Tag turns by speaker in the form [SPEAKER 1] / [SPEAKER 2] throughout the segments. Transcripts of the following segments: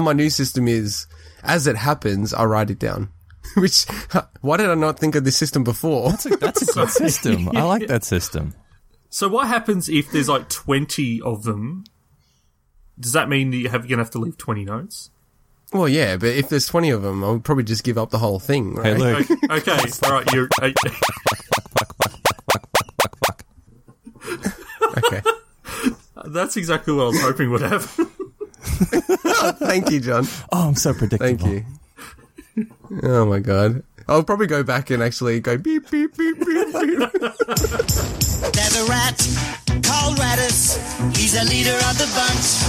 [SPEAKER 1] my new system is as it happens, I write it down. Which, why did I not think of this system before?
[SPEAKER 2] That's a, that's a good system. I like that system.
[SPEAKER 3] So what happens if there's like twenty of them? Does that mean that you have, you're gonna have to leave twenty notes?
[SPEAKER 1] Well, yeah, but if there's 20 of them, I would probably just give up the whole thing, right?
[SPEAKER 2] Hey, Luke.
[SPEAKER 3] Okay, okay all right. You're, uh,
[SPEAKER 1] Okay.
[SPEAKER 3] that's exactly what I was hoping would happen.
[SPEAKER 1] Thank you, John.
[SPEAKER 2] Oh, I'm so predictable.
[SPEAKER 1] Thank you. Oh my god. I'll probably go back and actually go beep, beep, beep, beep, beep.
[SPEAKER 4] There's a rat called Rattus. He's a leader of the bunch.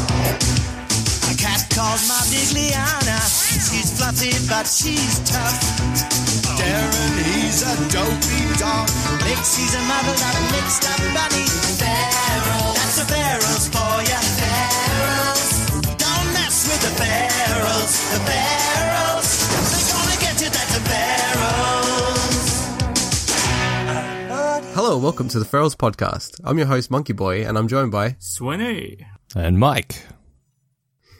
[SPEAKER 4] A cat called Modigliana. She's fluffy, but she's tough. Darren, he's a dopey dog. Mix, he's a muddled up, mixed up bunny. Pharaoh, that's the pharaohs for ya. Pharaohs, don't mess with the pharaohs. The pharaohs, they're gonna get you. That's the pharaohs.
[SPEAKER 1] Hello, welcome to the Ferals Podcast. I'm your host, Monkey Boy, and I'm joined by.
[SPEAKER 3] Swinny,
[SPEAKER 2] And Mike.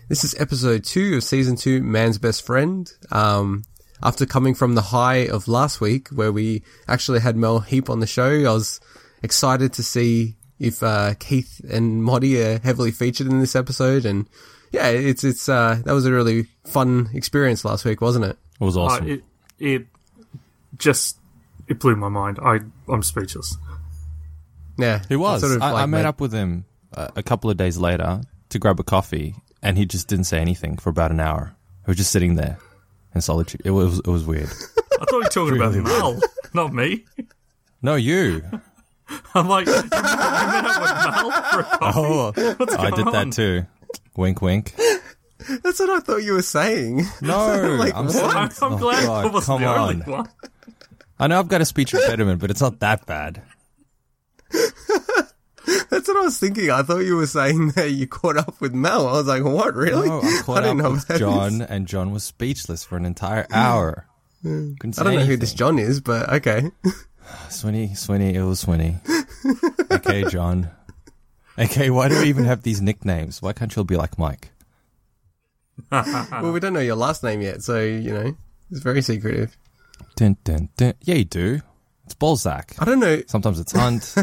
[SPEAKER 1] This is episode two of season two, Man's Best Friend. Um, after coming from the high of last week, where we actually had Mel Heap on the show, I was excited to see if uh, Keith and Moddy are heavily featured in this episode. And yeah, it's it's uh, that was a really fun experience last week, wasn't it?
[SPEAKER 2] It was
[SPEAKER 3] uh,
[SPEAKER 2] awesome.
[SPEAKER 3] it, it just it blew my mind. I I'm speechless.
[SPEAKER 1] Yeah,
[SPEAKER 2] He was.
[SPEAKER 1] sort of
[SPEAKER 2] I,
[SPEAKER 1] like
[SPEAKER 2] I met
[SPEAKER 1] my-
[SPEAKER 2] up with him uh, a couple of days later to grab a coffee, and he just didn't say anything for about an hour. We were just sitting there in solitude. It was it was weird.
[SPEAKER 3] I thought you were talking about Mal, not me.
[SPEAKER 2] No, you.
[SPEAKER 3] I'm like, you met up with Mal for a coffee?
[SPEAKER 2] Oh, I did
[SPEAKER 3] on?
[SPEAKER 2] that too. Wink, wink.
[SPEAKER 1] That's what I thought you were saying.
[SPEAKER 2] No,
[SPEAKER 1] Like,
[SPEAKER 2] I'm,
[SPEAKER 1] what?
[SPEAKER 2] saying-
[SPEAKER 3] I'm, I'm
[SPEAKER 2] Oh,
[SPEAKER 3] glad
[SPEAKER 2] God,
[SPEAKER 3] I wasn't
[SPEAKER 2] come
[SPEAKER 3] the
[SPEAKER 2] on.
[SPEAKER 3] only one.
[SPEAKER 2] I know I've got a speech impediment, but it's not that bad.
[SPEAKER 1] That's what I was thinking. I thought you were saying that you caught up with Mel. I was like, what, really?
[SPEAKER 2] No, I caught
[SPEAKER 1] didn't
[SPEAKER 2] up
[SPEAKER 1] know
[SPEAKER 2] with
[SPEAKER 1] about this.
[SPEAKER 2] John, and John was speechless for an entire hour. Couldn't say
[SPEAKER 1] I don't know who this
[SPEAKER 2] anything.
[SPEAKER 1] John is, but okay.
[SPEAKER 2] Swinny, Swinny, it was Swinny. okay, John. Okay, why do we even have these nicknames? Why can't you all be like Mike?
[SPEAKER 1] well, we don't know your last name yet, so, you know, it's very secretive.
[SPEAKER 2] Dun, dun, dun. Yeah, you do. It's Balzac.
[SPEAKER 1] I don't know.
[SPEAKER 2] Sometimes it's Hunt.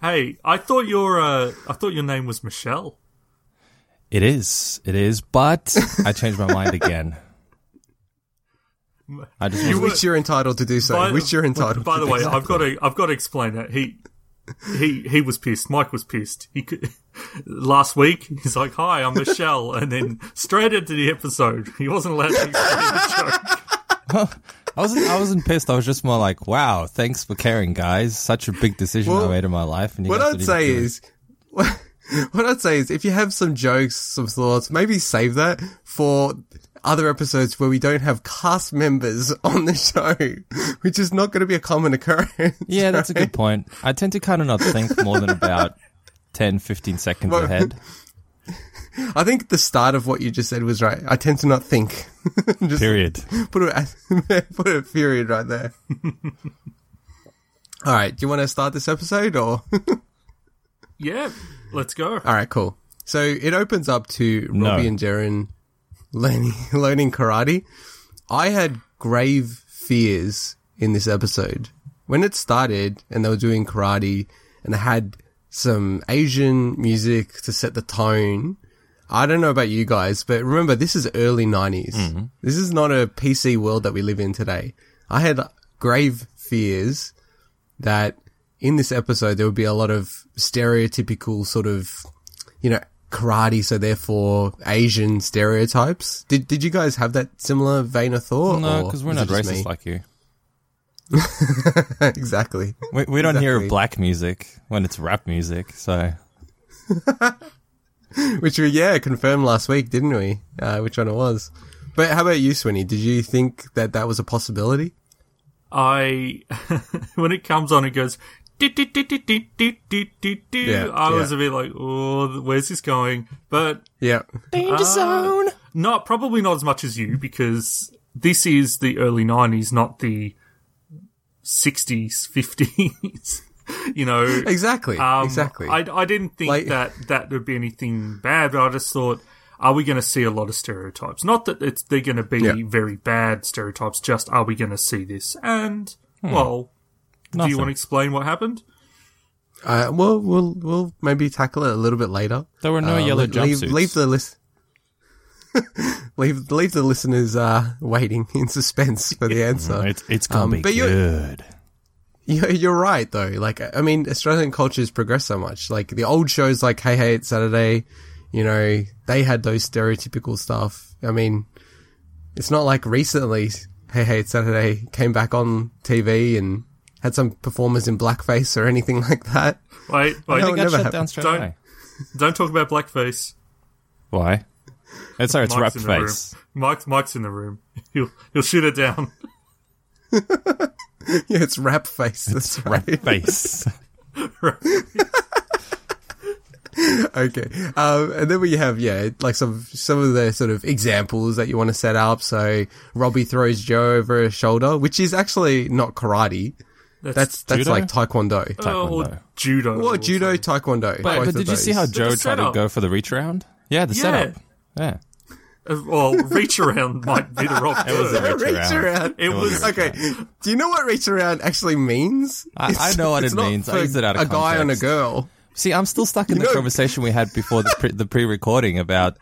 [SPEAKER 3] Hey, I thought your uh, I thought your name was Michelle.
[SPEAKER 2] it is. It is. But I changed my mind again. I just
[SPEAKER 3] You were-
[SPEAKER 1] Which you're entitled to do so. which you're entitled
[SPEAKER 3] By
[SPEAKER 1] to
[SPEAKER 3] the
[SPEAKER 1] do
[SPEAKER 3] way,
[SPEAKER 1] so.
[SPEAKER 3] I've got to I've got to explain that he he he was pissed. Mike was pissed. He could, last week he's like, "Hi, I'm Michelle," and then straight into the episode, he wasn't allowed to explain the joke.
[SPEAKER 2] I wasn't. I wasn't pissed. I was just more like, "Wow, thanks for caring, guys. Such a big decision
[SPEAKER 1] Well,
[SPEAKER 2] I made in my life." And you
[SPEAKER 1] What
[SPEAKER 2] guys
[SPEAKER 1] I'd
[SPEAKER 2] didn't
[SPEAKER 1] say
[SPEAKER 2] even do it.
[SPEAKER 1] is. What I'd say is, if you have some jokes, some thoughts, maybe save that for other episodes where we don't have cast members on the show, which is not going to be a common occurrence.
[SPEAKER 2] yeah, that's a good point. I tend to kind of not think more than about 10, 15 seconds
[SPEAKER 1] Well-
[SPEAKER 2] ahead.
[SPEAKER 1] I think the start of what you just said was right. I tend to not think. just
[SPEAKER 2] Period.
[SPEAKER 1] put a put a period right there. All right, do you want to start this episode or?
[SPEAKER 3] Yeah, let's go.
[SPEAKER 1] All right, cool. So it opens up to Robbie and Jaren learning learning karate. I had grave fears in this episode when it started, and they were doing karate, and they had some Asian music to set the tone. I don't know about you guys, but remember this is early 90s.
[SPEAKER 2] Mm-hmm.
[SPEAKER 1] This is not a PC world that we live in today. I had grave fears that in this episode there would be a lot of stereotypical sort of you know karate so therefore asian stereotypes did did you guys have that similar vein of thought
[SPEAKER 2] No,
[SPEAKER 1] or
[SPEAKER 2] because we're
[SPEAKER 1] was it
[SPEAKER 2] not
[SPEAKER 1] just
[SPEAKER 2] racist
[SPEAKER 1] me?
[SPEAKER 2] like you.
[SPEAKER 1] exactly
[SPEAKER 2] We, we don't hear
[SPEAKER 1] Exactly.
[SPEAKER 2] black music when it's rap music, so
[SPEAKER 1] which we yeah confirmed last week, didn't we? Uh, which one it was? But how about you, Swinny? Did you think that that was a possibility?
[SPEAKER 3] I when it comes on, it goes. "Doot, doot, doot, doot, doot, doot, doot, doot, doot."
[SPEAKER 1] Yeah,
[SPEAKER 3] I was
[SPEAKER 1] yeah.
[SPEAKER 3] a bit like, oh, where's this going? But
[SPEAKER 1] Yeah,
[SPEAKER 3] not probably not as much as you because this is the early 90s not the 60s 50s you know
[SPEAKER 1] exactly,
[SPEAKER 3] um,
[SPEAKER 1] exactly.
[SPEAKER 3] I, I didn't think
[SPEAKER 1] Like-
[SPEAKER 3] that that would be anything bad but i just thought are we going to see a lot of stereotypes not that it's they're going to be
[SPEAKER 1] Yeah.
[SPEAKER 3] very bad stereotypes just are we going to see this and
[SPEAKER 1] Hmm.
[SPEAKER 3] well do you
[SPEAKER 2] Nothing.
[SPEAKER 3] want to explain what happened
[SPEAKER 1] Uh, we'll we'll we'll maybe tackle it a little bit later.
[SPEAKER 2] There were no
[SPEAKER 1] Uh,
[SPEAKER 2] yellow
[SPEAKER 1] le- leave,
[SPEAKER 2] jumpsuits.
[SPEAKER 1] Leave the list. leave leave the listeners uh, waiting in suspense for the answer.
[SPEAKER 2] It's, it's gonna
[SPEAKER 1] Um,
[SPEAKER 2] be
[SPEAKER 1] but you're-
[SPEAKER 2] good.
[SPEAKER 1] You're, you're right though. Like I mean, Australian culture's progressed so much. Like the old shows, like Hey Hey It's Saturday, you know, they had those stereotypical stuff. I mean, it's not like recently Hey Hey It's Saturday came back on TV and had some performers in blackface or anything like that.
[SPEAKER 3] wait
[SPEAKER 2] I
[SPEAKER 3] wait
[SPEAKER 2] think
[SPEAKER 1] it
[SPEAKER 2] I
[SPEAKER 1] never
[SPEAKER 2] shut
[SPEAKER 1] happened.
[SPEAKER 2] down straight
[SPEAKER 3] Don't-
[SPEAKER 2] away.
[SPEAKER 3] don't talk about blackface
[SPEAKER 2] Why? It's sorry, it's rap
[SPEAKER 3] Mike's in the room.
[SPEAKER 2] face.
[SPEAKER 3] Mike's Mike's in the room. He'll he'll shoot it down.
[SPEAKER 1] Yeah, it's rap face. That's right.
[SPEAKER 2] Face.
[SPEAKER 1] okay. Um, and then we have, yeah, like some, some of the sort of examples that you want to set up. So Robbie throws Joe over her shoulder, which is actually not karate. That's, that's
[SPEAKER 2] Judo?
[SPEAKER 1] like taekwondo.
[SPEAKER 3] Oh, or
[SPEAKER 2] Taekwondo.
[SPEAKER 3] judo.
[SPEAKER 1] Well, judo, taekwondo.
[SPEAKER 2] But,
[SPEAKER 1] both
[SPEAKER 2] but
[SPEAKER 1] of
[SPEAKER 2] did you see
[SPEAKER 1] those.
[SPEAKER 2] how Joe
[SPEAKER 3] the
[SPEAKER 2] tried to
[SPEAKER 3] setup.
[SPEAKER 2] go for the reach around? Yeah, the
[SPEAKER 3] Yeah.
[SPEAKER 2] setup. Yeah.
[SPEAKER 3] Uh, well, reach around might be the wrong
[SPEAKER 2] was a
[SPEAKER 3] word.
[SPEAKER 2] reach
[SPEAKER 1] Reach
[SPEAKER 2] around.
[SPEAKER 1] around.
[SPEAKER 3] It was
[SPEAKER 1] Okay, do you know what reach around actually means?
[SPEAKER 2] I-
[SPEAKER 1] It's-
[SPEAKER 2] I know what
[SPEAKER 1] it's
[SPEAKER 2] it
[SPEAKER 1] not
[SPEAKER 2] means. I
[SPEAKER 1] for
[SPEAKER 2] used it out of
[SPEAKER 1] a guy and a
[SPEAKER 2] context.
[SPEAKER 1] girl.
[SPEAKER 2] See, I'm still stuck in
[SPEAKER 1] You
[SPEAKER 2] the
[SPEAKER 1] know-
[SPEAKER 2] conversation we had before the pre- the pre-recording about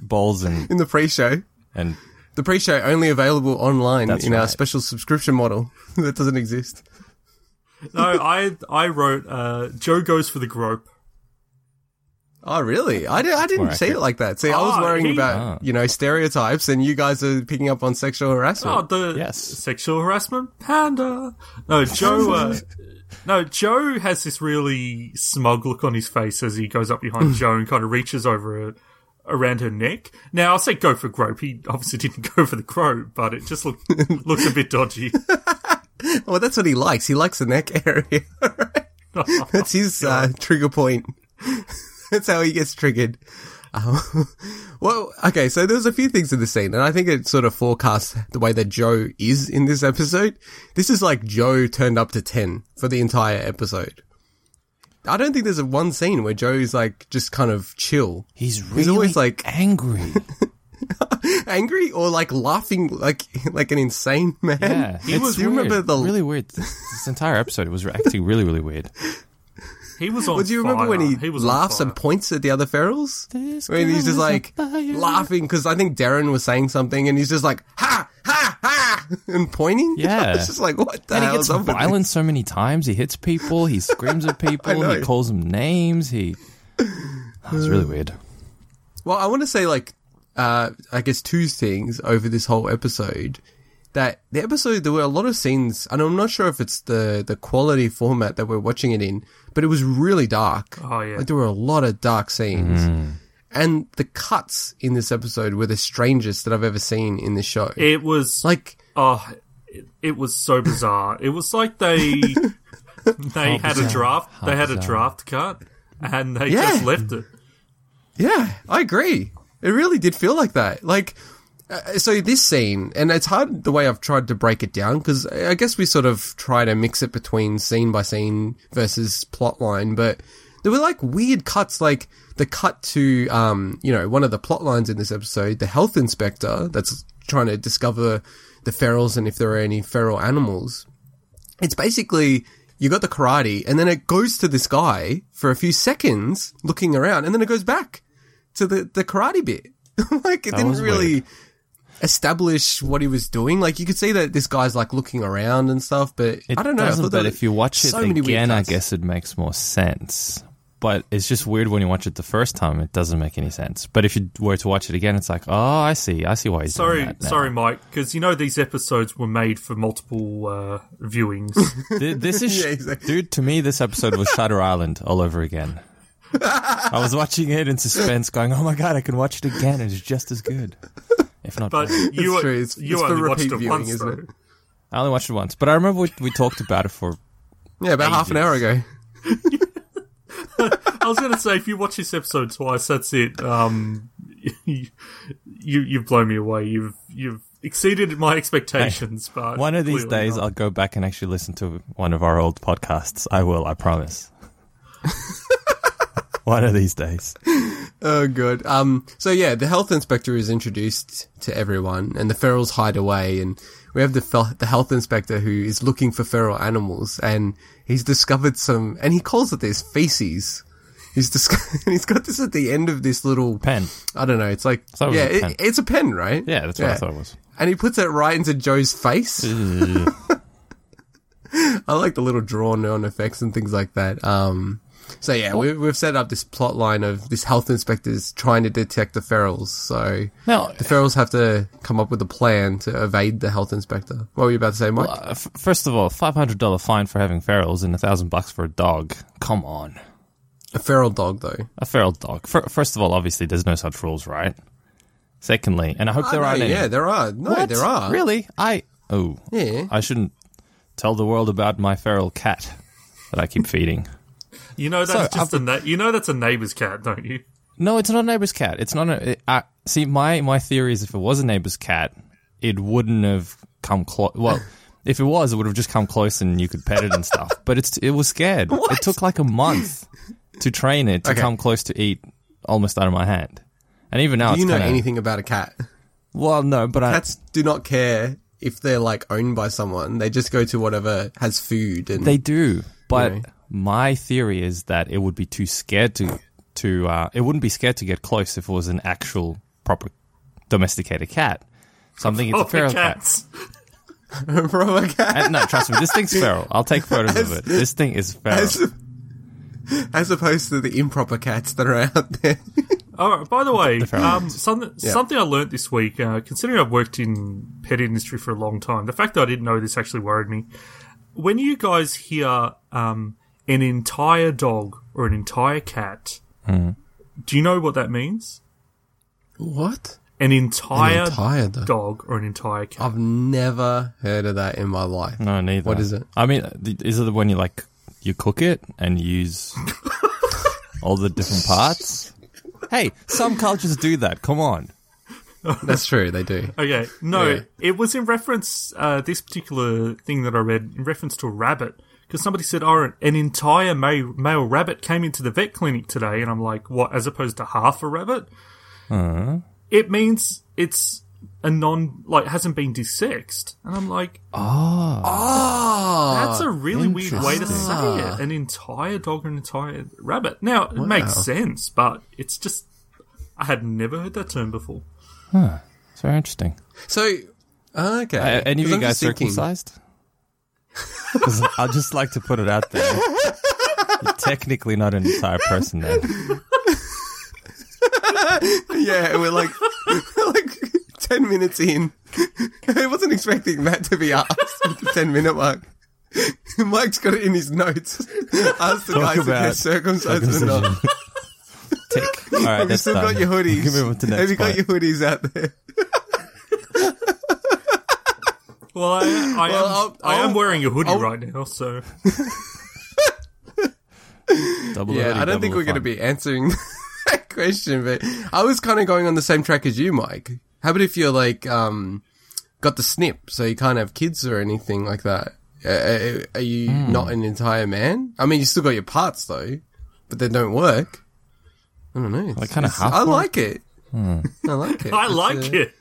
[SPEAKER 2] balls and
[SPEAKER 1] In the pre-show,
[SPEAKER 2] and
[SPEAKER 1] the pre-show only available online
[SPEAKER 2] That's
[SPEAKER 1] in our
[SPEAKER 2] right.
[SPEAKER 1] special subscription model that doesn't exist.
[SPEAKER 3] no, I I wrote uh, Joe goes for the grope.
[SPEAKER 1] Oh, really? I, did, I didn't
[SPEAKER 2] More
[SPEAKER 1] see it
[SPEAKER 2] accurate.
[SPEAKER 1] like that. See, I
[SPEAKER 2] Ah,
[SPEAKER 1] was
[SPEAKER 3] Oh,
[SPEAKER 1] worrying
[SPEAKER 3] he-
[SPEAKER 1] about, you know, stereotypes, and you guys are picking up on sexual harassment.
[SPEAKER 3] Oh, the
[SPEAKER 2] Yes.
[SPEAKER 3] sexual harassment panda. No, Joe. Uh, no, Joe has this really smug look on his face as he goes up behind Joe and kind of reaches over her, around her neck. Now, I'll say go for grope. He obviously didn't go for the grope, but it just looked looked a bit dodgy.
[SPEAKER 1] Well, that's what he likes. He likes the neck area. that's his
[SPEAKER 2] Oh,
[SPEAKER 1] uh, trigger point. that's how he gets triggered. Um, well, okay, so there's a few things in the scene, and I think it sort of forecasts the way that Joe is in this episode. This is like Joe turned up to 10 for the entire episode. I don't think there's a one scene where Joe is like just kind of chill.
[SPEAKER 2] he's really
[SPEAKER 1] always, like-
[SPEAKER 2] angry.
[SPEAKER 1] angry or like laughing like like an insane man.
[SPEAKER 2] Yeah,
[SPEAKER 1] It's-
[SPEAKER 2] was
[SPEAKER 1] do you remember
[SPEAKER 2] weird.
[SPEAKER 1] the
[SPEAKER 2] really weird. This, this entire episode was acting really really weird.
[SPEAKER 3] He was on.
[SPEAKER 1] Well, do you remember when
[SPEAKER 3] fire.
[SPEAKER 1] he,
[SPEAKER 3] was on
[SPEAKER 1] laughs
[SPEAKER 3] fire.
[SPEAKER 1] and points at the other ferals?
[SPEAKER 2] This
[SPEAKER 1] when he's just
[SPEAKER 2] guy's
[SPEAKER 1] like
[SPEAKER 2] on fire.
[SPEAKER 1] laughing because I think Darren was saying something and he's just like ha ha ha and pointing.
[SPEAKER 2] Yeah.
[SPEAKER 1] it's just like what the
[SPEAKER 2] and he
[SPEAKER 1] hell
[SPEAKER 2] gets
[SPEAKER 1] is up with me?
[SPEAKER 2] violent so many times. He hits people. He screams at people.
[SPEAKER 1] know.
[SPEAKER 2] he calls them names. He. Oh, it's really weird.
[SPEAKER 1] Well, I want to say like uh I guess two things over this whole episode. That the episode there were a lot of scenes, and I'm not sure if it's the the quality format that we're watching it in, but it was really dark.
[SPEAKER 3] Oh, yeah. Mm-hmm.
[SPEAKER 1] like there were a lot of dark scenes, and the cuts in this episode were the strangest that I've ever seen in the show.
[SPEAKER 3] It was like
[SPEAKER 1] like
[SPEAKER 3] oh, it, it was so bizarre. It was like they they had a draft. they had a draft cut, and they
[SPEAKER 1] Yeah.
[SPEAKER 3] just left it.
[SPEAKER 1] Yeah, I agree. It really did feel like that. Like, uh, so this scene, and it's hard the way I've tried to break it down because I I guess we sort of try to mix it between scene by scene versus plot line, but there were like weird cuts, like the cut to, um, you know, one of the plot lines in this episode, the health inspector that's trying to discover the ferals and if there are any feral animals it's basically you got the karate and then it goes to this guy for a few seconds looking around and then it goes back to the, the karate bit. like it didn't
[SPEAKER 2] was
[SPEAKER 1] really
[SPEAKER 2] weird.
[SPEAKER 1] establish what he was doing. Like you could see that this guy's like looking around and stuff, but
[SPEAKER 2] It
[SPEAKER 1] I don't know. I
[SPEAKER 2] doesn't,
[SPEAKER 1] thought there
[SPEAKER 2] but
[SPEAKER 1] were
[SPEAKER 2] if you watch it
[SPEAKER 1] so many weird
[SPEAKER 2] again, I
[SPEAKER 1] cuts.
[SPEAKER 2] guess it makes more sense. But it's just weird when you watch it the first time; it doesn't make any sense. But if you were to watch it again, it's like, oh, I see, I see why he's doing
[SPEAKER 3] Sorry,
[SPEAKER 2] that now.
[SPEAKER 3] sorry, Mike, because you know these episodes were made for multiple uh, viewings.
[SPEAKER 2] Th- This is,
[SPEAKER 1] Yeah, exactly.
[SPEAKER 2] dude. To me, this episode was Shutter Island all over again. I was watching it in suspense, going, "Oh my god, I can watch it again. It's just as good, if not."
[SPEAKER 3] But
[SPEAKER 2] better."
[SPEAKER 3] you,
[SPEAKER 1] true, it's-
[SPEAKER 3] you
[SPEAKER 1] it's for
[SPEAKER 3] only watched
[SPEAKER 1] repeat
[SPEAKER 3] it
[SPEAKER 1] viewing,
[SPEAKER 3] once,
[SPEAKER 1] isn't
[SPEAKER 3] though.
[SPEAKER 1] it?
[SPEAKER 2] I only watched it once, but I remember we, we talked about it for.
[SPEAKER 1] Yeah, about half an hour ago.
[SPEAKER 3] I was going to say, if you watch this episode twice, that's it. Um, you you've blown me away. You've you've exceeded my expectations. but
[SPEAKER 2] One of these
[SPEAKER 3] clearly
[SPEAKER 2] days,
[SPEAKER 3] not.
[SPEAKER 2] I'll go back and actually listen to one of our old podcasts. I will, I promise. one of these days.
[SPEAKER 1] Oh, good. Um, so yeah, the health inspector is introduced to everyone, and the ferals hide away, and we have the fel- the health inspector who is looking for feral animals, and he's discovered some, and he calls it this feces. He's discovered, he's got this at the end of this little
[SPEAKER 2] Pen.
[SPEAKER 1] I don't know. It's like
[SPEAKER 2] thought it was
[SPEAKER 1] yeah,
[SPEAKER 2] a pen.
[SPEAKER 1] it, it's a pen, right?
[SPEAKER 2] Yeah, that's what I thought it was.
[SPEAKER 1] And he puts it right into Joe's face. I like the little drawn on effects and things like that. Um, so yeah, we, we've set up this plot line of this health inspector's trying to detect the ferals. So
[SPEAKER 2] Now,
[SPEAKER 1] the ferals have to come up with a plan to evade the health inspector. What were you about to say, Mike?
[SPEAKER 2] uh, f- first of all, five hundred dollar fine for having ferals and a thousand bucks for a dog. Come on,
[SPEAKER 1] a feral dog, though.
[SPEAKER 2] a feral dog. Fir first of all, obviously, there's no such rules, right? Secondly, and I hope
[SPEAKER 1] Oh,
[SPEAKER 2] there
[SPEAKER 1] no,
[SPEAKER 2] aren't any.
[SPEAKER 1] Yeah, there are. No,
[SPEAKER 2] What?
[SPEAKER 1] there are.
[SPEAKER 2] Really? I oh
[SPEAKER 1] Yeah.
[SPEAKER 2] I shouldn't tell the world about my feral cat that I keep feeding.
[SPEAKER 3] you know
[SPEAKER 2] So,
[SPEAKER 3] that's just a na- you know that's a neighbor's cat, don't you?
[SPEAKER 2] No, it's not a neighbor's cat. It's not a. It, I, see, my my theory is if it was a neighbor's cat, it wouldn't have come close. Well, if it was, it would have just come close and you could pet it and stuff. But it's it was scared. It took like a month to train it to
[SPEAKER 1] Okay.
[SPEAKER 2] come close to eat almost out of my hand. And even now,
[SPEAKER 1] Do you
[SPEAKER 2] it's
[SPEAKER 1] know
[SPEAKER 2] kinda,
[SPEAKER 1] anything about a cat?
[SPEAKER 2] Well, no, but I,
[SPEAKER 1] Cats do not care if they're like owned by someone. They just go to whatever has food and
[SPEAKER 2] They do, but
[SPEAKER 1] know.
[SPEAKER 2] my theory is that it would be too scared to to uh, it wouldn't be scared to get close if it was an actual proper domesticated cat. So I'm thinking
[SPEAKER 3] Oh,
[SPEAKER 2] it's a feral cat.
[SPEAKER 3] cats.
[SPEAKER 1] from a cat.
[SPEAKER 2] And, no, trust me, this thing's feral. I'll take photos of it. This thing is feral.
[SPEAKER 1] As, as opposed to the improper cats that are out there.
[SPEAKER 3] Oh, by the way, um,
[SPEAKER 2] pheromones.
[SPEAKER 3] something something I learnt this week. Uh, considering I've worked in pet industry for a long time, the fact that I didn't know this actually worried me. When you guys hear um, an entire dog or an entire cat, do you know what that means?
[SPEAKER 1] What?
[SPEAKER 3] An entire,
[SPEAKER 1] entire dog.
[SPEAKER 3] dog. or an entire cat.
[SPEAKER 1] I've never heard of that in my life.
[SPEAKER 2] no, neither.
[SPEAKER 1] What is it?
[SPEAKER 2] I mean, th- is it the one you like? You cook it and use all the different parts. Hey, some cultures do that. Come on.
[SPEAKER 1] That's true, they do.
[SPEAKER 3] Okay, no,
[SPEAKER 1] Yeah.
[SPEAKER 3] it was in reference uh, this particular thing that I read in reference to a rabbit because somebody said, "Oh, an entire male, male rabbit came into the vet clinic today," and I'm like, "What?" As opposed to half a rabbit, it means it's a non like hasn't been desexed, and I'm like,
[SPEAKER 1] Oh!
[SPEAKER 3] that's a really weird way to say it. An entire dog or an entire rabbit. Now it makes sense, but it's just I had never heard that term before.
[SPEAKER 2] It's very interesting.
[SPEAKER 1] So, okay.
[SPEAKER 2] Uh, any of
[SPEAKER 1] 'Cause
[SPEAKER 2] you
[SPEAKER 1] I'm
[SPEAKER 2] guys
[SPEAKER 1] just thinking-
[SPEAKER 2] circumcised? 'Cause I'd just like to put it out there. You're technically not an entire person then.
[SPEAKER 1] Yeah, and we're like, we're like 10 minutes in. I wasn't expecting that to be asked at the 10 minute mark. Mike's got it in his notes. Ask the
[SPEAKER 2] Talk
[SPEAKER 1] guys if they're
[SPEAKER 2] about
[SPEAKER 1] circumcised or not.
[SPEAKER 2] circumcision. Tick. All right,
[SPEAKER 1] Have you
[SPEAKER 2] that's
[SPEAKER 1] still
[SPEAKER 2] done.
[SPEAKER 1] got your hoodies?
[SPEAKER 2] We can move on to
[SPEAKER 1] Have
[SPEAKER 2] next
[SPEAKER 1] you got
[SPEAKER 2] part.
[SPEAKER 1] your hoodies out there?
[SPEAKER 3] Well, I, I
[SPEAKER 1] Well,
[SPEAKER 3] am,
[SPEAKER 1] I'll-
[SPEAKER 3] I am
[SPEAKER 1] I'll-
[SPEAKER 3] wearing a hoodie
[SPEAKER 1] I'll-
[SPEAKER 3] right now, so
[SPEAKER 2] Double
[SPEAKER 1] Yeah,
[SPEAKER 2] hoodie,
[SPEAKER 1] I don't think
[SPEAKER 2] double
[SPEAKER 1] we're going to
[SPEAKER 2] fun.
[SPEAKER 1] be answering that question, but I was kind of going on the same track as you, Mike. How about if you're like, um, got the snip, so you can't have kids or anything like that? Uh, are you
[SPEAKER 2] Hmm.
[SPEAKER 1] not an entire man? I mean, you still got your parts though, but they don't work. I don't know. It's-
[SPEAKER 2] kinda
[SPEAKER 1] it's-
[SPEAKER 2] half Hmm.
[SPEAKER 1] I
[SPEAKER 2] work?
[SPEAKER 1] like it. I like it.
[SPEAKER 3] I
[SPEAKER 1] It's,
[SPEAKER 3] like
[SPEAKER 1] uh,
[SPEAKER 3] it.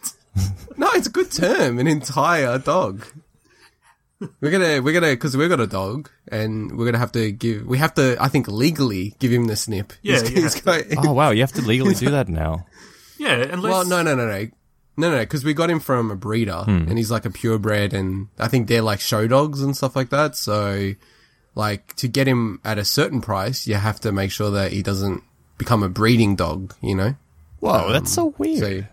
[SPEAKER 1] No, it's a good term. An entire dog. We're gonna, we're gonna, because we've got a dog, and we're gonna have to give. We have to, I think, legally give him the snip.
[SPEAKER 3] Yeah,
[SPEAKER 1] He's-
[SPEAKER 3] you
[SPEAKER 1] he's
[SPEAKER 3] have
[SPEAKER 1] got-
[SPEAKER 2] Oh, wow, you have to legally do that now.
[SPEAKER 3] Yeah, unless
[SPEAKER 1] Well, no, no, no, no. No, no, because we got him from a breeder, and he's like a purebred, and I think they're like show dogs and stuff like that. So, like, to get him at a certain price, you have to make sure that he doesn't become a breeding dog, you know?
[SPEAKER 2] Whoa, that's so
[SPEAKER 1] So,
[SPEAKER 2] weird.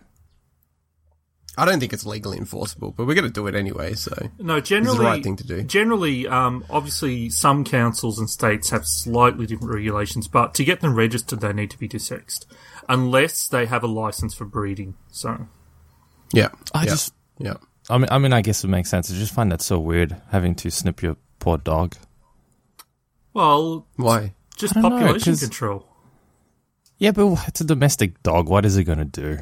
[SPEAKER 1] I don't think it's legally enforceable, but we're going to do it anyway. So
[SPEAKER 3] No, generally,
[SPEAKER 1] It's the right thing to do.
[SPEAKER 3] Generally, um, obviously, some councils and states have slightly different regulations, but to get them registered, they need to be desexed, unless they have a license for breeding. So,
[SPEAKER 1] yeah,
[SPEAKER 2] I
[SPEAKER 1] yeah,
[SPEAKER 2] just-
[SPEAKER 1] yeah.
[SPEAKER 2] I mean, I mean, I guess it makes sense. I just find that so weird having to snip your poor dog.
[SPEAKER 3] well,
[SPEAKER 1] Why?
[SPEAKER 3] just
[SPEAKER 2] I don't know,
[SPEAKER 3] population
[SPEAKER 2] 'cause-
[SPEAKER 3] control.
[SPEAKER 2] Yeah, but it's a domestic dog. What is it going to do?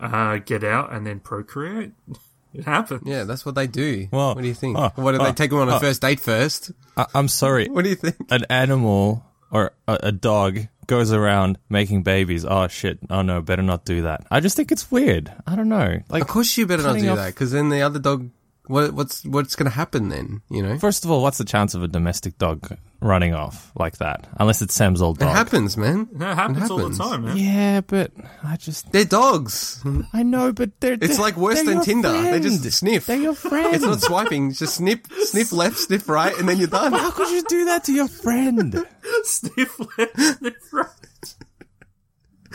[SPEAKER 3] Uh, get out and then procreate. It happens.
[SPEAKER 1] Yeah, that's what they do.
[SPEAKER 2] Well,
[SPEAKER 1] what do you think?
[SPEAKER 2] uh,
[SPEAKER 1] what do they
[SPEAKER 2] uh,
[SPEAKER 1] take them on a
[SPEAKER 2] uh.
[SPEAKER 1] first date first?
[SPEAKER 2] I- I'm sorry.
[SPEAKER 1] What do you think?
[SPEAKER 2] an animal or a, a dog goes around making babies. Oh shit! Oh no, better not do that. I just think it's weird. I don't know. Like,
[SPEAKER 1] Of course, you better not
[SPEAKER 2] cutting
[SPEAKER 1] do
[SPEAKER 2] off-
[SPEAKER 1] that because then the other dog. What, what's what's going to happen then? You know,
[SPEAKER 2] First of all, what's the chance of a domestic dog running off like that? Unless it's Sam's old
[SPEAKER 1] it
[SPEAKER 2] dog.
[SPEAKER 1] happens, man.
[SPEAKER 3] It happens, all the time, man.
[SPEAKER 2] Yeah, but I just
[SPEAKER 1] They're dogs.
[SPEAKER 2] I know, but they're
[SPEAKER 1] It's
[SPEAKER 2] they're-
[SPEAKER 1] like worse
[SPEAKER 2] they're
[SPEAKER 1] than
[SPEAKER 2] your
[SPEAKER 1] Tinder. They just
[SPEAKER 2] friend.
[SPEAKER 1] sniff.
[SPEAKER 2] They're your friend.
[SPEAKER 1] It's not swiping. It's Just snip, sniff left, sniff right, and then you're done.
[SPEAKER 2] How could you do that to your friend?
[SPEAKER 3] Sniff left, sniff right.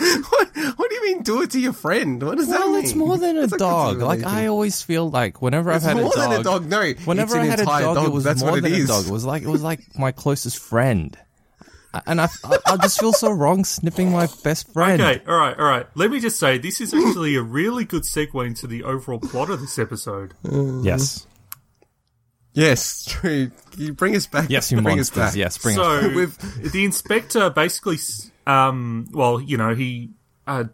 [SPEAKER 1] what, what do you mean? Do it to your friend? What does that
[SPEAKER 2] Well,
[SPEAKER 1] mean?
[SPEAKER 2] it's more than a
[SPEAKER 1] That's not
[SPEAKER 2] dog. Like
[SPEAKER 1] consideration.
[SPEAKER 2] I always feel like whenever
[SPEAKER 1] It's
[SPEAKER 2] I've had
[SPEAKER 1] more
[SPEAKER 2] a dog,
[SPEAKER 1] than a dog, no. It's
[SPEAKER 2] whenever
[SPEAKER 1] an
[SPEAKER 2] I had a
[SPEAKER 1] entire
[SPEAKER 2] dog,
[SPEAKER 1] dog,
[SPEAKER 2] it was
[SPEAKER 1] that's
[SPEAKER 2] more
[SPEAKER 1] what it
[SPEAKER 2] than
[SPEAKER 1] is.
[SPEAKER 2] a dog. It was like it was like my closest friend, I- and I, I, I just feel so wrong snipping my best friend.
[SPEAKER 3] Okay, all right, all right. Let me just say, this is actually a really good segue into the overall plot of this episode.
[SPEAKER 2] Yes,
[SPEAKER 1] Yes, true. Can you bring us back.
[SPEAKER 2] yes, you
[SPEAKER 1] bring us
[SPEAKER 2] monsters.
[SPEAKER 1] back.
[SPEAKER 2] Yes, bring us.
[SPEAKER 3] so
[SPEAKER 2] back.
[SPEAKER 3] with the inspector basically, s- um, well, you know, he, uh,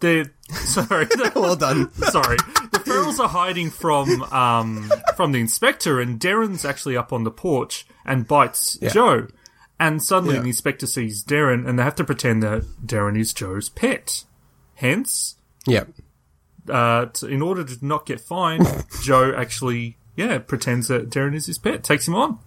[SPEAKER 3] they're sorry,
[SPEAKER 1] Well done.
[SPEAKER 3] sorry. The Ferals are hiding from um from the inspector, and Darren's actually up on the porch and bites
[SPEAKER 1] Yeah.
[SPEAKER 3] Joe. And suddenly
[SPEAKER 1] Yeah.
[SPEAKER 3] the inspector sees Darren, and they have to pretend that Darren is Joe's pet. Hence,
[SPEAKER 1] Yep.
[SPEAKER 3] uh, t- in order to not get fined, Joe actually, yeah, pretends that Darren is his pet, takes him on.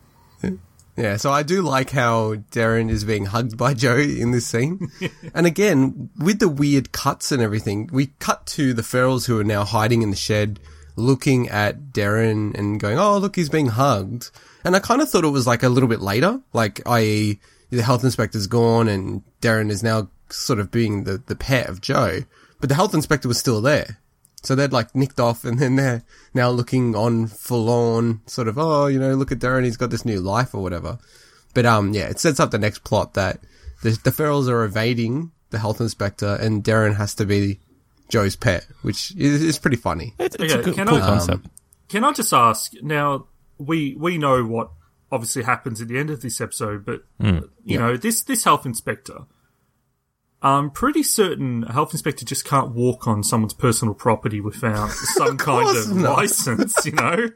[SPEAKER 1] Yeah, so I do like how Darren is being hugged by Joe in this scene. and again, with the weird cuts and everything, we cut to the ferals who are now hiding in the shed, looking at Darren and going, oh, look, he's being hugged. And I kind of thought it was like a little bit later, like, i.e., the health inspector's gone and Darren is now sort of being the, the pet of Joe. But the health inspector was still there. So they'd like nicked off and then they're now looking on forlorn, sort of, oh, you know, look at Darren, he's got this new life or whatever. But um, yeah, it sets up the next plot that the, the Ferals are evading the health inspector and Darren has to be Joe's pet, which is, is pretty funny.
[SPEAKER 2] It- it's
[SPEAKER 3] Okay,
[SPEAKER 2] a good,
[SPEAKER 3] can
[SPEAKER 2] cool
[SPEAKER 3] I-
[SPEAKER 2] concept.
[SPEAKER 3] Can I just ask now? We we know what obviously happens at the end of this episode, but
[SPEAKER 2] Hmm,
[SPEAKER 3] you know this this health inspector. I'm pretty certain a health inspector just can't walk on someone's personal property without some kind
[SPEAKER 1] course
[SPEAKER 3] of
[SPEAKER 1] not.
[SPEAKER 3] license. You know,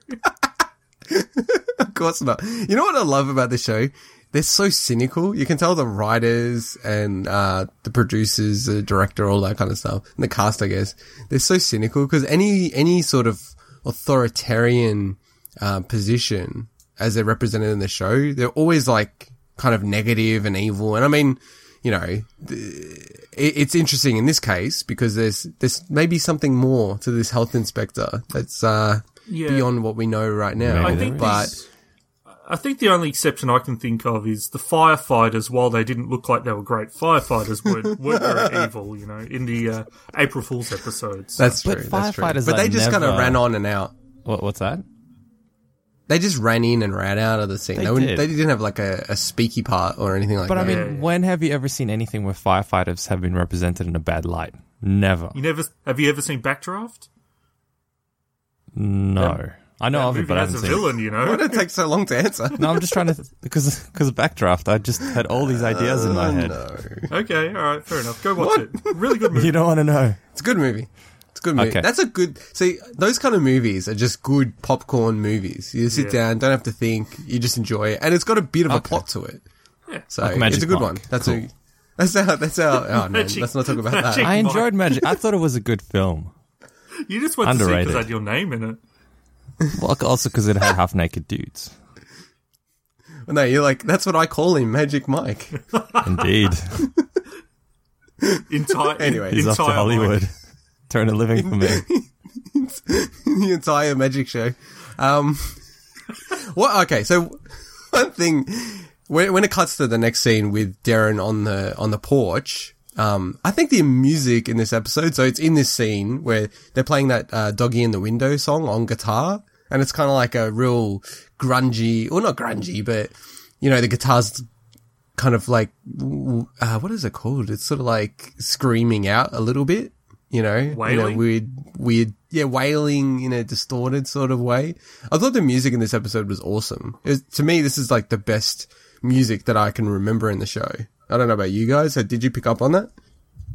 [SPEAKER 1] Of course not. You know what I love about the show? They're so cynical. You can tell the writers and uh, the producers, the director, all that kind of stuff, and the cast, I guess. They're so cynical because any any sort of authoritarian uh, position as they're represented in the show, they're always like kind of negative and evil. And I mean, you know, it, it's interesting in this case because there's there's maybe something more to this health inspector that's uh,
[SPEAKER 3] Yeah.
[SPEAKER 1] beyond what we know right now.
[SPEAKER 2] Maybe
[SPEAKER 3] I think
[SPEAKER 1] but
[SPEAKER 3] this- I think the only exception I can think of is the firefighters. While they didn't look like they were great firefighters, were were very evil. You know, in the uh, April Fool's episodes.
[SPEAKER 1] That's true.
[SPEAKER 2] But
[SPEAKER 1] that's true.
[SPEAKER 2] firefighters
[SPEAKER 1] But they
[SPEAKER 2] are
[SPEAKER 1] just kind of
[SPEAKER 2] never-
[SPEAKER 1] ran on and out.
[SPEAKER 2] What, what's that?
[SPEAKER 1] They just ran in and ran out of the scene. They,
[SPEAKER 2] They
[SPEAKER 1] wouldn't-
[SPEAKER 2] did.
[SPEAKER 1] they didn't have like a, a speaky part or anything like
[SPEAKER 2] But I
[SPEAKER 1] that.
[SPEAKER 2] mean,
[SPEAKER 3] yeah, yeah.
[SPEAKER 2] when have you ever seen anything where firefighters have been represented in a bad light? Never.
[SPEAKER 3] you never have you ever seen Backdraft?
[SPEAKER 2] No. I know of
[SPEAKER 3] Movie
[SPEAKER 2] it, but I
[SPEAKER 3] has
[SPEAKER 2] haven't
[SPEAKER 3] a
[SPEAKER 2] seen it.
[SPEAKER 3] villain, you know.
[SPEAKER 1] why did it take so long to answer?
[SPEAKER 2] No, I'm just trying to because because backdraft. I just had all these ideas in
[SPEAKER 1] Oh,
[SPEAKER 2] my head.
[SPEAKER 3] Okay, all right, fair enough. Go watch it. Really good movie.
[SPEAKER 2] You don't want to know.
[SPEAKER 1] It's a good movie. It's a good movie.
[SPEAKER 2] Okay.
[SPEAKER 1] That's a good. See, those kind of movies are just good popcorn movies. You sit
[SPEAKER 3] Yeah.
[SPEAKER 1] down, don't have to think. You just enjoy it, and it's got a bit of a
[SPEAKER 2] Okay.
[SPEAKER 1] plot to it.
[SPEAKER 3] Yeah.
[SPEAKER 1] So
[SPEAKER 2] Like
[SPEAKER 1] it's
[SPEAKER 2] Magic
[SPEAKER 1] a good
[SPEAKER 2] Mike.
[SPEAKER 1] one. That's
[SPEAKER 2] Cool.
[SPEAKER 1] a. That's our. That's our. Oh man,
[SPEAKER 3] Magic-
[SPEAKER 1] let's not talk about
[SPEAKER 3] Magic-
[SPEAKER 1] that.
[SPEAKER 2] I
[SPEAKER 3] Mike.
[SPEAKER 2] enjoyed Magic. I thought it was a good film.
[SPEAKER 3] You just went to see because
[SPEAKER 2] Underrated.
[SPEAKER 3] it had your name in it.
[SPEAKER 2] Well, also because it had half naked dudes.
[SPEAKER 1] No, you're like that's what I call him, Magic Mike.
[SPEAKER 2] Indeed,
[SPEAKER 3] Entire
[SPEAKER 1] Anyway,
[SPEAKER 2] he's off to
[SPEAKER 3] entire
[SPEAKER 2] Hollywood. Turn a living for me.
[SPEAKER 1] the entire magic show. Um, what? Okay, so one thing when, when it cuts to the next scene with Darren on the on the porch, Um, I think the music in this episode, so it's in this scene where they're playing that uh, "Doggy in the Window" song on guitar, and it's kind of like a real grungy, or not grungy, but you know the guitar's kind of like uh, what is it called? It's sort of like screaming out a little bit, you know, in
[SPEAKER 3] Wailing?
[SPEAKER 1] a weird, weird, yeah, wailing in a distorted sort of way. I thought the music in this episode was awesome. It was, to me, this is like the best music that I can remember in the show. I don't know about you guys. So did you pick up on that?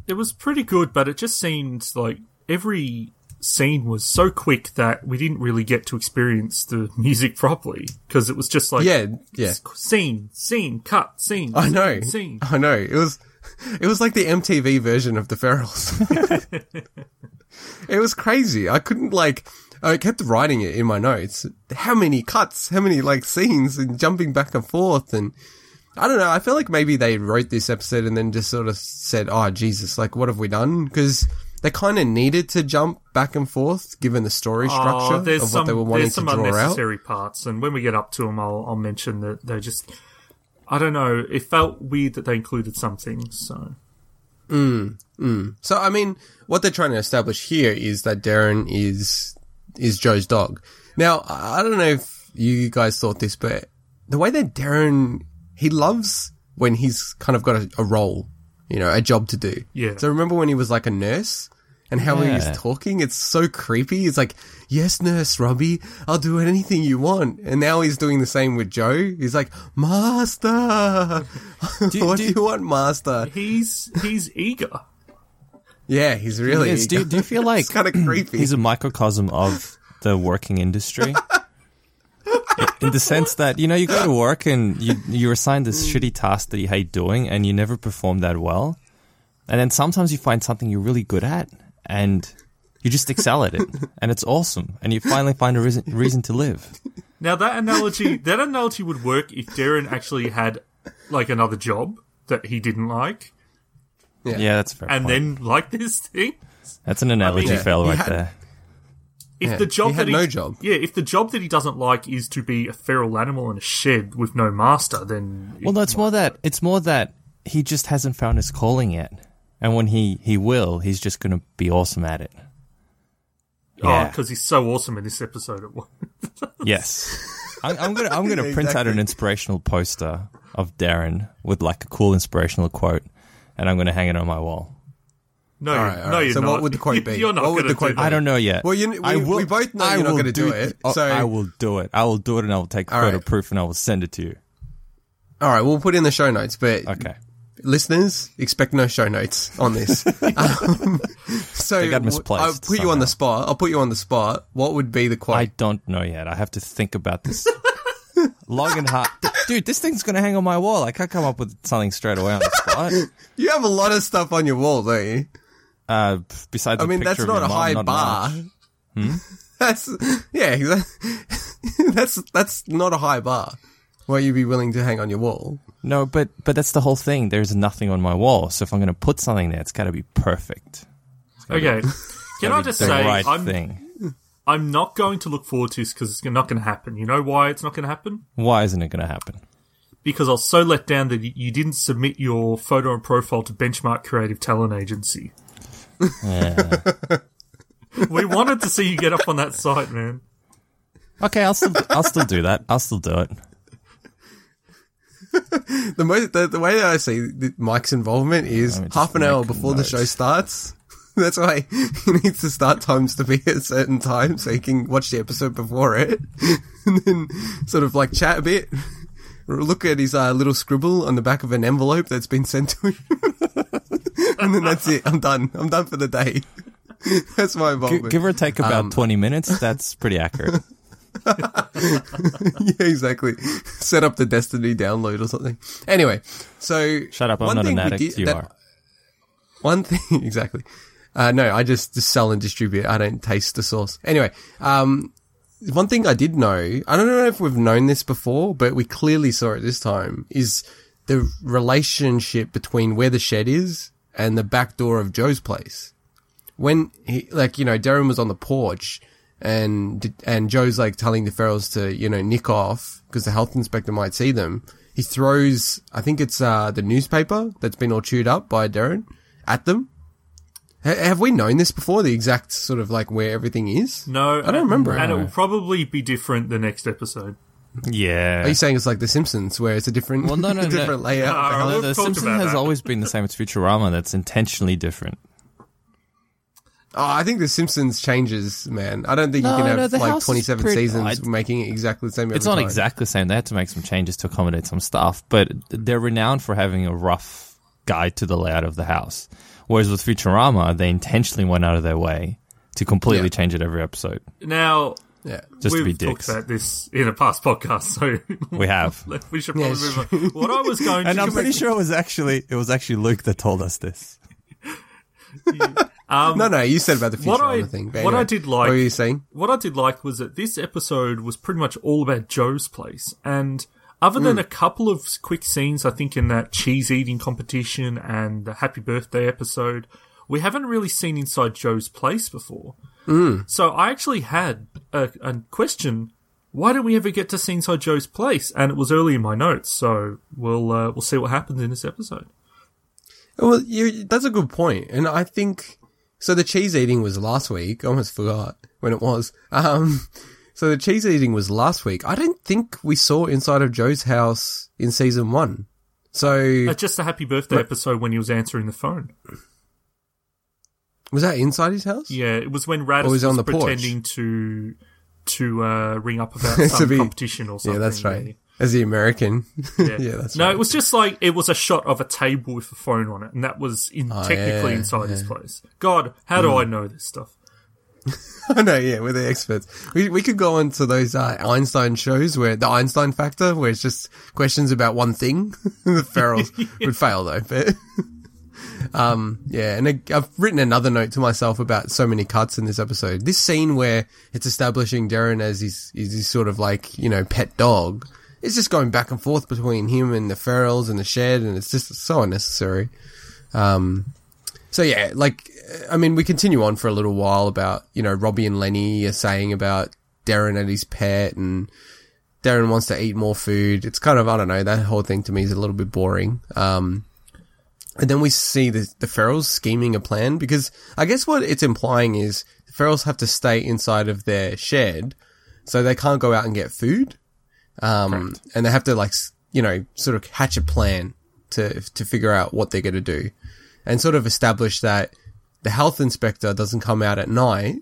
[SPEAKER 3] It was pretty good, but it just seemed like every scene was so quick that we didn't really get to experience the music properly because it was just like
[SPEAKER 1] yeah, yeah.
[SPEAKER 3] s- scene, scene, cut, scene.
[SPEAKER 1] I know.
[SPEAKER 3] scene.
[SPEAKER 1] I know. It was, it was like the MTV version of the Ferals. it was crazy. I couldn't like. I kept writing it in my notes. How many cuts? How many like scenes and jumping back and forth and. I don't know. I feel like maybe they wrote this episode and then just sort of said, "Oh Jesus, like what have we done?" Because they kind of needed to jump back and forth given the story structure
[SPEAKER 3] Oh,
[SPEAKER 1] of
[SPEAKER 3] there's
[SPEAKER 1] what
[SPEAKER 3] some
[SPEAKER 1] they were wanting
[SPEAKER 3] there's
[SPEAKER 1] to
[SPEAKER 3] some
[SPEAKER 1] draw out.
[SPEAKER 3] unnecessary parts, and when we get up to them, I'll, I'll mention that they're just. I don't know. It felt weird that they included some things. So
[SPEAKER 1] So I mean, what they're trying to establish here is that Darren is is Joe's dog. Now I I don't know if you guys thought this, but the way that Darren he loves when he's kind of got a, a role, you know, a job to do.
[SPEAKER 3] Yeah.
[SPEAKER 1] So remember when he was like a nurse and how he
[SPEAKER 2] Yeah.
[SPEAKER 1] was talking? It's so creepy. He's like, "Yes, nurse Robbie, I'll do anything you want." And now he's doing the same with Joe. He's like, "Master, what
[SPEAKER 2] do-
[SPEAKER 1] do you want, Master?"
[SPEAKER 3] he's he's eager.
[SPEAKER 1] Yeah, he's really.
[SPEAKER 2] Yes, do, do you feel like
[SPEAKER 1] it's kind of creepy.
[SPEAKER 2] he's a microcosm of the working industry? In the sense that you know you go to work and you you're assigned this shitty task that you hate doing and you never perform that well, and then sometimes you find something you're really good at and you just excel at it and it's awesome and you finally find a reason, reason to live.
[SPEAKER 3] Now that analogy that analogy would work if Darren actually had like another job that he didn't like,
[SPEAKER 2] Yeah, that's a fair.
[SPEAKER 3] and
[SPEAKER 2] point.
[SPEAKER 3] then like this thing.
[SPEAKER 2] that's an analogy
[SPEAKER 3] I mean,
[SPEAKER 2] fail
[SPEAKER 1] he
[SPEAKER 2] right
[SPEAKER 1] had-
[SPEAKER 2] there.
[SPEAKER 3] If
[SPEAKER 1] Yeah,
[SPEAKER 3] the job
[SPEAKER 1] he had
[SPEAKER 3] that
[SPEAKER 1] no job.
[SPEAKER 3] yeah, if the job that he doesn't like is to be a feral animal in a shed with no master, then
[SPEAKER 2] Well, no, it's more that it's more that he just hasn't found his calling yet, and when he he will, he's just gonna be awesome at it. yeah.
[SPEAKER 3] because Oh, he's so awesome in this episode. It was.
[SPEAKER 2] Yes, I'm, I'm gonna I'm gonna
[SPEAKER 1] Yeah,
[SPEAKER 2] print out
[SPEAKER 1] exactly.
[SPEAKER 2] an inspirational poster of Darren with like a cool inspirational quote, and I'm gonna hang it on my wall.
[SPEAKER 3] No,
[SPEAKER 1] All right, all
[SPEAKER 3] no,
[SPEAKER 1] right.
[SPEAKER 3] you're
[SPEAKER 1] So
[SPEAKER 3] not.
[SPEAKER 1] what would the quote be?
[SPEAKER 3] You're not
[SPEAKER 1] What would
[SPEAKER 3] gonna
[SPEAKER 1] the quote
[SPEAKER 3] do
[SPEAKER 1] be?
[SPEAKER 3] that.
[SPEAKER 2] I don't know yet.
[SPEAKER 1] Well, you- we-
[SPEAKER 2] I
[SPEAKER 1] we both know
[SPEAKER 2] I
[SPEAKER 1] you're not
[SPEAKER 2] will
[SPEAKER 1] gonna do it,
[SPEAKER 2] oh,
[SPEAKER 1] so-
[SPEAKER 2] I will do it. I will do it, and I will take
[SPEAKER 1] All
[SPEAKER 2] photo
[SPEAKER 1] right.
[SPEAKER 2] proof, and I will send it to you.
[SPEAKER 1] All right, we'll put in the show notes, but
[SPEAKER 2] Okay.
[SPEAKER 1] listeners, expect no show notes on this. um, so
[SPEAKER 2] got
[SPEAKER 1] w-
[SPEAKER 2] misplaced
[SPEAKER 1] I'll put you on
[SPEAKER 2] somehow.
[SPEAKER 1] the spot. I'll put you on the spot. What would be the quote?
[SPEAKER 2] I don't know yet. I have to think about this. Long and hard, dude. This thing's gonna hang on my wall. I can't come up with something straight away on the spot.
[SPEAKER 1] you have a lot of stuff on your wall, don't you?
[SPEAKER 2] Uh, besides,
[SPEAKER 1] I
[SPEAKER 2] a
[SPEAKER 1] mean,
[SPEAKER 2] picture
[SPEAKER 1] that's
[SPEAKER 2] of
[SPEAKER 1] not
[SPEAKER 2] your
[SPEAKER 1] a
[SPEAKER 2] mom,
[SPEAKER 1] high
[SPEAKER 2] not
[SPEAKER 1] bar.
[SPEAKER 2] much.
[SPEAKER 1] That's yeah, exa- that's that's not a high bar. Why you'd be willing to hang on your wall?
[SPEAKER 2] No, but but that's the whole thing. There's nothing on my wall, so if I'm gonna put something there, it's gotta be perfect.
[SPEAKER 3] Okay, can I
[SPEAKER 2] Be
[SPEAKER 3] just
[SPEAKER 2] the
[SPEAKER 3] say
[SPEAKER 2] right
[SPEAKER 3] I'm
[SPEAKER 2] thing.
[SPEAKER 3] I'm not going to look forward to this because it's not going to happen. You know why it's not going to happen?
[SPEAKER 2] Why isn't it gonna happen?
[SPEAKER 3] Because I was so let down that y- you didn't submit your photo and profile to Benchmark Creative Talent Agency.
[SPEAKER 2] Yeah.
[SPEAKER 3] We wanted to see you get up on that site, man.
[SPEAKER 2] okay, I'll still I'll still do that. I'll still do it.
[SPEAKER 1] The, mo- the the way that I see th- Mike's involvement is
[SPEAKER 2] Let me just
[SPEAKER 1] half an hour
[SPEAKER 2] make a
[SPEAKER 1] before the
[SPEAKER 2] note.
[SPEAKER 1] show starts. That's why he needs the start times to be at certain time so he can watch the episode before it and then sort of like chat a bit. or Look at his uh, little scribble on the back of an envelope that's been sent to him. and then that's it. I'm done. I'm done for the day. that's my
[SPEAKER 2] Gi-
[SPEAKER 1] involvement.
[SPEAKER 2] give or take about
[SPEAKER 1] Um,
[SPEAKER 2] 20 minutes. That's pretty accurate.
[SPEAKER 1] yeah, exactly. Set up the Destiny download or something. Anyway, so
[SPEAKER 2] Shut up! I'm
[SPEAKER 1] one
[SPEAKER 2] not
[SPEAKER 1] thing
[SPEAKER 2] an
[SPEAKER 1] we
[SPEAKER 2] addict.
[SPEAKER 1] did
[SPEAKER 2] you
[SPEAKER 1] that-
[SPEAKER 2] are.
[SPEAKER 1] One thing, exactly. Uh, no, I just, just sell and distribute. I don't taste the sauce. Anyway, um, one thing I did know, I don't know if we've known this before, but we clearly saw it this time, is the relationship between where the shed is and the back door of Joe's place. When he, like, you know, Darren was on the porch and, and Joe's like telling the ferals to, you know, nick off because the health inspector might see them. He throws, I think it's, uh, the newspaper that's been all chewed up by Darren at them? Ha- have we known this before? The exact sort of like where everything is?
[SPEAKER 3] No,
[SPEAKER 1] I don't remember.
[SPEAKER 3] And it will probably be different the next episode.
[SPEAKER 2] Yeah.
[SPEAKER 1] Are you saying it's like The Simpsons, where it's a different,
[SPEAKER 2] Well, no, no, no.
[SPEAKER 1] different layout?
[SPEAKER 3] No, I
[SPEAKER 2] No,
[SPEAKER 3] We've
[SPEAKER 2] the
[SPEAKER 3] talked
[SPEAKER 2] Simpsons
[SPEAKER 3] about
[SPEAKER 2] has
[SPEAKER 3] that.
[SPEAKER 2] always been the same. It's Futurama that's intentionally different.
[SPEAKER 1] Oh, I think The Simpsons changes, man. I don't think
[SPEAKER 2] No,
[SPEAKER 1] you can
[SPEAKER 2] no,
[SPEAKER 1] have
[SPEAKER 2] the house
[SPEAKER 1] like
[SPEAKER 2] is
[SPEAKER 1] 27
[SPEAKER 2] pretty-
[SPEAKER 1] seasons
[SPEAKER 2] I-
[SPEAKER 1] making it exactly the same.
[SPEAKER 2] It's
[SPEAKER 1] every
[SPEAKER 2] not
[SPEAKER 1] time.
[SPEAKER 2] exactly the same. They had to make some changes to accommodate some stuff, but they're renowned for having a rough guide to the layout of the house. Whereas with Futurama, they intentionally went out of their way to completely
[SPEAKER 1] Yeah.
[SPEAKER 2] change it every episode.
[SPEAKER 3] Now,
[SPEAKER 1] Yeah.
[SPEAKER 2] Just to
[SPEAKER 3] we've
[SPEAKER 2] be
[SPEAKER 3] talked
[SPEAKER 2] dicks.
[SPEAKER 3] about this in a past podcast, so
[SPEAKER 2] We have.
[SPEAKER 3] we should probably
[SPEAKER 1] Yes.
[SPEAKER 3] move on. What I was going
[SPEAKER 5] And
[SPEAKER 3] to
[SPEAKER 5] I'm pretty sure it was actually it was actually Luke that told us this.
[SPEAKER 1] No, no, you said about the future
[SPEAKER 3] what I,
[SPEAKER 1] thing. but
[SPEAKER 3] what
[SPEAKER 1] anyway.
[SPEAKER 3] I did like
[SPEAKER 1] Um, What were you saying?
[SPEAKER 3] what I did like was that this episode was pretty much all about Joe's place, and other
[SPEAKER 1] Hmm.
[SPEAKER 3] than a couple of s- quick scenes, I think in that cheese eating competition and the Happy Birthday episode, we haven't really seen inside Joe's place before.
[SPEAKER 1] Hmm.
[SPEAKER 3] So I actually had a, a question: Why don't we ever get to see inside Joe's place? And it was early in my notes, so we'll uh, we'll see what happens in this episode.
[SPEAKER 1] Well, you, that's a good point, and I think so. The cheese eating was last week. I almost forgot when it was. Um, so the cheese eating was last week. I don't think we saw inside of Joe's house in season one. So
[SPEAKER 3] Uh, just the Happy Birthday episode when he was answering the phone.
[SPEAKER 1] was that inside his house?
[SPEAKER 3] Yeah, it was when Radis
[SPEAKER 1] Or
[SPEAKER 3] was,
[SPEAKER 1] he's on the porch.
[SPEAKER 3] pretending to to uh, ring up about
[SPEAKER 1] To
[SPEAKER 3] some
[SPEAKER 1] be-
[SPEAKER 3] competition or
[SPEAKER 1] yeah,
[SPEAKER 3] something.
[SPEAKER 1] that's right. As the American, yeah, that's
[SPEAKER 3] no,
[SPEAKER 1] right.
[SPEAKER 3] it was just like it was a shot of a table with a phone on it, and that was in
[SPEAKER 1] Oh,
[SPEAKER 3] technically
[SPEAKER 1] yeah, Hmm.
[SPEAKER 3] inside his place. God, how do I know this stuff?
[SPEAKER 1] I know, yeah, we're the experts. We, we could go on to those uh, Einstein shows where the Einstein factor, where it's just questions about one thing. the ferals would fail though, but. Um, yeah, and I, I've written another note to myself about so many cuts in this episode. This scene where it's establishing Darren as his, his, his sort of like, you know, pet dog. It's just going back and forth between him and the ferals and the shed, and it's just so unnecessary. Um, so yeah, like I mean, we continue on for a little while about you know Robbie and Lenny are saying about Darren and his pet, and Darren wants to eat more food. It's kind of I don't know that whole thing to me is a little bit boring. Um, and then we see the the Ferals scheming a plan because I guess what it's implying is the Ferals have to stay inside of their shed, so they can't go out and get food. Um, and they have to like, s- you know, sort of hatch a plan to, to figure out what they're going to do and sort of establish that the health inspector doesn't come out at night.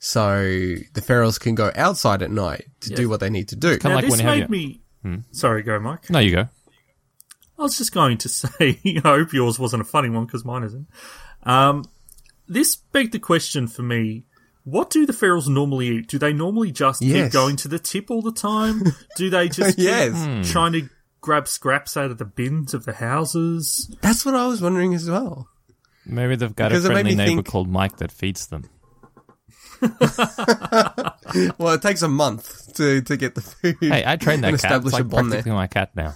[SPEAKER 1] So the ferals can go outside at night to do what they need to do.
[SPEAKER 2] Kinda
[SPEAKER 3] Now,
[SPEAKER 2] like
[SPEAKER 3] this
[SPEAKER 2] when you have
[SPEAKER 3] made
[SPEAKER 2] your-
[SPEAKER 3] me. Sorry, go, Mike.
[SPEAKER 2] No, you go.
[SPEAKER 3] I was just going to say, I hope yours wasn't a funny one because mine isn't. Um, this begged the question for me. What do the ferals normally eat? Do they normally just
[SPEAKER 1] Yes.
[SPEAKER 3] keep going to the tip all the time? do they just keep
[SPEAKER 1] Yes.
[SPEAKER 2] Hmm.
[SPEAKER 3] trying to grab scraps out of the bins of the houses?
[SPEAKER 1] That's what I was wondering as well.
[SPEAKER 2] Maybe they've got
[SPEAKER 1] Because it
[SPEAKER 2] a
[SPEAKER 1] made
[SPEAKER 2] friendly
[SPEAKER 1] me
[SPEAKER 2] neighbor
[SPEAKER 1] think-
[SPEAKER 2] called Mike that feeds them.
[SPEAKER 1] Well, it takes a month to, to get the food.
[SPEAKER 2] Hey, I trained that
[SPEAKER 1] and
[SPEAKER 2] cat. It's
[SPEAKER 1] establish a
[SPEAKER 2] like
[SPEAKER 1] bond there.
[SPEAKER 2] practically my cat now.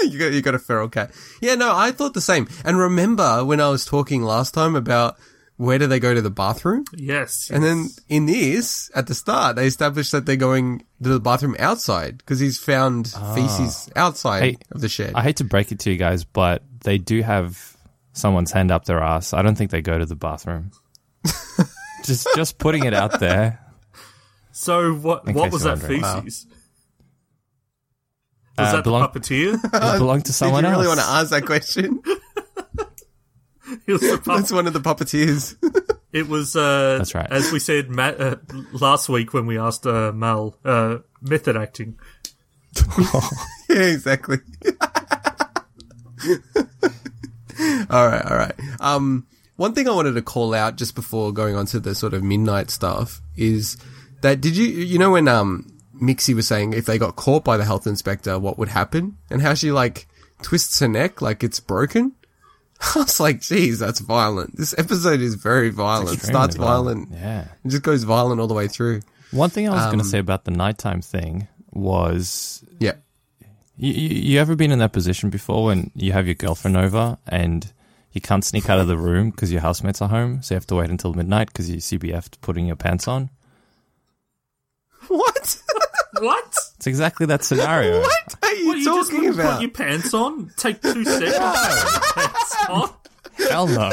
[SPEAKER 1] you got you got a feral cat. Yeah, no, I thought the same. And remember when I was talking last time about where do they go to the bathroom?
[SPEAKER 3] Yes.
[SPEAKER 1] And then in this, at the start, they established that they're going to the bathroom outside because he's found feces outside
[SPEAKER 2] Ah. Hey,
[SPEAKER 1] of the shed.
[SPEAKER 2] I hate to break it to you guys, but they do have someone's hand up their ass. I don't think they go to the bathroom. just just putting it out there.
[SPEAKER 3] so what?
[SPEAKER 2] In
[SPEAKER 3] What
[SPEAKER 2] case
[SPEAKER 3] was
[SPEAKER 2] you're
[SPEAKER 3] that
[SPEAKER 2] wondering.
[SPEAKER 3] feces?
[SPEAKER 2] Uh,
[SPEAKER 3] Was that
[SPEAKER 2] belong-
[SPEAKER 3] the puppeteer?
[SPEAKER 2] It belonged to
[SPEAKER 1] Uh, Did you
[SPEAKER 2] someone
[SPEAKER 1] really
[SPEAKER 2] else.
[SPEAKER 1] want to ask that question?
[SPEAKER 3] it was the pup-
[SPEAKER 1] That's one of the puppeteers.
[SPEAKER 3] It was. Uh,
[SPEAKER 2] That's right.
[SPEAKER 3] As we said ma uh, last week when we asked uh, Mal uh, method acting.
[SPEAKER 1] yeah, exactly. all right, all right. Um, one thing I wanted to call out just before going on to the sort of midnight stuff is that did you you know when um Mixie was saying if they got caught by the health inspector, what would happen, and how she like twists her neck like it's broken. I was like, geez, that's violent. This episode is very violent.
[SPEAKER 2] Extremely
[SPEAKER 1] Starts
[SPEAKER 2] violent,
[SPEAKER 1] violent. Um,
[SPEAKER 2] yeah.
[SPEAKER 1] It just goes violent all the way through.
[SPEAKER 2] One thing I was going to say about the nighttime thing was
[SPEAKER 1] Yeah.
[SPEAKER 2] You, you, you ever been in that position before when you have your girlfriend over and you can't sneak out of the room because your housemates are home, so you have to wait until midnight because you CBF 'd putting your pants on?
[SPEAKER 1] What?
[SPEAKER 3] What?
[SPEAKER 2] It's exactly that scenario.
[SPEAKER 1] What are you
[SPEAKER 3] What, you just
[SPEAKER 1] talking
[SPEAKER 3] wouldn't
[SPEAKER 1] about?
[SPEAKER 3] put your pants on? Take two seconds. to put your pants on?
[SPEAKER 2] Hell no.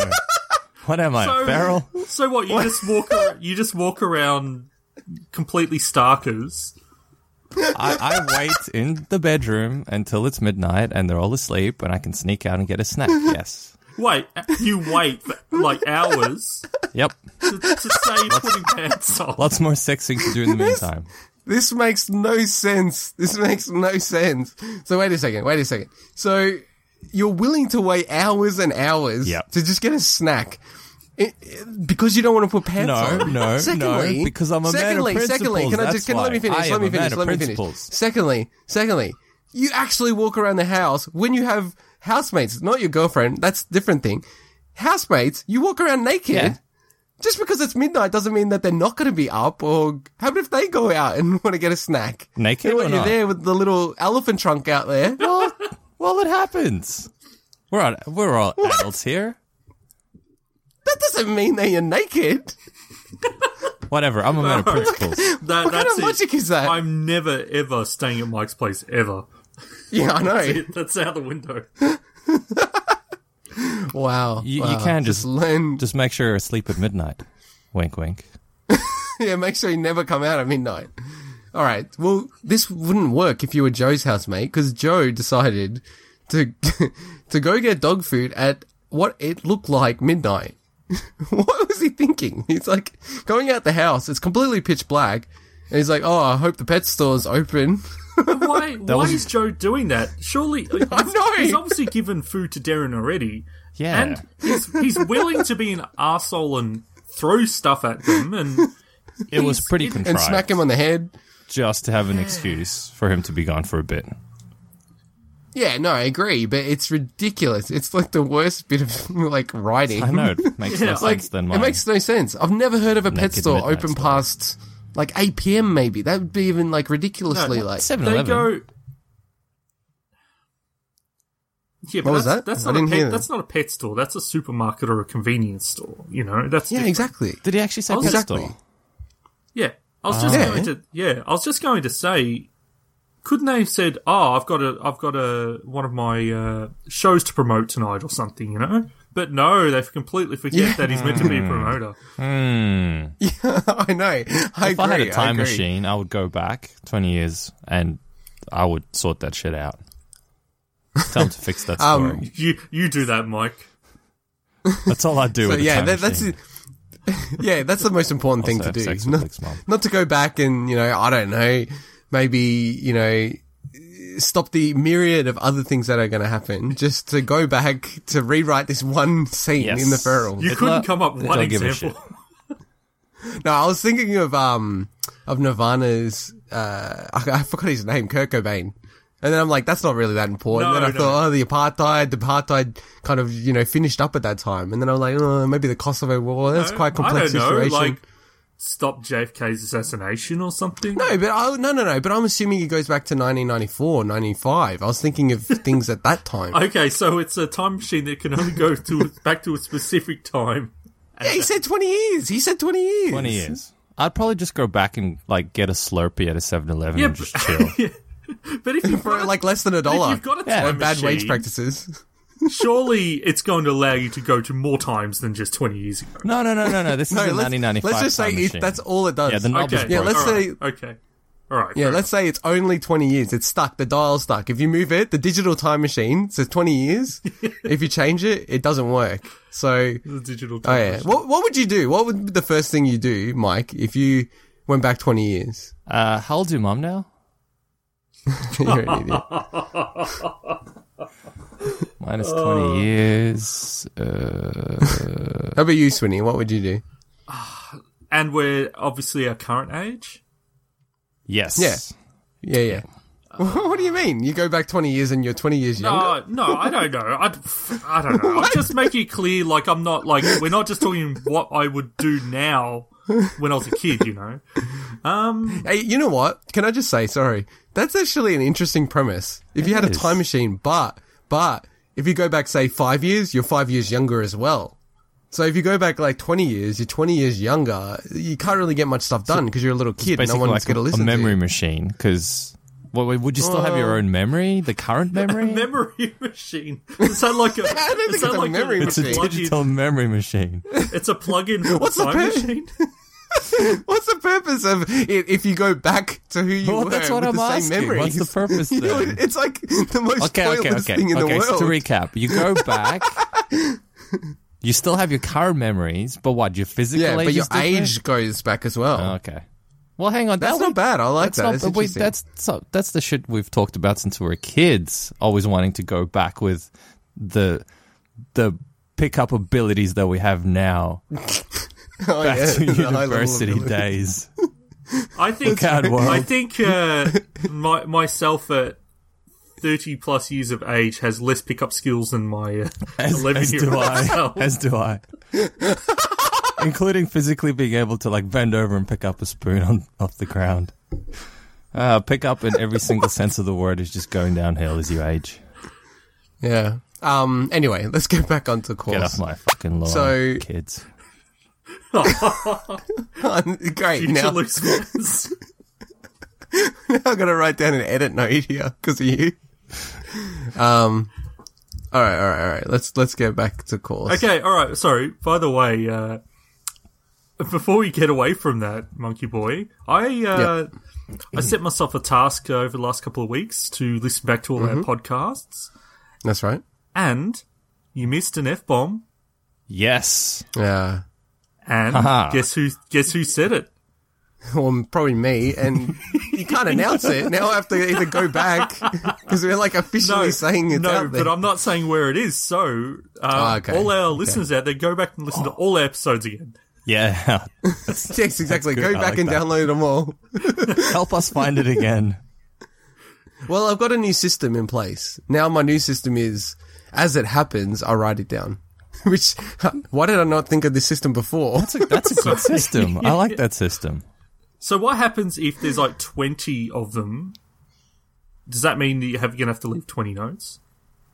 [SPEAKER 2] What am I, a feral?
[SPEAKER 3] So what? You just walk. ar- You just walk around completely starkers.
[SPEAKER 2] I, I wait in the bedroom until it's midnight and they're all asleep and I can sneak out and get a snack. Yes.
[SPEAKER 3] Wait, you wait for, like hours
[SPEAKER 2] Yep.
[SPEAKER 3] to, to say you're putting pants on.
[SPEAKER 2] Lots more sex things to do in the meantime.
[SPEAKER 1] This makes no sense. This makes no sense. So wait a second. Wait a second. So you're willing to wait hours and hours
[SPEAKER 2] Yep.
[SPEAKER 1] to just get a snack i- i- because you don't want to put pants
[SPEAKER 2] No,
[SPEAKER 1] on.
[SPEAKER 2] no,
[SPEAKER 1] secondly,
[SPEAKER 2] no, because I'm a man of
[SPEAKER 1] secondly, Secondly,
[SPEAKER 2] principles,
[SPEAKER 1] can I
[SPEAKER 2] that's
[SPEAKER 1] just can, let me
[SPEAKER 2] why.
[SPEAKER 1] finish?
[SPEAKER 2] I
[SPEAKER 1] let
[SPEAKER 2] am
[SPEAKER 1] me
[SPEAKER 2] a man
[SPEAKER 1] finish.
[SPEAKER 2] of
[SPEAKER 1] Let me finish.
[SPEAKER 2] principles.
[SPEAKER 1] Secondly, secondly, you actually walk around the house when you have housemates, not your girlfriend. That's a different thing. Housemates, you walk around naked.
[SPEAKER 2] Yeah.
[SPEAKER 1] Just because it's midnight doesn't mean that they're not going to be up. Or how about if they go out and want to get a snack? You
[SPEAKER 2] Naked
[SPEAKER 1] know,
[SPEAKER 2] or
[SPEAKER 1] you're
[SPEAKER 2] not?
[SPEAKER 1] there with the little elephant trunk out there.
[SPEAKER 2] Well, well, it happens. We're all, we're all adults here.
[SPEAKER 1] That doesn't mean that you're naked.
[SPEAKER 2] Whatever. I'm a man of principles.
[SPEAKER 3] That,
[SPEAKER 1] What kind
[SPEAKER 3] that's
[SPEAKER 1] of
[SPEAKER 3] it.
[SPEAKER 1] logic is that?
[SPEAKER 3] I'm never ever staying at Mike's place ever.
[SPEAKER 1] yeah, I know.
[SPEAKER 3] That's out the window.
[SPEAKER 1] Wow.
[SPEAKER 2] You, you
[SPEAKER 1] wow.
[SPEAKER 2] can just
[SPEAKER 1] learn.
[SPEAKER 2] just make sure you're asleep at midnight. Wink, wink.
[SPEAKER 1] Yeah, make sure you never come out at midnight. All right. Well, this wouldn't work if you were Joe's housemate because Joe decided to to go get dog food at what it looked like midnight. what was he thinking? He's like going out the house. It's completely pitch black, and he's like, "Oh, I hope the pet store's open."
[SPEAKER 3] Why? why
[SPEAKER 2] was-
[SPEAKER 3] is Joe doing that? Surely,
[SPEAKER 1] know.
[SPEAKER 3] he's obviously given food to Darren already.
[SPEAKER 2] Yeah.
[SPEAKER 3] and he's, he's willing to be an arsehole and throw stuff at them. And
[SPEAKER 2] It was
[SPEAKER 3] He's-
[SPEAKER 2] pretty
[SPEAKER 3] it-
[SPEAKER 2] contrived.
[SPEAKER 1] and smack him on the head.
[SPEAKER 2] just to have an excuse for him to be gone for a bit.
[SPEAKER 1] Yeah, no, I agree, but it's ridiculous. It's like the worst bit of like writing.
[SPEAKER 2] I know it makes no sense
[SPEAKER 1] like
[SPEAKER 2] than
[SPEAKER 1] it
[SPEAKER 2] mine.
[SPEAKER 1] makes no sense. I've never heard of a pet
[SPEAKER 2] Naked
[SPEAKER 1] store
[SPEAKER 2] midnight
[SPEAKER 1] open
[SPEAKER 2] store.
[SPEAKER 1] past like 8 p.m. Maybe that would be even like ridiculously
[SPEAKER 3] No,
[SPEAKER 1] like.
[SPEAKER 2] 7-Eleven.
[SPEAKER 3] they go. Yeah, but
[SPEAKER 1] What was
[SPEAKER 3] that's,
[SPEAKER 1] that?
[SPEAKER 3] That's
[SPEAKER 1] I
[SPEAKER 3] not a
[SPEAKER 1] didn't hear
[SPEAKER 3] pet.
[SPEAKER 1] that.
[SPEAKER 3] That's not a pet store. That's a supermarket or a convenience store. You know, that's
[SPEAKER 1] Yeah,
[SPEAKER 3] different.
[SPEAKER 1] exactly.
[SPEAKER 2] Did he actually say
[SPEAKER 3] Oh,
[SPEAKER 2] pet
[SPEAKER 1] exactly.
[SPEAKER 2] store?
[SPEAKER 3] Yeah, I was just
[SPEAKER 1] Ah.
[SPEAKER 3] going to. Yeah, I was just going to say, couldn't they have said, "Oh, I've got a, I've got a one of my uh, shows to promote tonight or something," you know? But no, they completely forget
[SPEAKER 1] Yeah.
[SPEAKER 3] that he's meant to be a promoter.
[SPEAKER 1] I know. I
[SPEAKER 2] If I had a
[SPEAKER 1] agree,
[SPEAKER 2] time
[SPEAKER 1] agree.
[SPEAKER 2] machine, I would go back 20 years and I would sort that shit out. Tell him to fix that story.
[SPEAKER 1] Um,
[SPEAKER 3] You, you do that, Mike.
[SPEAKER 2] that's all I do
[SPEAKER 1] So
[SPEAKER 2] with
[SPEAKER 1] yeah,
[SPEAKER 2] the
[SPEAKER 1] that,
[SPEAKER 2] time
[SPEAKER 1] that's
[SPEAKER 2] machine.
[SPEAKER 1] it. yeah, that's the most important thing to
[SPEAKER 2] have sex
[SPEAKER 1] do.
[SPEAKER 2] with
[SPEAKER 1] Not,
[SPEAKER 2] Nick's mom.
[SPEAKER 1] not to go back and you know, I don't know, maybe you know, stop the myriad of other things that are going to happen. Just to go back to rewrite this one scene
[SPEAKER 2] Yes.
[SPEAKER 1] in the feral.
[SPEAKER 3] You
[SPEAKER 2] It
[SPEAKER 3] couldn't
[SPEAKER 2] lo-
[SPEAKER 3] come up
[SPEAKER 2] it
[SPEAKER 3] one
[SPEAKER 2] don't give a
[SPEAKER 3] example.
[SPEAKER 1] No, I was thinking of um of Nirvana's uh I, I forgot his name, Kurt Cobain. And then I'm like, that's not really that important.
[SPEAKER 3] No,
[SPEAKER 1] and then I
[SPEAKER 3] no.
[SPEAKER 1] thought, oh, the apartheid, the apartheid kind of, you know, finished up at that time. And then I'm like, oh, maybe the Kosovo War. That's quite a complex
[SPEAKER 3] I don't know,
[SPEAKER 1] situation.
[SPEAKER 3] like stop JFK's assassination or something.
[SPEAKER 1] no, but I, no, no, no. But I'm assuming it goes back to 1994, 95. I was thinking of things at that time.
[SPEAKER 3] Okay, so it's a time machine that can only go to back to a specific time.
[SPEAKER 1] yeah, he said 20 years. He said 20 years.
[SPEAKER 2] 20 years. I'd probably just go back and like get a Slurpee at a 7-Eleven
[SPEAKER 3] Yeah,
[SPEAKER 2] and
[SPEAKER 3] but-
[SPEAKER 2] just chill.
[SPEAKER 3] But if you've
[SPEAKER 1] For
[SPEAKER 3] got a-
[SPEAKER 1] like less than a
[SPEAKER 3] but if
[SPEAKER 1] dollar.
[SPEAKER 3] you've got a
[SPEAKER 2] Yeah,
[SPEAKER 3] time
[SPEAKER 1] and bad wage
[SPEAKER 3] machine,
[SPEAKER 1] practices.
[SPEAKER 3] surely it's going to allow you to go to more times than just 20 years ago.
[SPEAKER 2] No, no, no, no, no. This
[SPEAKER 1] No,
[SPEAKER 2] is a
[SPEAKER 1] let's,
[SPEAKER 2] 1995
[SPEAKER 1] let's just say
[SPEAKER 2] time
[SPEAKER 1] it,
[SPEAKER 2] machine.
[SPEAKER 1] that's all it does.
[SPEAKER 2] Yeah, the knob is
[SPEAKER 3] Okay.
[SPEAKER 1] Yeah,
[SPEAKER 2] broken.
[SPEAKER 1] let's say
[SPEAKER 3] Alright, Okay. All right.
[SPEAKER 1] Yeah, let's say it's only 20 years. It's stuck. The dial's stuck. If you move it, the digital time machine says 20 years. if you change it, it doesn't work. So,
[SPEAKER 3] the digital.
[SPEAKER 1] oh yeah. What, what would you do? What would be the first thing you do, Mike, if you went back 20 years?
[SPEAKER 2] Uh, how old's your mum now?
[SPEAKER 1] You're an idiot.
[SPEAKER 2] Minus
[SPEAKER 1] Uh,
[SPEAKER 2] 20 years. Uh,
[SPEAKER 1] How about you, Swinny? What would you do?
[SPEAKER 3] And we're obviously our current age.
[SPEAKER 2] yes.
[SPEAKER 1] Yeah. Yeah, yeah. what do you mean? You go back 20 years and you're 20 years
[SPEAKER 2] Oh.
[SPEAKER 1] younger?
[SPEAKER 3] No, Uh, no, I don't know. I, I don't know. I'll just make it clear, like I'm not like we're not just talking what I would do now when I was a kid. You know,
[SPEAKER 1] Hey, you know what? Can I just say, sorry, that's actually an interesting premise. If you had
[SPEAKER 2] is.
[SPEAKER 1] a time machine, but, but, if you go back, say, five years, you're five years younger as well. So if you go back like 20 years, you're 20 years younger. You can't really get much stuff done because you're a little kid. No
[SPEAKER 2] Basically,
[SPEAKER 1] one's
[SPEAKER 2] like
[SPEAKER 1] going to Uh,
[SPEAKER 2] a, a
[SPEAKER 1] listen
[SPEAKER 2] memory
[SPEAKER 1] to you.
[SPEAKER 2] machine because What, what- would you still have your own memory? The current memory?
[SPEAKER 3] Memory machine. Is that like a?
[SPEAKER 1] don't think
[SPEAKER 3] is that
[SPEAKER 1] it's a
[SPEAKER 3] like
[SPEAKER 1] memory
[SPEAKER 2] it's a
[SPEAKER 1] machine.
[SPEAKER 3] plug-in-
[SPEAKER 2] digital memory machine.
[SPEAKER 3] It's a plug-in for
[SPEAKER 1] What's
[SPEAKER 3] the
[SPEAKER 1] the
[SPEAKER 3] time
[SPEAKER 1] purpose?
[SPEAKER 3] machine.
[SPEAKER 1] What's the purpose of it if you go back to who you
[SPEAKER 2] Well,
[SPEAKER 1] were
[SPEAKER 2] that's what
[SPEAKER 1] with
[SPEAKER 2] I'm
[SPEAKER 1] the same
[SPEAKER 2] asking.
[SPEAKER 1] memories?
[SPEAKER 2] What's the purpose
[SPEAKER 1] You know,
[SPEAKER 2] then?
[SPEAKER 1] It's like the most
[SPEAKER 2] Okay,
[SPEAKER 1] pointless
[SPEAKER 2] okay, okay.
[SPEAKER 1] thing in
[SPEAKER 2] okay,
[SPEAKER 1] the
[SPEAKER 2] so
[SPEAKER 1] world.
[SPEAKER 2] to recap, you go back. you still have your current memories, but what? Your physical
[SPEAKER 1] yeah,
[SPEAKER 2] age
[SPEAKER 1] but your
[SPEAKER 2] is different?
[SPEAKER 1] age goes back as well.
[SPEAKER 2] Oh, okay. Well, hang on.
[SPEAKER 1] That's
[SPEAKER 2] that
[SPEAKER 1] not bad. I like
[SPEAKER 2] that's
[SPEAKER 1] that.
[SPEAKER 2] not-
[SPEAKER 1] That's
[SPEAKER 2] but wait,
[SPEAKER 1] interesting.
[SPEAKER 2] that's so- that's the shit we've talked about since we were kids. Always wanting to go back with the the pickup abilities that we have now
[SPEAKER 1] Oh,
[SPEAKER 2] back
[SPEAKER 1] yeah,
[SPEAKER 2] to
[SPEAKER 1] the high level
[SPEAKER 2] university
[SPEAKER 1] ability.
[SPEAKER 2] days.
[SPEAKER 3] I think.
[SPEAKER 2] Look out, world.
[SPEAKER 3] I think uh, my, myself at thirty plus years of age has less pickup skills than my uh,
[SPEAKER 5] As,
[SPEAKER 3] eleven
[SPEAKER 5] as
[SPEAKER 3] year
[SPEAKER 5] do
[SPEAKER 3] old
[SPEAKER 5] I.
[SPEAKER 3] self.
[SPEAKER 5] As do I.
[SPEAKER 2] including physically being able to like bend over and pick up a spoon on, off the ground. Uh, pick up in every single sense of the word is just going downhill as you age.
[SPEAKER 1] Yeah. Um. Anyway, let's get back onto
[SPEAKER 2] Get off
[SPEAKER 1] course.
[SPEAKER 2] my fucking lawn,
[SPEAKER 1] So-
[SPEAKER 2] kids.
[SPEAKER 1] Great.
[SPEAKER 3] Future
[SPEAKER 1] Now,
[SPEAKER 3] Luke's voice.
[SPEAKER 1] I'm gonna write down an edit note here because of you. Um. All right. All right. All right. Let's let's get back to course.
[SPEAKER 3] Okay, all right. Sorry. By the way, uh, before we get away from that, Monkey Boy, I uh, I set myself a task uh, over the last couple of weeks to listen back to all
[SPEAKER 5] Mm-hmm.
[SPEAKER 3] our podcasts,
[SPEAKER 1] That's right.
[SPEAKER 3] and you missed an f bomb,
[SPEAKER 2] Yes.
[SPEAKER 1] Yeah.
[SPEAKER 3] and guess who? Guess who said it?
[SPEAKER 1] Well, probably me. And you can't announce it now. I have to either go back because we're like officially saying it's
[SPEAKER 3] no,
[SPEAKER 1] out there.
[SPEAKER 3] but I'm not saying where it is. So, uh,
[SPEAKER 1] Ah, okay. Oh.
[SPEAKER 3] all our listeners out there, go back and listen to all our episodes again.
[SPEAKER 2] Yeah.
[SPEAKER 1] yes, exactly.
[SPEAKER 5] good.
[SPEAKER 1] Go
[SPEAKER 5] I
[SPEAKER 1] back
[SPEAKER 5] like
[SPEAKER 1] and
[SPEAKER 5] that.
[SPEAKER 1] download them all.
[SPEAKER 5] Help us find it again.
[SPEAKER 1] Well, I've got a new system in place. Now my new system is, as it happens, I write it down. Which, why did I not think of this system before?
[SPEAKER 2] That's a, that's a good system. I like that system.
[SPEAKER 3] So, what happens if there's like 20 of them? Does that mean that you have, you're gonna have to leave 20 notes?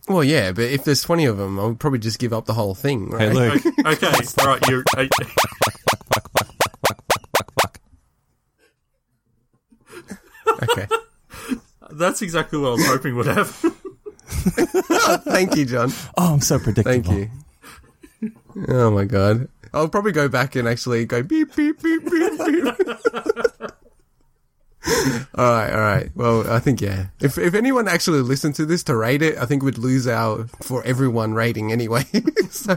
[SPEAKER 1] Well, yeah, but if there's 20 of them, I would probably just give up the whole thing, right?
[SPEAKER 2] Hey, Luke.
[SPEAKER 3] Okay, all right. You're, uh,
[SPEAKER 1] Okay.
[SPEAKER 3] that's exactly what I was hoping would happen.
[SPEAKER 1] Thank you, John.
[SPEAKER 5] Oh, I'm so predictable.
[SPEAKER 1] Thank you. Oh my god. I'll probably go back and actually go beep, beep, beep, beep, beep. all right, all right. Well, I think, yeah. If, if anyone actually listened to this to rate it, I think we'd lose our for everyone rating anyway. so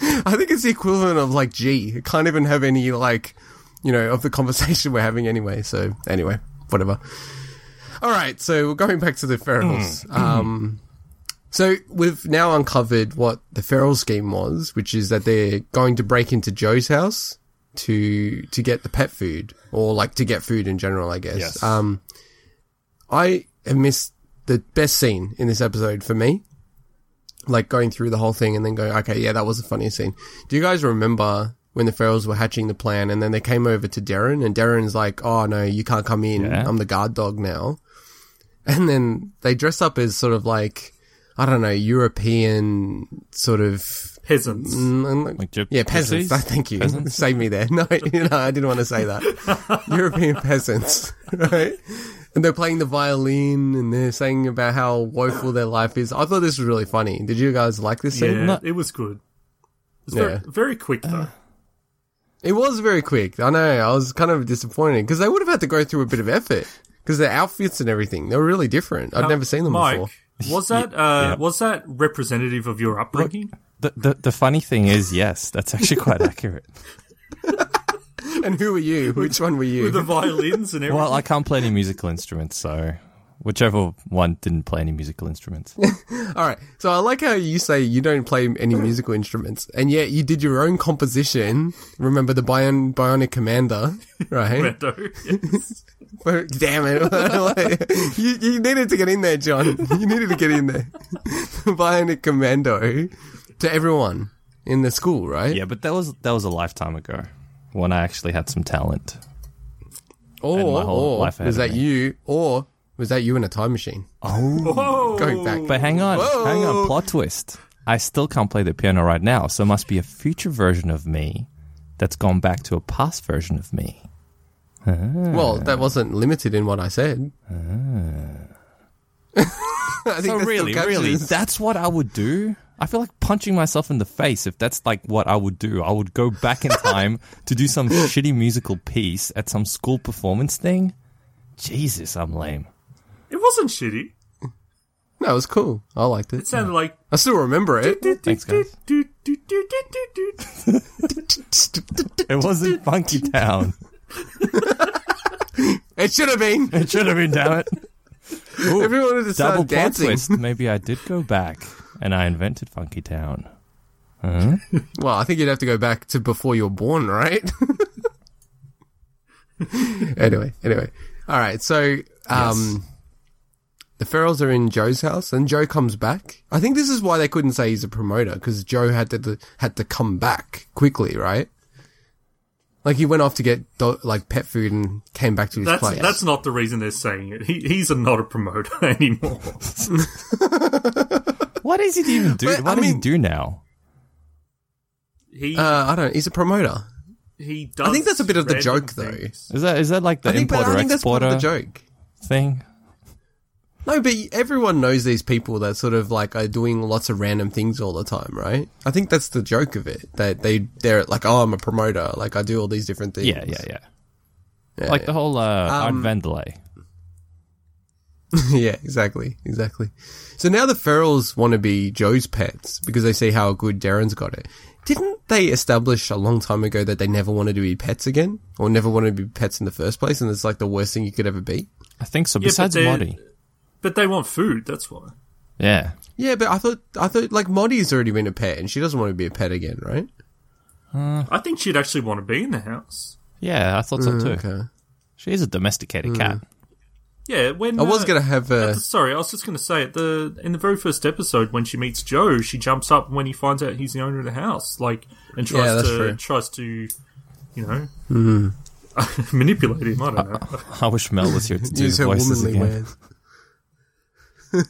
[SPEAKER 1] I think it's the equivalent of like G. It can't even have any, like, you know, of the conversation we're having anyway. So, anyway, whatever. All right, so we're going back to the ferals. Um, so we've now uncovered what the feral scheme was, which is that they're going to break into Joe's house to to get the pet food or like to get food in general, I guess.
[SPEAKER 2] Yes.
[SPEAKER 1] Um I have missed the best scene in this episode for me. Like going through the whole thing and then going, okay, yeah, that was the funniest scene. Do you guys remember when the ferals were hatching the plan and then they came over to Darren and Darren's like, oh no, you can't come in.
[SPEAKER 2] Yeah.
[SPEAKER 1] I'm the guard dog now. And then they dress up as sort of like, I don't know, European sort of
[SPEAKER 3] Peasants.
[SPEAKER 1] Mm,
[SPEAKER 2] Like gyp-
[SPEAKER 1] yeah, peasants.
[SPEAKER 2] gypsies?
[SPEAKER 1] Thank you.
[SPEAKER 2] Peasants?
[SPEAKER 1] Save me there. No, you know, I didn't want to say that. European peasants, right? And they're playing the violin and they're saying about how woeful their life is. I thought this was really funny. Did you guys like this scene?
[SPEAKER 3] Yeah,
[SPEAKER 2] not-
[SPEAKER 3] it was good. It was
[SPEAKER 1] Yeah.
[SPEAKER 3] very, very quick though.
[SPEAKER 1] It was very quick. I know. I was kind of disappointed because they would have had to go through a bit of effort because their outfits and everything they were really different. I'd
[SPEAKER 3] Uh,
[SPEAKER 1] never seen them
[SPEAKER 3] Mike,
[SPEAKER 1] before.
[SPEAKER 3] Was that uh, was that representative of your upbringing?
[SPEAKER 2] The, the, the funny thing is, yes, that's actually quite accurate.
[SPEAKER 1] And who were you? Which one were you?
[SPEAKER 3] With the violins and everything.
[SPEAKER 2] Well, I can't play any musical instruments, so whichever one didn't play any musical instruments.
[SPEAKER 1] All right. So I like how you say you don't play any musical instruments, and yet you did your own composition. Remember the Bion- Bionic Commander, right?
[SPEAKER 3] Brando, yes.
[SPEAKER 1] But- Damn it! you, you needed to get in there, John. You needed to get in there. Bionic Commando to everyone in the school, right?
[SPEAKER 2] yeah, but that was that was a lifetime ago when I actually had some talent.
[SPEAKER 1] Or,
[SPEAKER 2] And my whole
[SPEAKER 1] or
[SPEAKER 2] life ahead
[SPEAKER 1] was
[SPEAKER 2] of
[SPEAKER 1] that
[SPEAKER 2] me.
[SPEAKER 1] you? Or was that you in a time machine?
[SPEAKER 3] Whoa.
[SPEAKER 1] Going back.
[SPEAKER 2] Oh. But hang on, hang on, plot twist. I still can't play the piano right now, so it must be a future version of me that's gone back to a past version of me.
[SPEAKER 1] Well, that wasn't limited in what I said. I think
[SPEAKER 2] Ah. So
[SPEAKER 1] that still
[SPEAKER 2] really,
[SPEAKER 1] captures-
[SPEAKER 2] really, that's what I would do. I feel like punching myself in the face if that's like what I would do. I would go back in time to do some shitty musical piece at some school performance thing. Jesus, I'm lame.
[SPEAKER 3] It wasn't shitty.
[SPEAKER 1] no, it was cool. I liked
[SPEAKER 3] It
[SPEAKER 1] it.
[SPEAKER 3] sounded like.
[SPEAKER 1] I still remember it.
[SPEAKER 2] Thanks, guys. It wasn't Funky Town.
[SPEAKER 1] It should have been.
[SPEAKER 2] It should have been, damn it. Ooh,
[SPEAKER 1] Everyone would have
[SPEAKER 2] double
[SPEAKER 1] started
[SPEAKER 2] plot
[SPEAKER 1] dancing.
[SPEAKER 2] twist. Maybe I did go back and I invented Funky Town.
[SPEAKER 1] Well, I think you'd have to go back to before you were born, right? anyway, anyway. All right. So, um, the Ferrells are in Joe's house, and Joe comes back. I think this is why they couldn't say he's a promoter because Joe had to had to come back quickly, right? Like he went off to get do- like pet food and came back to his
[SPEAKER 3] That's
[SPEAKER 1] place.
[SPEAKER 3] that's not the reason they're saying it. He, he's not a promoter anymore.
[SPEAKER 2] What does he even do?
[SPEAKER 1] But,
[SPEAKER 2] what
[SPEAKER 1] I
[SPEAKER 2] does he
[SPEAKER 1] mean-
[SPEAKER 2] do now?
[SPEAKER 3] He
[SPEAKER 1] uh, I don't. He's a promoter.
[SPEAKER 3] he does.
[SPEAKER 1] I think that's a bit of the
[SPEAKER 3] random
[SPEAKER 1] joke, though.
[SPEAKER 3] things.
[SPEAKER 2] Is that is that like the
[SPEAKER 1] I think, but
[SPEAKER 2] importer
[SPEAKER 1] I think that's part
[SPEAKER 2] exporter
[SPEAKER 1] of the joke.
[SPEAKER 2] thing?
[SPEAKER 1] No, but everyone knows these people that sort of like are doing lots of random things all the time, right? I think that's the joke of it. That they they're like, oh, I'm a promoter. Like I do all these different things.
[SPEAKER 2] Yeah, yeah, yeah.
[SPEAKER 1] Yeah,
[SPEAKER 2] like
[SPEAKER 1] yeah.
[SPEAKER 2] the whole uh, Art
[SPEAKER 1] Um,
[SPEAKER 2] Vandelay.
[SPEAKER 1] yeah, exactly, exactly. So now the Ferrells want to be Joe's pets because they see how good Darren's got it. Didn't they establish a long time ago that they never wanted to be pets again, or never wanted to be pets in the first place, and it's like the worst thing you could ever be?
[SPEAKER 2] I think so.
[SPEAKER 3] but
[SPEAKER 2] Besides
[SPEAKER 3] they-
[SPEAKER 2] Modi,
[SPEAKER 3] But they want food. That's why.
[SPEAKER 2] yeah.
[SPEAKER 1] Yeah, but I thought I thought like Maudie's already been a pet, and she doesn't want to be a pet again, right?
[SPEAKER 3] I think she'd actually want to be in the house.
[SPEAKER 2] Yeah, I thought so too.
[SPEAKER 1] Mm, Okay. Mm.
[SPEAKER 2] She is a domesticated cat.
[SPEAKER 3] Yeah, when
[SPEAKER 1] I was
[SPEAKER 3] uh,
[SPEAKER 1] gonna have a.
[SPEAKER 3] at the- sorry, I was just going to say at the in the very first episode when she meets Joe, she jumps up when he finds out he's the owner of the house, like and tries
[SPEAKER 1] Yeah, that's
[SPEAKER 3] to
[SPEAKER 1] true. Hmm.
[SPEAKER 3] tries to, you know, manipulate him. I don't
[SPEAKER 1] Uh,
[SPEAKER 3] know.
[SPEAKER 2] I wish Mel was here to do
[SPEAKER 1] use
[SPEAKER 2] the
[SPEAKER 1] her
[SPEAKER 2] voices
[SPEAKER 1] womanly
[SPEAKER 2] again.
[SPEAKER 1] ways.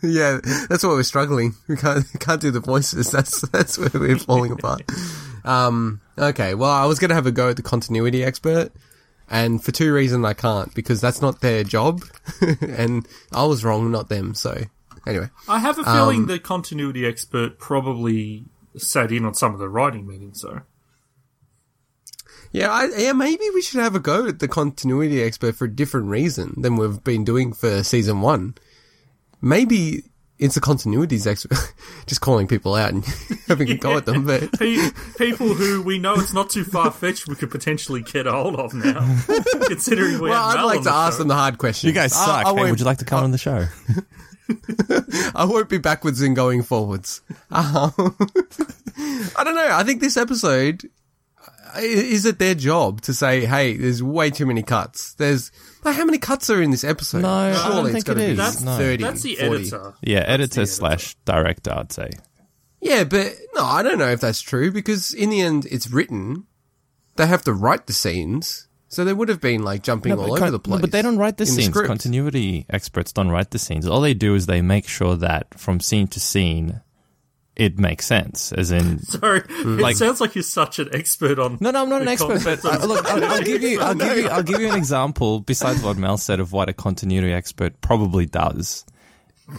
[SPEAKER 1] yeah, that's why we're struggling. We can't can't do the voices. That's that's where we're falling apart. Um, okay, well, I was gonna have a go at the continuity expert, and for two reasons I can't because that's not their job, and I was wrong, not them. So anyway,
[SPEAKER 3] I have a
[SPEAKER 1] um,
[SPEAKER 3] feeling the continuity expert probably sat in on some of the writing meetings, though.
[SPEAKER 1] yeah, I, yeah, maybe we should have a go at the continuity expert for a different reason than we've been doing for season one. Maybe. It's a continuities expert, just calling people out and having a go at them, but
[SPEAKER 3] Pe- people who we know it's not too far fetched, we could potentially get a hold of now, considering we
[SPEAKER 1] Well,
[SPEAKER 3] have
[SPEAKER 1] I'd
[SPEAKER 3] Mel
[SPEAKER 1] like
[SPEAKER 3] on
[SPEAKER 1] to
[SPEAKER 3] the
[SPEAKER 1] ask
[SPEAKER 3] show.
[SPEAKER 1] them the hard questions.
[SPEAKER 2] You guys
[SPEAKER 1] I-
[SPEAKER 2] suck.
[SPEAKER 1] I,
[SPEAKER 2] hey,
[SPEAKER 1] won't,
[SPEAKER 2] would you like to come
[SPEAKER 1] Ah.
[SPEAKER 2] on the show?
[SPEAKER 1] I won't be backwards in going forwards. Um, I don't know. I think this episode uh, i- is it their job to say, "Hey, there's way too many cuts." There's like, how many cuts are in this episode?
[SPEAKER 2] No, I don't think
[SPEAKER 1] it's gotta
[SPEAKER 2] it
[SPEAKER 1] be
[SPEAKER 2] is.
[SPEAKER 3] That's,
[SPEAKER 2] No.
[SPEAKER 1] thirty.
[SPEAKER 3] that's the
[SPEAKER 1] 40.
[SPEAKER 3] editor.
[SPEAKER 2] Yeah, editor
[SPEAKER 3] editor.
[SPEAKER 2] slash director, I'd say.
[SPEAKER 1] Yeah, but no, I don't know if that's true because in the end, it's written. They have to write the scenes, so they would have been like jumping all over
[SPEAKER 2] con-
[SPEAKER 1] the place.
[SPEAKER 2] but they don't write the
[SPEAKER 1] in
[SPEAKER 2] scenes.
[SPEAKER 1] script.
[SPEAKER 2] Continuity experts don't write the scenes. All they do is they make sure that from scene to scene, it makes sense. As in,
[SPEAKER 3] Sorry,
[SPEAKER 1] Hmm.
[SPEAKER 3] it
[SPEAKER 2] Like-
[SPEAKER 3] sounds like you're such an expert on.
[SPEAKER 2] No, no, I'm not an
[SPEAKER 3] the
[SPEAKER 2] expert, but
[SPEAKER 3] concept
[SPEAKER 2] uh,
[SPEAKER 3] of-
[SPEAKER 2] look, I'll, I'll give you, I'll give you, I'll give you an example besides what Mel said of what a continuity expert probably does.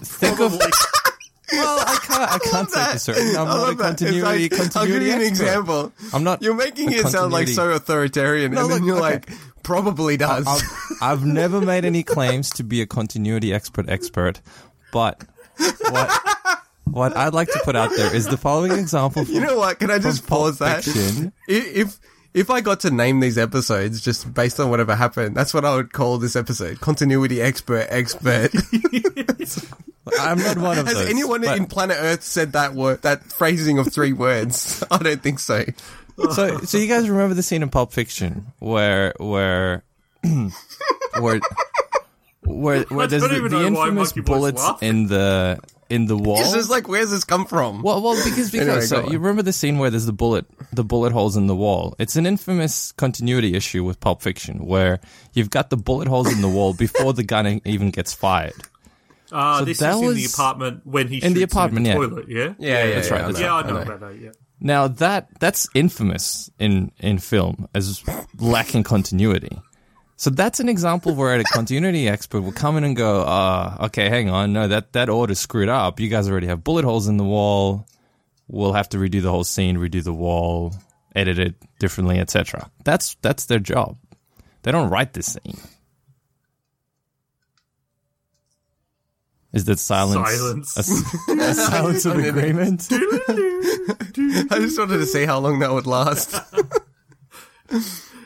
[SPEAKER 2] Think of
[SPEAKER 3] Probably.
[SPEAKER 2] well, I can't, I can't take this. right. I'm not a continuity,
[SPEAKER 1] It's like-
[SPEAKER 2] continuity
[SPEAKER 1] I'll give you an
[SPEAKER 2] expert.
[SPEAKER 1] example.
[SPEAKER 2] I'm not
[SPEAKER 1] You're making
[SPEAKER 2] a
[SPEAKER 1] it sound like
[SPEAKER 2] continuity-
[SPEAKER 1] so authoritarian,
[SPEAKER 2] No,
[SPEAKER 1] and then
[SPEAKER 2] look,
[SPEAKER 1] you're like,
[SPEAKER 2] okay.
[SPEAKER 1] probably does.
[SPEAKER 2] I've, I've never made any claims to be a continuity expert expert, but what what I'd like to put out there is the following example. From,
[SPEAKER 1] you know what? Can I just
[SPEAKER 2] from Pulp
[SPEAKER 1] pause that?
[SPEAKER 2] Fiction.
[SPEAKER 1] I- If if I got to name these episodes just based on whatever happened, that's what I would call this episode: continuity expert expert.
[SPEAKER 2] I'm not one of
[SPEAKER 1] Has
[SPEAKER 2] those.
[SPEAKER 1] anyone
[SPEAKER 2] but-
[SPEAKER 1] in planet Earth said that word, that phrasing of three words? I don't think so.
[SPEAKER 2] so so you guys remember the scene in Pulp Fiction where where where where, where
[SPEAKER 3] I
[SPEAKER 2] there's the,
[SPEAKER 3] don't even
[SPEAKER 2] the
[SPEAKER 3] know why
[SPEAKER 2] infamous
[SPEAKER 3] Monkey Boy's
[SPEAKER 2] bullets
[SPEAKER 3] laughing.
[SPEAKER 2] in the in the wall.
[SPEAKER 1] It's just like, where's this come from?
[SPEAKER 2] Well, well, because because
[SPEAKER 1] Anyway,
[SPEAKER 2] so
[SPEAKER 1] go on.
[SPEAKER 2] you remember the scene where there's the bullet, the bullet holes in the wall. It's an infamous continuity issue with Pulp Fiction where you've got the bullet holes in the wall before the gun e-, even gets fired.
[SPEAKER 3] Ah,
[SPEAKER 2] So
[SPEAKER 3] this
[SPEAKER 2] that
[SPEAKER 3] is in the
[SPEAKER 2] was-
[SPEAKER 3] apartment when he
[SPEAKER 2] in the
[SPEAKER 3] shoots him
[SPEAKER 2] apartment, yeah.
[SPEAKER 3] in the toilet. Yeah,
[SPEAKER 1] Yeah, yeah,
[SPEAKER 2] that's
[SPEAKER 1] yeah,
[SPEAKER 2] right, that's
[SPEAKER 3] yeah. I know about that. Yeah,
[SPEAKER 2] Now that that's infamous in in film as lacking continuity. So that's an example where a continuity expert will come in and go, uh, okay, hang on. No, that, that order's screwed up. You guys already have bullet holes in the wall. We'll have to redo the whole scene, redo the wall, edit it differently, etc. That's that's their job. They don't write this scene. Is that silence?
[SPEAKER 3] Silence.
[SPEAKER 2] a s- a silence of agreement?
[SPEAKER 1] I just wanted to see how long that would last.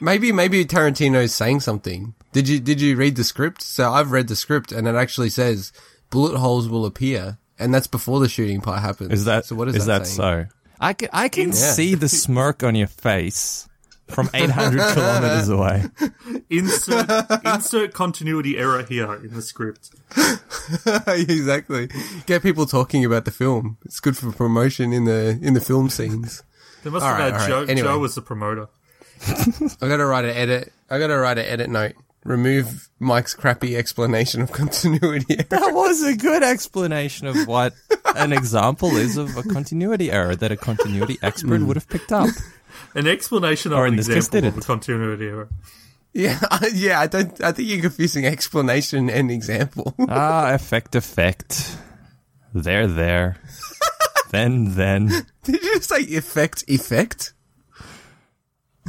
[SPEAKER 1] maybe maybe Tarantino's saying something. Did you did you read the script? So I've read the script and it actually says bullet holes will appear and that's before the shooting part happens.
[SPEAKER 2] Is that
[SPEAKER 1] so what is,
[SPEAKER 2] that,
[SPEAKER 1] saying?
[SPEAKER 2] so? I can, I can see the smirk on your face from 800 kilometers away.
[SPEAKER 3] Insert insert continuity error here in the script.
[SPEAKER 1] exactly. Get people talking about the film. It's good for promotion in the in the film scenes.
[SPEAKER 3] They must
[SPEAKER 1] All
[SPEAKER 3] have
[SPEAKER 1] right,
[SPEAKER 3] had
[SPEAKER 1] all
[SPEAKER 3] Joe.
[SPEAKER 1] right. Anyway.
[SPEAKER 3] Joe was the promoter.
[SPEAKER 1] I gotta write an edit. I gotta write an edit note. Remove Mike's crappy explanation of continuity.
[SPEAKER 2] That was a good explanation of what an example is of a continuity error that a continuity expert
[SPEAKER 1] Mm.
[SPEAKER 2] would have picked up.
[SPEAKER 3] An explanation
[SPEAKER 2] Or
[SPEAKER 3] of
[SPEAKER 2] in
[SPEAKER 3] an
[SPEAKER 2] this case,
[SPEAKER 3] example of a
[SPEAKER 2] didn't.
[SPEAKER 3] continuity error.
[SPEAKER 1] yeah, yeah. I don't. I think you're confusing explanation and example.
[SPEAKER 2] Ah, effect, effect. There, there. then, then.
[SPEAKER 1] Did you say effect? Effect?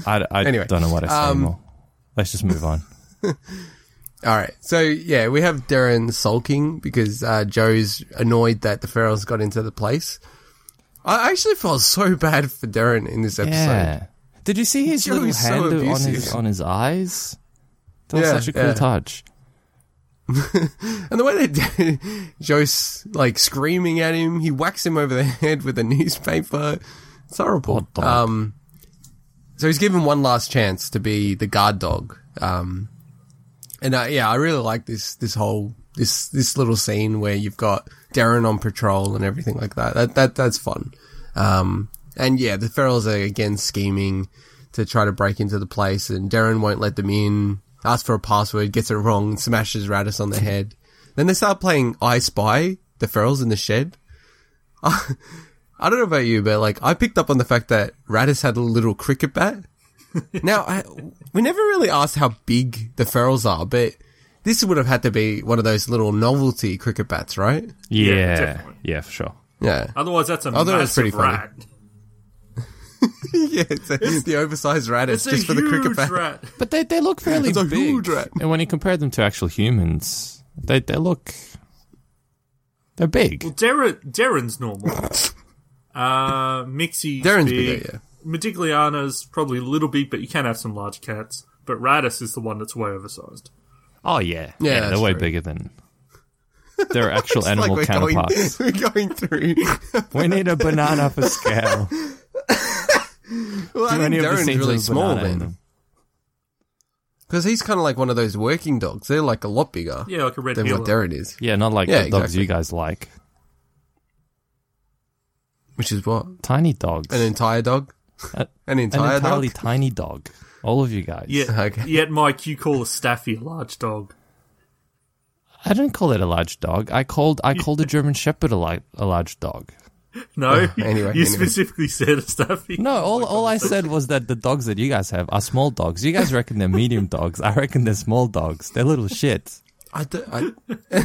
[SPEAKER 2] I, I
[SPEAKER 1] Anyway,
[SPEAKER 2] don't know what I say
[SPEAKER 1] um,
[SPEAKER 2] anymore. Let's just move on.
[SPEAKER 1] All right. So yeah, we have Darren sulking because uh, Joe's annoyed that the Pharaohs got into the place. I actually felt so bad for Darren in this episode.
[SPEAKER 2] Yeah. Did you see his
[SPEAKER 1] Joe
[SPEAKER 2] little
[SPEAKER 1] is so
[SPEAKER 2] hand on his
[SPEAKER 1] abusive.
[SPEAKER 2] on his eyes? That was
[SPEAKER 1] Yeah,
[SPEAKER 2] such a cool
[SPEAKER 1] yeah.
[SPEAKER 2] touch.
[SPEAKER 1] And the way that Joe's like screaming at him, he whacks him over the head with a newspaper. It's horrible.
[SPEAKER 2] Hot dog.
[SPEAKER 1] Um, so he's given one last chance to be the guard dog. Um, and uh, yeah, I really like this this whole this this little scene where you've got Darren on patrol and everything like that. That that that's fun. Um, and yeah, the Ferals are again scheming to try to break into the place, and Darren won't let them in. Asks for a password, gets it wrong, smashes Radis on the head. Then they start playing I Spy, the Ferals in the shed. I don't know about you, but like I picked up on the fact that Radis had a little cricket bat. now, I, we never really asked how big the Ferals are, but this would have had to be one of those little novelty cricket bats, right?
[SPEAKER 2] Yeah. Yeah,
[SPEAKER 3] definitely.
[SPEAKER 2] for sure.
[SPEAKER 1] Yeah.
[SPEAKER 3] Otherwise, that's a
[SPEAKER 1] thought it was pretty
[SPEAKER 3] massive
[SPEAKER 1] funny.
[SPEAKER 3] rat.
[SPEAKER 1] yeah, it's, a- the oversized Radis
[SPEAKER 3] It's
[SPEAKER 1] just
[SPEAKER 3] a
[SPEAKER 1] for the cricket
[SPEAKER 3] huge
[SPEAKER 1] bat.
[SPEAKER 3] rat.
[SPEAKER 2] But they, they look fairly
[SPEAKER 1] It's a
[SPEAKER 2] big.
[SPEAKER 1] huge rat.
[SPEAKER 2] And when you compare them to actual humans, they they look they're big.
[SPEAKER 3] Darren, Darren's normal. uh, Mixie's
[SPEAKER 1] Darren's
[SPEAKER 3] big.
[SPEAKER 1] bigger,
[SPEAKER 3] Medigliana's probably a little big, but you can have some large cats. But Radis is the one that's way oversized.
[SPEAKER 2] Oh yeah.
[SPEAKER 1] Yeah,
[SPEAKER 2] they're
[SPEAKER 1] that's
[SPEAKER 2] way
[SPEAKER 1] true.
[SPEAKER 2] bigger than their actual
[SPEAKER 1] It's like
[SPEAKER 2] animal
[SPEAKER 1] we're going,
[SPEAKER 2] counterparts.
[SPEAKER 1] we're going through.
[SPEAKER 2] we need a banana for scale.
[SPEAKER 1] well, I
[SPEAKER 2] Do
[SPEAKER 1] think
[SPEAKER 2] any of the
[SPEAKER 1] Darren's
[SPEAKER 2] scenes
[SPEAKER 1] really
[SPEAKER 2] with a
[SPEAKER 1] small
[SPEAKER 2] banana in
[SPEAKER 1] then.
[SPEAKER 2] them?
[SPEAKER 1] Because he's kind of like one of those working dogs. They're like a lot bigger
[SPEAKER 3] Yeah, like a red
[SPEAKER 1] than what
[SPEAKER 3] heeler.
[SPEAKER 1] Darren is.
[SPEAKER 2] Yeah, not like
[SPEAKER 1] Yeah,
[SPEAKER 2] the dogs
[SPEAKER 1] exactly.
[SPEAKER 2] you guys like.
[SPEAKER 1] Which is what?
[SPEAKER 2] Tiny dogs.
[SPEAKER 1] An entire dog?
[SPEAKER 2] A-
[SPEAKER 1] An
[SPEAKER 2] An
[SPEAKER 1] entire
[SPEAKER 2] entirely
[SPEAKER 1] dog?
[SPEAKER 2] tiny dog. All of you guys.
[SPEAKER 3] Yeah,
[SPEAKER 1] Okay.
[SPEAKER 3] Yet, Mike, you call a staffy a large dog.
[SPEAKER 2] I didn't call it a large dog. I called I called a German Shepherd a, li- a large dog.
[SPEAKER 3] No,
[SPEAKER 1] Uh, anyway,
[SPEAKER 3] you
[SPEAKER 1] anyway.
[SPEAKER 3] specifically said a staffy.
[SPEAKER 2] No, all, all I said was that the dogs that you guys have are small dogs. You guys reckon they're medium dogs. I reckon they're small dogs. They're little shit.
[SPEAKER 1] I d- I-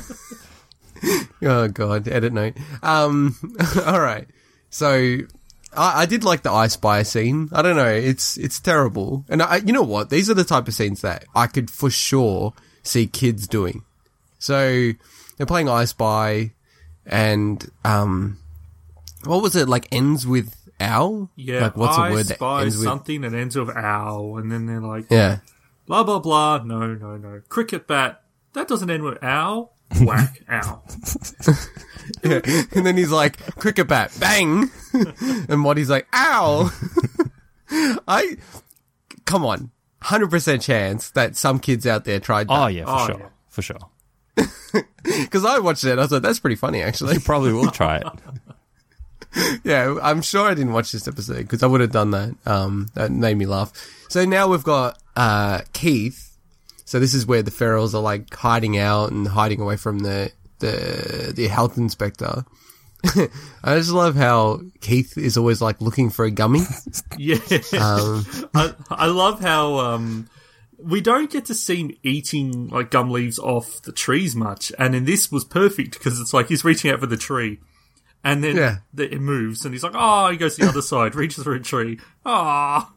[SPEAKER 1] oh god, edit note. Um, all right. So I, I did like the I Spy scene. I don't know. It's it's terrible, and I, you know what? These are the type of scenes that I could for sure see kids doing. So they're playing I Spy, and um, what was it like? Ends with owl.
[SPEAKER 3] Yeah,
[SPEAKER 1] Like what's
[SPEAKER 3] I
[SPEAKER 1] a word that
[SPEAKER 3] spy
[SPEAKER 1] ends with?
[SPEAKER 3] something and ends with owl, and then they're like,
[SPEAKER 1] Yeah.
[SPEAKER 3] blah blah blah. No, no, no. Cricket bat. That doesn't end with owl. Whack owl.
[SPEAKER 1] and then he's like, cricket bat, bang. and Waddy's like, ow. I, come on. 100% chance that some kids out there tried
[SPEAKER 2] Oh
[SPEAKER 1] that.
[SPEAKER 2] yeah, for
[SPEAKER 3] Oh,
[SPEAKER 2] sure.
[SPEAKER 3] yeah.
[SPEAKER 2] For sure.
[SPEAKER 1] Because I watched it, I was like, that's pretty funny, actually.
[SPEAKER 2] Probably will try it.
[SPEAKER 1] yeah, I'm sure I didn't watch this episode because I would have done that. Um, that made me laugh. So now we've got uh, Keith. So this is where the ferals are like hiding out and hiding away from the the the health inspector. I just love how Keith is always like looking for a gummy.
[SPEAKER 3] Yeah. I, I love how um, we don't get to see him eating like gum leaves off the trees much, and in this was perfect because it's like he's reaching out for the tree, and then
[SPEAKER 1] Yeah.
[SPEAKER 3] the, it moves, and he's like, oh, he goes to the other side, reaches for a tree, ah,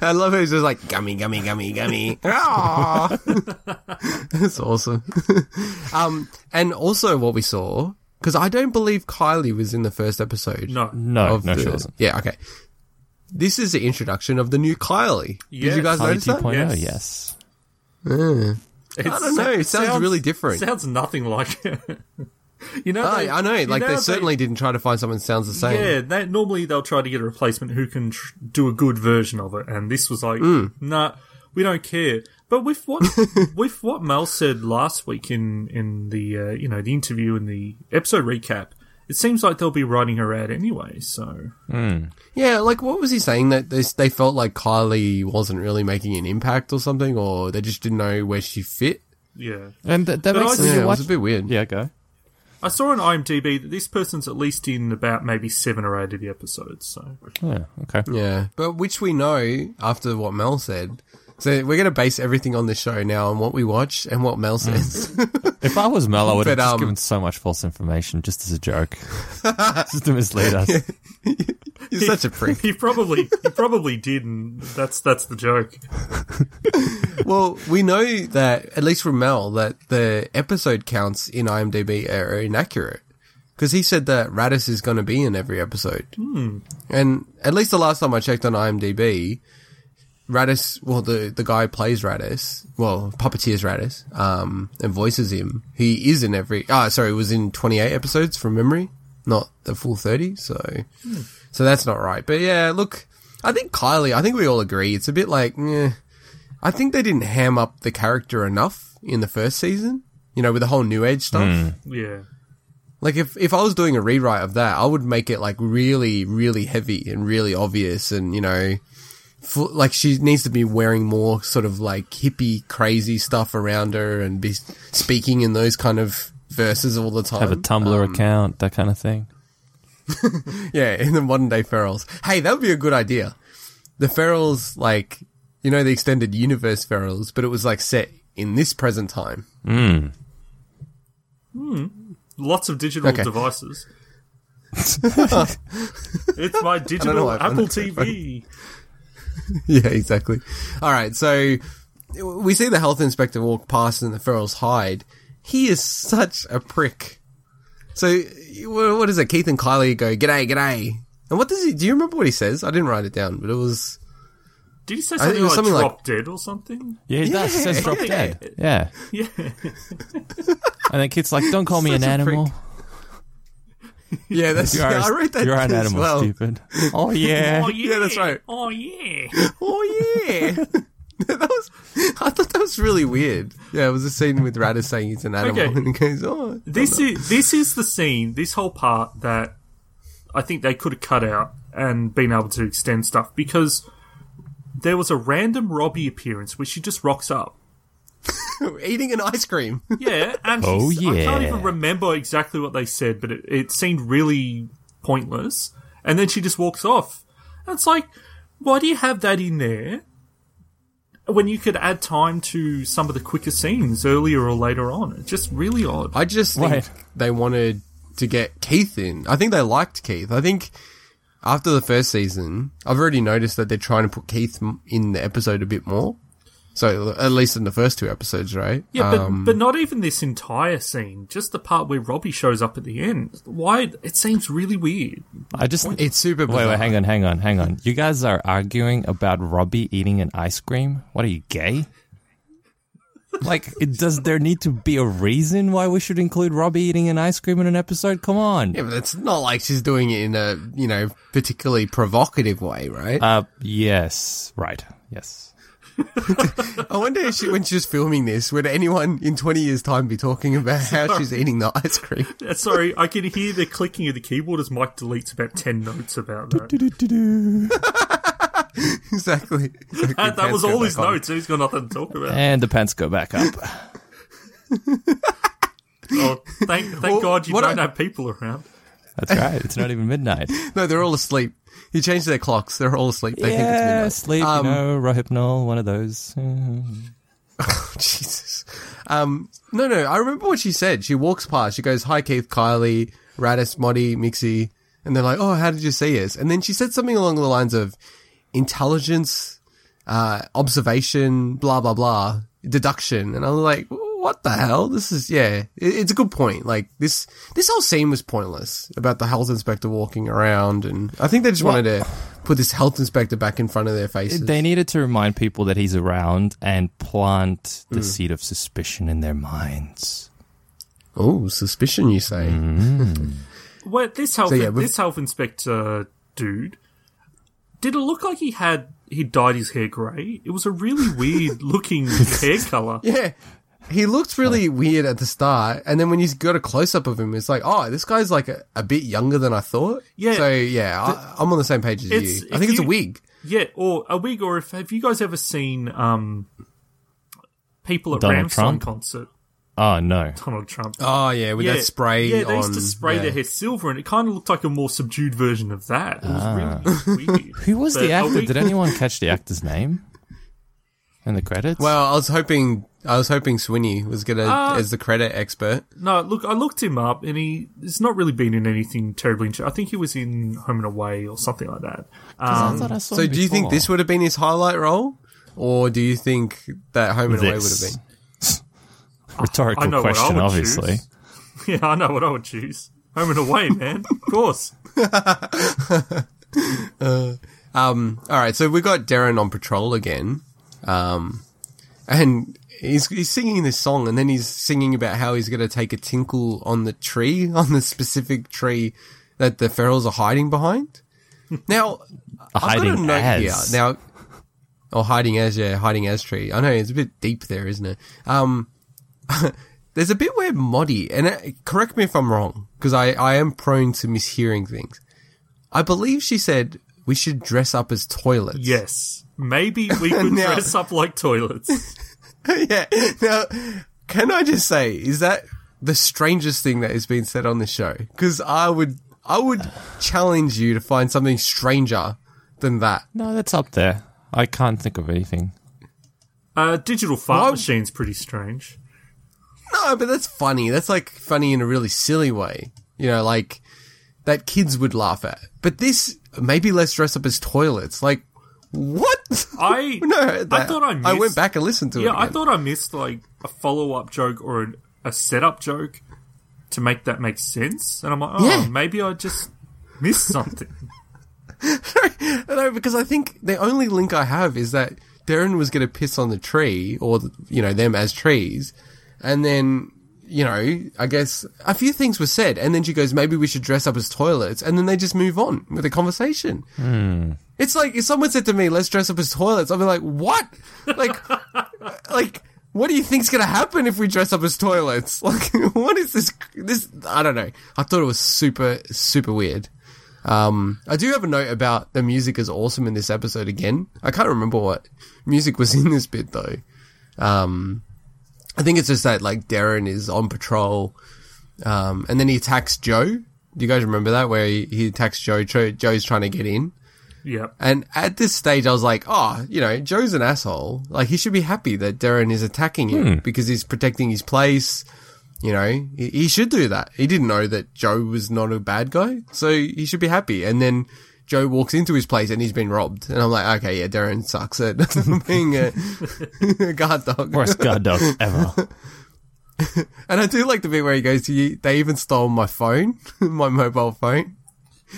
[SPEAKER 1] I love how he's just like gummy, gummy, gummy, gummy. Ah. That's awesome. um, and also what we saw because I don't believe Kylie was in the first episode.
[SPEAKER 3] no,
[SPEAKER 2] No,
[SPEAKER 1] of
[SPEAKER 2] no,
[SPEAKER 1] the-
[SPEAKER 2] she wasn't.
[SPEAKER 1] Yeah, okay. This is the introduction of the new Kylie.
[SPEAKER 3] Yeah,
[SPEAKER 1] Did you guys
[SPEAKER 2] Harley
[SPEAKER 1] notice that?
[SPEAKER 2] 2.0, yes.
[SPEAKER 3] Yes.
[SPEAKER 1] I don't know, it sounds really different.
[SPEAKER 3] Sounds nothing like it. you know,
[SPEAKER 1] Oh,
[SPEAKER 3] they-
[SPEAKER 1] I know.
[SPEAKER 3] you
[SPEAKER 1] Like they
[SPEAKER 3] know
[SPEAKER 1] certainly didn't try to find someone that sounds the same.
[SPEAKER 3] Yeah, they, normally they'll try to get a replacement who can tr- do a good version of it, and this was like,
[SPEAKER 1] Mm.
[SPEAKER 3] nah, we don't care. But with what with what Mel said last week in in the uh, you know the interview and the episode recap, it seems like they'll be writing her out anyway. So
[SPEAKER 1] Yeah, like what was he saying that they, they felt like Kylie wasn't really making an impact or something, or they just didn't know where she fit.
[SPEAKER 3] yeah,
[SPEAKER 2] And that, that
[SPEAKER 3] But
[SPEAKER 2] makes
[SPEAKER 3] I-
[SPEAKER 2] sense.
[SPEAKER 1] Yeah,
[SPEAKER 2] You
[SPEAKER 1] it was
[SPEAKER 2] watch-
[SPEAKER 1] a bit weird.
[SPEAKER 2] yeah, go.
[SPEAKER 3] I saw on IMDb that this person's at least in about maybe seven or eight of the episodes. So
[SPEAKER 2] Yeah, okay.
[SPEAKER 1] Yeah, but which we know after what Mel said. So we're gonna base everything on this show now on what we watch and what Mel says.
[SPEAKER 2] If I was Mel, I would have
[SPEAKER 1] But,
[SPEAKER 2] just
[SPEAKER 1] um,
[SPEAKER 2] given so much false information just as a joke, just to mislead us.
[SPEAKER 1] You're such a prick.
[SPEAKER 3] he probably he probably did, and that's that's the joke.
[SPEAKER 1] Well, we know that at least from Mel that the episode counts in IMDb are inaccurate because he said that Radis is going to be in every episode, and at least the last time I checked on IMDb, Radis, well, the the guy who plays Radis, well, puppeteers Radis, um, and voices him. He is in every. Ah, sorry, was in twenty eight episodes from memory, not the full thirty. So, so that's not right. But yeah, look, I think Kylie. I think we all agree. It's a bit like. eh, I think they didn't ham up the character enough in the first season. You know, with the whole new age stuff.
[SPEAKER 2] Hmm.
[SPEAKER 3] Yeah.
[SPEAKER 1] Like if if I was doing a rewrite of that, I would make it like really, really heavy and really obvious, and you know, fu- like she needs to be wearing more sort of like hippie, crazy stuff around her, and be s- speaking in those kind of verses all the time.
[SPEAKER 2] Have a Tumblr account, that kind of thing.
[SPEAKER 1] Yeah, in the modern day ferals. Hey, that would be a good idea. The ferals, like, you know, the extended universe ferals, but it was like set in this present time.
[SPEAKER 3] lots of digital
[SPEAKER 1] Okay.
[SPEAKER 3] devices. it's my
[SPEAKER 1] know
[SPEAKER 3] digital
[SPEAKER 1] why I found
[SPEAKER 3] Apple
[SPEAKER 1] that so
[SPEAKER 3] TV.
[SPEAKER 1] yeah, exactly. All right, so we see the health inspector walk past and the ferals hide. He is such a prick. So wha- what is it? Keith and Kylie go, "G'day, g'day." And what does he? Do you remember what he says? I didn't write it down, but it was
[SPEAKER 3] Did he say
[SPEAKER 1] think it
[SPEAKER 3] something
[SPEAKER 1] was
[SPEAKER 3] like
[SPEAKER 1] something like-
[SPEAKER 3] drop dead or something?
[SPEAKER 2] Yeah, he does. He says drop
[SPEAKER 3] Yeah.
[SPEAKER 2] dead. Yeah. Yeah. and then Kit's like, don't call me an
[SPEAKER 1] Such a
[SPEAKER 2] animal.
[SPEAKER 1] prick. yeah. That's
[SPEAKER 2] You're,
[SPEAKER 1] I wrote that
[SPEAKER 2] you're an
[SPEAKER 1] as
[SPEAKER 2] animal,
[SPEAKER 1] well.
[SPEAKER 2] stupid. Oh, yeah.
[SPEAKER 3] Oh yeah,
[SPEAKER 1] that's right.
[SPEAKER 3] Oh yeah.
[SPEAKER 1] Oh yeah, that was. I thought that was really weird. Yeah, it was a scene with Radis saying he's an animal,
[SPEAKER 3] Okay.
[SPEAKER 1] and he goes, "Oh,
[SPEAKER 3] This is this is the scene, this whole part that I think they could have cut out and been able to extend stuff because there was a random Robbie appearance where she just rocks up.
[SPEAKER 1] eating an ice cream."
[SPEAKER 3] Yeah, and
[SPEAKER 2] Oh,
[SPEAKER 3] she's- I can't
[SPEAKER 2] yeah.
[SPEAKER 3] even remember exactly what they said, but it, it seemed really pointless. And then she just walks off. And it's like, why do you have that in there when you could add time to some of the quicker scenes earlier or later on? It's just really odd.
[SPEAKER 1] I just think
[SPEAKER 2] Right.
[SPEAKER 1] they wanted to get Keith in. I think they liked Keith. I think after the first season, I've already noticed that they're trying to put Keith m- in the episode a bit more. So at least in the first two episodes, right? Um,
[SPEAKER 3] yeah, but, but not even this entire scene, just the part where Robbie shows up at the end. Why? It seems really weird.
[SPEAKER 2] I just.
[SPEAKER 1] It's super.
[SPEAKER 2] Wait,
[SPEAKER 1] bizarre.
[SPEAKER 2] wait, hang on, hang on, hang on. You guys are arguing about Robbie eating an ice cream? What are you, gay? Like, it, does there need to be a reason why we should include Robbie eating an ice cream in an episode? Come on.
[SPEAKER 1] Yeah, but it's not like she's doing it in a you know particularly provocative way, right?
[SPEAKER 2] Uh, yes, right, yes.
[SPEAKER 1] I wonder if she, when she was filming this, would anyone in twenty years' time be talking about how she's eating the ice cream?
[SPEAKER 3] Uh, Sorry, I can hear the clicking of the keyboard as Mike deletes about 10 notes about that.
[SPEAKER 1] exactly. Exactly.
[SPEAKER 3] And Uh, that
[SPEAKER 1] Pants
[SPEAKER 3] was
[SPEAKER 1] go
[SPEAKER 3] all his
[SPEAKER 1] back on.
[SPEAKER 3] notes. He's got nothing to talk about.
[SPEAKER 2] And the pants go back up.
[SPEAKER 3] Oh, thank thank
[SPEAKER 1] Well,
[SPEAKER 3] God you
[SPEAKER 1] what
[SPEAKER 3] don't
[SPEAKER 1] I-
[SPEAKER 3] have people around.
[SPEAKER 2] That's right. It's not even midnight.
[SPEAKER 1] No, they're all asleep. You change their clocks. They're all asleep. They think it's
[SPEAKER 2] yeah,
[SPEAKER 1] midnight.
[SPEAKER 2] sleep,
[SPEAKER 1] Um,
[SPEAKER 2] you know, Rohypnol, one of those. Mhm.
[SPEAKER 1] Jesus. Um, no, no. I remember what she said. She walks past. She goes, "Hi, Keith, Kylie, Radis, Moddy, Mixie," and they're like, "Oh, how did you see us?" And then she said something along the lines of intelligence, uh, observation, blah blah blah, deduction, and I was like, "What the hell? This is yeah." It, it's a good point. Like this, this whole scene was pointless about the health inspector walking around, and I think they just wanted to put this health inspector back in front of their faces.
[SPEAKER 2] They needed to remind people that he's around and plant
[SPEAKER 1] Mm.
[SPEAKER 2] the seed of suspicion in their minds.
[SPEAKER 1] oh, suspicion, you say?
[SPEAKER 3] Well, this health
[SPEAKER 1] So, yeah, we've-
[SPEAKER 3] this health inspector dude did it look like he had he dyed his hair grey? It was a really weird looking hair color.
[SPEAKER 1] Yeah. He looked really weird at the start, and then when you got a close up of him, it's like, oh, this guy's like a, a bit younger than I thought.
[SPEAKER 3] Yeah.
[SPEAKER 1] So yeah, I, I'm on the same page as
[SPEAKER 3] It's-
[SPEAKER 1] you. I
[SPEAKER 3] if
[SPEAKER 1] think it's a
[SPEAKER 3] you-
[SPEAKER 1] wig.
[SPEAKER 3] Yeah, or a wig, or if have you guys ever seen um, people at
[SPEAKER 2] Donald
[SPEAKER 3] Ramstein
[SPEAKER 2] Trump?
[SPEAKER 3] concert?
[SPEAKER 2] Oh, no.
[SPEAKER 3] Donald Trump.
[SPEAKER 1] Oh yeah, with that spray.
[SPEAKER 3] Yeah, they
[SPEAKER 1] on,
[SPEAKER 3] used to spray
[SPEAKER 1] yeah.
[SPEAKER 3] their hair silver, and it kind of looked like a more subdued version of that. It was really
[SPEAKER 1] Ah.
[SPEAKER 3] weird.
[SPEAKER 2] Who was
[SPEAKER 3] But
[SPEAKER 2] the
[SPEAKER 3] are
[SPEAKER 2] actor?
[SPEAKER 3] we-
[SPEAKER 2] Did anyone catch the actor's name in the credits?
[SPEAKER 1] Well, I was hoping, I was hoping Swinney was gonna
[SPEAKER 3] Uh,
[SPEAKER 1] as the credit expert.
[SPEAKER 3] No, look, I looked him up, and he he's not really been in anything terribly interesting. I think he was in Home and Away or something like that.
[SPEAKER 2] I thought I saw
[SPEAKER 1] um, So,
[SPEAKER 2] him
[SPEAKER 1] do you think
[SPEAKER 2] before.
[SPEAKER 1] this would have been his highlight role, or do you think that Home and Away would have
[SPEAKER 2] This.
[SPEAKER 1] been?
[SPEAKER 2] rhetorical
[SPEAKER 3] I know what I
[SPEAKER 2] question?
[SPEAKER 3] would
[SPEAKER 2] Obviously,
[SPEAKER 3] choose. Yeah, I know what I would choose. Home and Away, man. Of course.
[SPEAKER 1] All right, so we got Darren on patrol again, um, and he's he's singing this song, and then he's singing about how he's going to take a tinkle on the tree, on the specific tree that the ferals are hiding behind. Now, I've got a
[SPEAKER 2] hiding
[SPEAKER 1] note
[SPEAKER 2] as.
[SPEAKER 1] here. Now, or hiding as yeah, hiding as tree. I know it's a bit deep there, isn't it? Um, there's a bit where Moddy, and uh, correct me if I'm wrong, because I I am prone to mishearing things. I believe she said. We should dress up as toilets.
[SPEAKER 3] Yes. Maybe we could
[SPEAKER 1] Now-
[SPEAKER 3] dress up like toilets.
[SPEAKER 1] yeah. Now, can I just say, is that the strangest thing that has been said on this show? Because I would, I would challenge you to find something stranger than that.
[SPEAKER 2] no, that's up there. I can't think of anything.
[SPEAKER 3] Uh, digital fart
[SPEAKER 1] Why-
[SPEAKER 3] machine's pretty strange.
[SPEAKER 1] No, but that's funny. That's like funny in a really silly way. You know, like that kids would laugh at. But this, maybe let's dress up as toilets. Like, what?
[SPEAKER 3] I
[SPEAKER 1] no, that-
[SPEAKER 3] I thought I missed.
[SPEAKER 1] I went back and listened to it.
[SPEAKER 3] Yeah, I
[SPEAKER 1] again.
[SPEAKER 3] thought I missed like a follow up joke or a, a setup joke to make that make sense. And I'm like, oh,
[SPEAKER 1] Yeah.
[SPEAKER 3] maybe I just missed something.
[SPEAKER 1] No, because I think the only link I have is that Darren was going to piss on the tree, or you know them as trees, and then you know I guess a few things were said, and then she goes, maybe we should dress up as toilets, and then they just move on with the conversation. It's like if someone said to me, "Let's dress up as toilets," I'd be like, "What? Like, like." What do you think's gonna happen if we dress up as toilets? Like, what is this? This I don't know. I thought it was super, super weird. Um, I do have a note about the music is awesome in this episode again. I can't remember what music was in this bit though. Um, I think it's just that like Darren is on patrol, um, and then he attacks Joe. Do you guys remember that where he, he attacks Joe? Joe? Joe's trying to get in,
[SPEAKER 3] Yep.
[SPEAKER 1] and at this stage, I was like, oh, you know, Joe's an asshole. Like he should be happy that Darren is attacking him because he's protecting his place. You know, he, he should do that. He didn't know that Joe was not a bad guy, so he should be happy. And then Joe walks into his place and he's been robbed. And I'm like, okay, yeah, Darren sucks at being a, a guard dog.
[SPEAKER 2] Worst guard dog ever.
[SPEAKER 1] And I do like the bit where he goes, "You- they even stole my phone, my mobile phone.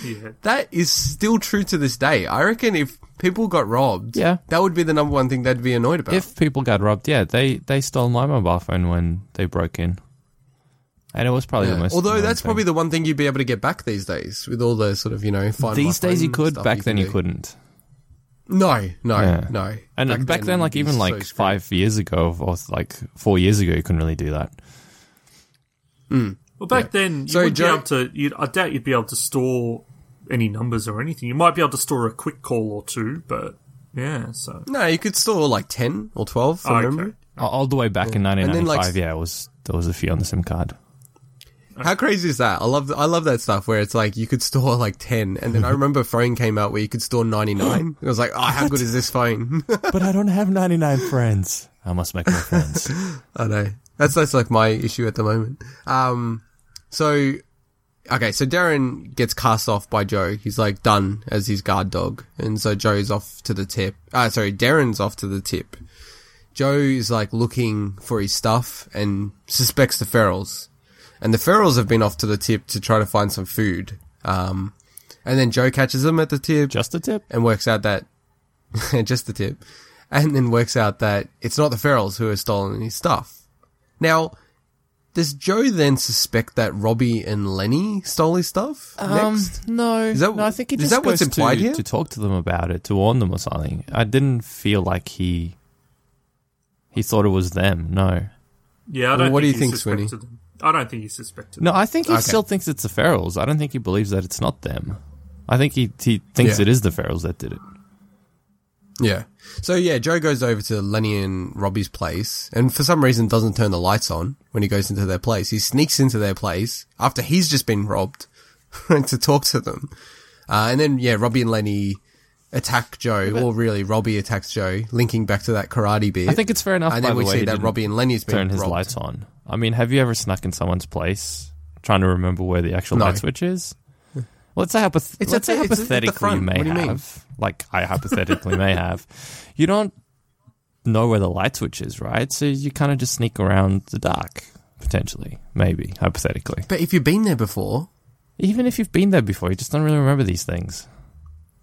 [SPEAKER 3] Yeah.
[SPEAKER 1] That is still true to this day. I reckon if people got robbed,
[SPEAKER 2] Yeah.
[SPEAKER 1] that would be the number one thing they'd be annoyed about.
[SPEAKER 2] if people got robbed, yeah, they they stole my mobile phone when they broke in, and it was probably the most.
[SPEAKER 1] Although
[SPEAKER 2] annoying
[SPEAKER 1] that's
[SPEAKER 2] thing.
[SPEAKER 1] probably the one thing you'd be able to get back these days with all the sort of, you know, find
[SPEAKER 2] these
[SPEAKER 1] my
[SPEAKER 2] days you
[SPEAKER 1] phone
[SPEAKER 2] could.
[SPEAKER 1] stuff
[SPEAKER 2] Back then
[SPEAKER 1] can
[SPEAKER 2] you
[SPEAKER 1] do.
[SPEAKER 2] couldn't.
[SPEAKER 1] No, no,
[SPEAKER 2] Yeah.
[SPEAKER 1] no.
[SPEAKER 2] And back, then, like
[SPEAKER 1] you'd be
[SPEAKER 2] even
[SPEAKER 1] so
[SPEAKER 2] like
[SPEAKER 1] screwed.
[SPEAKER 2] five years ago or like four years ago, you couldn't really do that.
[SPEAKER 3] Well, back then, you
[SPEAKER 1] So,
[SPEAKER 3] would
[SPEAKER 1] Joe-
[SPEAKER 3] be able to. You'd, I doubt you'd be able to store any numbers or anything. You might be able to store a quick call or two, but yeah. So
[SPEAKER 1] No, you could store like ten or twelve. From
[SPEAKER 3] Oh, Okay.
[SPEAKER 1] memory.
[SPEAKER 2] All- All the way back in
[SPEAKER 1] then,
[SPEAKER 2] 1995,
[SPEAKER 1] like,
[SPEAKER 2] yeah, it was there was a few on the SIM card.
[SPEAKER 1] How crazy is that? I love I love that stuff where it's like you could store like ten, and then I remember a phone came out where you could store ninety nine. It was like, oh, how good is this phone?
[SPEAKER 5] but I don't have 99 friends.
[SPEAKER 2] I must make more friends.
[SPEAKER 1] I know. That's that's like my issue at the moment. Um, so okay, so Darren gets cast off by Joe. He's like done as his guard dog, and so Joe's off to the tip. Uh, sorry, Darren's off to the tip. Joe is like looking for his stuff and suspects the ferals, and the ferals have been off to the tip to try to find some food. Um, and then Joe catches them at the tip
[SPEAKER 2] Just a tip.
[SPEAKER 1] and works out that just the tip, and then works out that it's not the Ferals who have stolen his stuff. Now, does Joe then suspect that Robbie and Lenny stole his stuff
[SPEAKER 2] Um,
[SPEAKER 1] next?
[SPEAKER 2] no,
[SPEAKER 1] Is that-
[SPEAKER 2] no, I think he
[SPEAKER 1] is
[SPEAKER 2] just
[SPEAKER 1] that what's
[SPEAKER 2] goes
[SPEAKER 1] implied
[SPEAKER 2] to,
[SPEAKER 1] here?
[SPEAKER 2] to talk to them about it, to warn them or something. I didn't feel like he he thought it was them. No,
[SPEAKER 3] Yeah, I
[SPEAKER 1] Well,
[SPEAKER 3] don't
[SPEAKER 1] what do
[SPEAKER 3] think
[SPEAKER 1] you think,
[SPEAKER 3] he
[SPEAKER 1] Sweeney?
[SPEAKER 3] suspected them. I don't think he suspected
[SPEAKER 2] no, I think he
[SPEAKER 1] Okay.
[SPEAKER 2] still thinks it's the Ferals. I don't think he believes that it's not them. I think he he thinks
[SPEAKER 1] Yeah.
[SPEAKER 2] it is the Ferals that did it.
[SPEAKER 1] Yeah. So yeah, Joe goes over to Lenny and Robbie's place, and for some reason doesn't turn the lights on when he goes into their place. He sneaks into their place after he's just been robbed to talk to them, uh, and then yeah, Robbie and Lenny attack Joe. Well, really, Robbie attacks Joe, linking back to that karate bit.
[SPEAKER 2] I think it's fair enough.
[SPEAKER 1] And
[SPEAKER 2] by
[SPEAKER 1] then
[SPEAKER 2] the
[SPEAKER 1] we
[SPEAKER 2] way,
[SPEAKER 1] see
[SPEAKER 2] he
[SPEAKER 1] that
[SPEAKER 2] didn't
[SPEAKER 1] Robbie and Lenny's been
[SPEAKER 2] turn his
[SPEAKER 1] robbed.
[SPEAKER 2] lights on. I mean, have you ever snuck in someone's place trying to remember where the actual
[SPEAKER 1] No.
[SPEAKER 2] light switch is? Well, Let's say, hypoth-
[SPEAKER 1] It's
[SPEAKER 2] let's
[SPEAKER 1] at
[SPEAKER 2] say
[SPEAKER 1] the- it's at the
[SPEAKER 2] hypothetically you
[SPEAKER 1] front.
[SPEAKER 2] may
[SPEAKER 1] What do you mean?
[SPEAKER 2] have, like I hypothetically may have, you don't know where the light switch is, right? So you kind of just sneak around the dark, potentially, maybe, hypothetically.
[SPEAKER 1] But if you've been there before,
[SPEAKER 2] Even if you've been there before, you just don't really remember these things.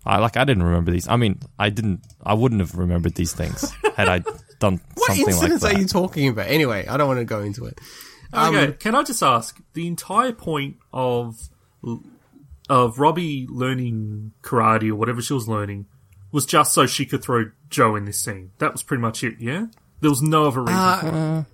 [SPEAKER 2] I like I didn't remember these. I mean, I didn't. I wouldn't have remembered these things had I done
[SPEAKER 1] what
[SPEAKER 2] something like
[SPEAKER 1] incidents
[SPEAKER 2] that.
[SPEAKER 1] are you talking about? Anyway, I don't want to go into it. um,
[SPEAKER 3] Okay, can I just ask the entire point of of Robbie learning karate or whatever she was learning was just so she could throw Joe in this scene. That was pretty much it. Yeah, there was no other reason.
[SPEAKER 1] Uh,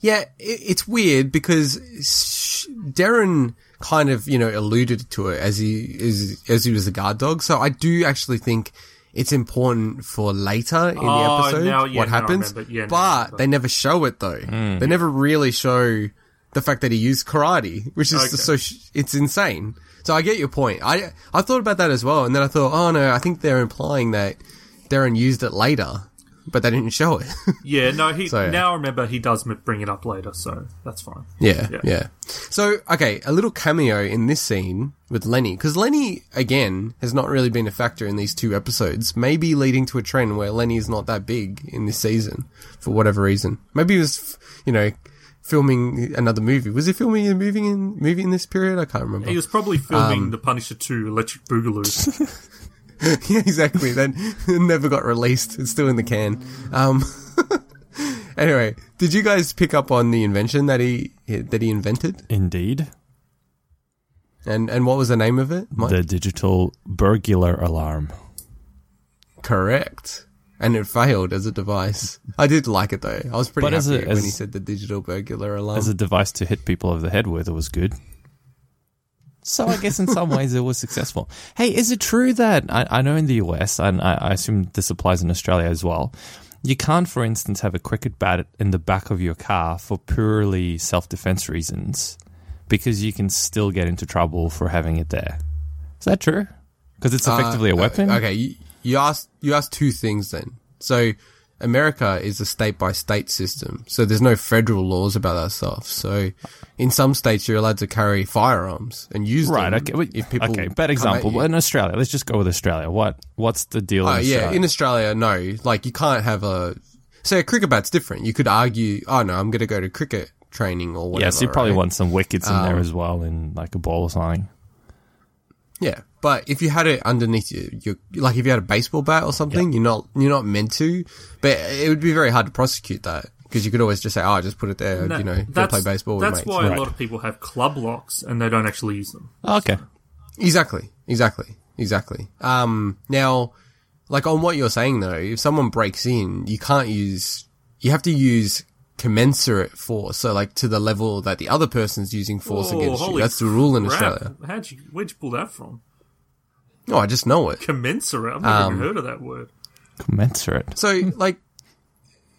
[SPEAKER 1] Yeah, it, it's weird because sh- Darren kind of you know alluded to it as he is as he was a guard dog. So I do actually think it's important for later in
[SPEAKER 3] Oh,
[SPEAKER 1] the episode
[SPEAKER 3] now- yeah,
[SPEAKER 1] what
[SPEAKER 3] now I
[SPEAKER 1] happens.
[SPEAKER 3] remember. Yeah, now I
[SPEAKER 1] but
[SPEAKER 3] remember.
[SPEAKER 1] they never show it though. They never really show the fact that he used karate, which is
[SPEAKER 3] Okay.
[SPEAKER 1] so sh- it's insane. So I get your point. I I thought about that as well, and then I thought, oh no, I think they're implying that Darren used it later, but they didn't show it.
[SPEAKER 3] yeah, no. He
[SPEAKER 1] So, yeah.
[SPEAKER 3] now I remember he does m- bring it up later, so that's fine.
[SPEAKER 1] Yeah,
[SPEAKER 3] Yeah.
[SPEAKER 1] yeah. So, okay, a little cameo in this scene with Lenny, because Lenny, again, has not really been a factor in these two episodes, maybe leading to a trend where Lenny is not that big in this season for whatever reason. Maybe he was, f- you know, filming another movie. Was he filming a movie in, movie in this period? I can't remember.
[SPEAKER 3] He was probably filming
[SPEAKER 1] Um,
[SPEAKER 3] The Punisher 2 Electric Boogaloo.
[SPEAKER 1] yeah, exactly. That never got released. It's still in the can. Um, anyway, did you guys pick up on the invention that he, that he invented?
[SPEAKER 2] Indeed.
[SPEAKER 1] And, and what was the name of it? Mike?
[SPEAKER 2] the digital burglar alarm.
[SPEAKER 1] Correct. And it failed as a device. I did like it though. I was pretty
[SPEAKER 2] But as
[SPEAKER 1] happy
[SPEAKER 2] a-
[SPEAKER 1] when
[SPEAKER 2] as-
[SPEAKER 1] he said the digital burglar alarm.
[SPEAKER 2] As a device to hit people over the head with, it was good. So I guess in some ways it was successful. Hey, is it true that I, I know in the US, and I, I assume this applies in Australia as well, you can't, for instance, have a cricket bat in the back of your car for purely self defense reasons because you can still get into trouble for having it there. Is that true? Because
[SPEAKER 1] Uh,
[SPEAKER 2] it's effectively a weapon?
[SPEAKER 1] okay, you, you asked you asked two things then. So America is a state by state system, so there's no federal laws about that stuff. So in some states, you're allowed to carry firearms and use
[SPEAKER 2] Right.
[SPEAKER 1] them.
[SPEAKER 2] Okay. well,
[SPEAKER 1] if people
[SPEAKER 2] okay.
[SPEAKER 1] come at
[SPEAKER 2] Bad example.
[SPEAKER 1] you.
[SPEAKER 2] But in Australia, let's just go with Australia. What What's the deal?
[SPEAKER 1] Oh
[SPEAKER 2] in Australia?
[SPEAKER 1] yeah, in Australia, no. Like you can't have a say a cricket bat's different. You could argue, oh no, I'm going to go to cricket training or whatever.
[SPEAKER 2] yeah. So you probably
[SPEAKER 1] right?
[SPEAKER 2] want some wickets in there as well, in like a ball or something.
[SPEAKER 1] Yeah, but if you had it underneath your, your like if you had a baseball bat or something, you're not you're not meant to. But it would be very hard to prosecute that because you could always just say, "Oh, just put it there."
[SPEAKER 3] No,
[SPEAKER 1] you know, go play baseball with
[SPEAKER 3] that's
[SPEAKER 1] mates.
[SPEAKER 3] why a lot of people have club locks and they don't actually use them.
[SPEAKER 2] Okay.
[SPEAKER 1] Exactly, exactly, exactly. Um, now, like on what you're saying though, if someone breaks in, you can't use. You have to use commensurate force, so like to the level that the other person's using force
[SPEAKER 3] Oh,
[SPEAKER 1] against you.
[SPEAKER 3] holy
[SPEAKER 1] That's the rule in
[SPEAKER 3] crap.
[SPEAKER 1] Australia.
[SPEAKER 3] How'd you, where'd you pull that from?
[SPEAKER 1] No, I just know it. Um,
[SPEAKER 3] Commensurate? I've never even heard of that word.
[SPEAKER 2] Hmm. Commensurate.
[SPEAKER 1] So, like,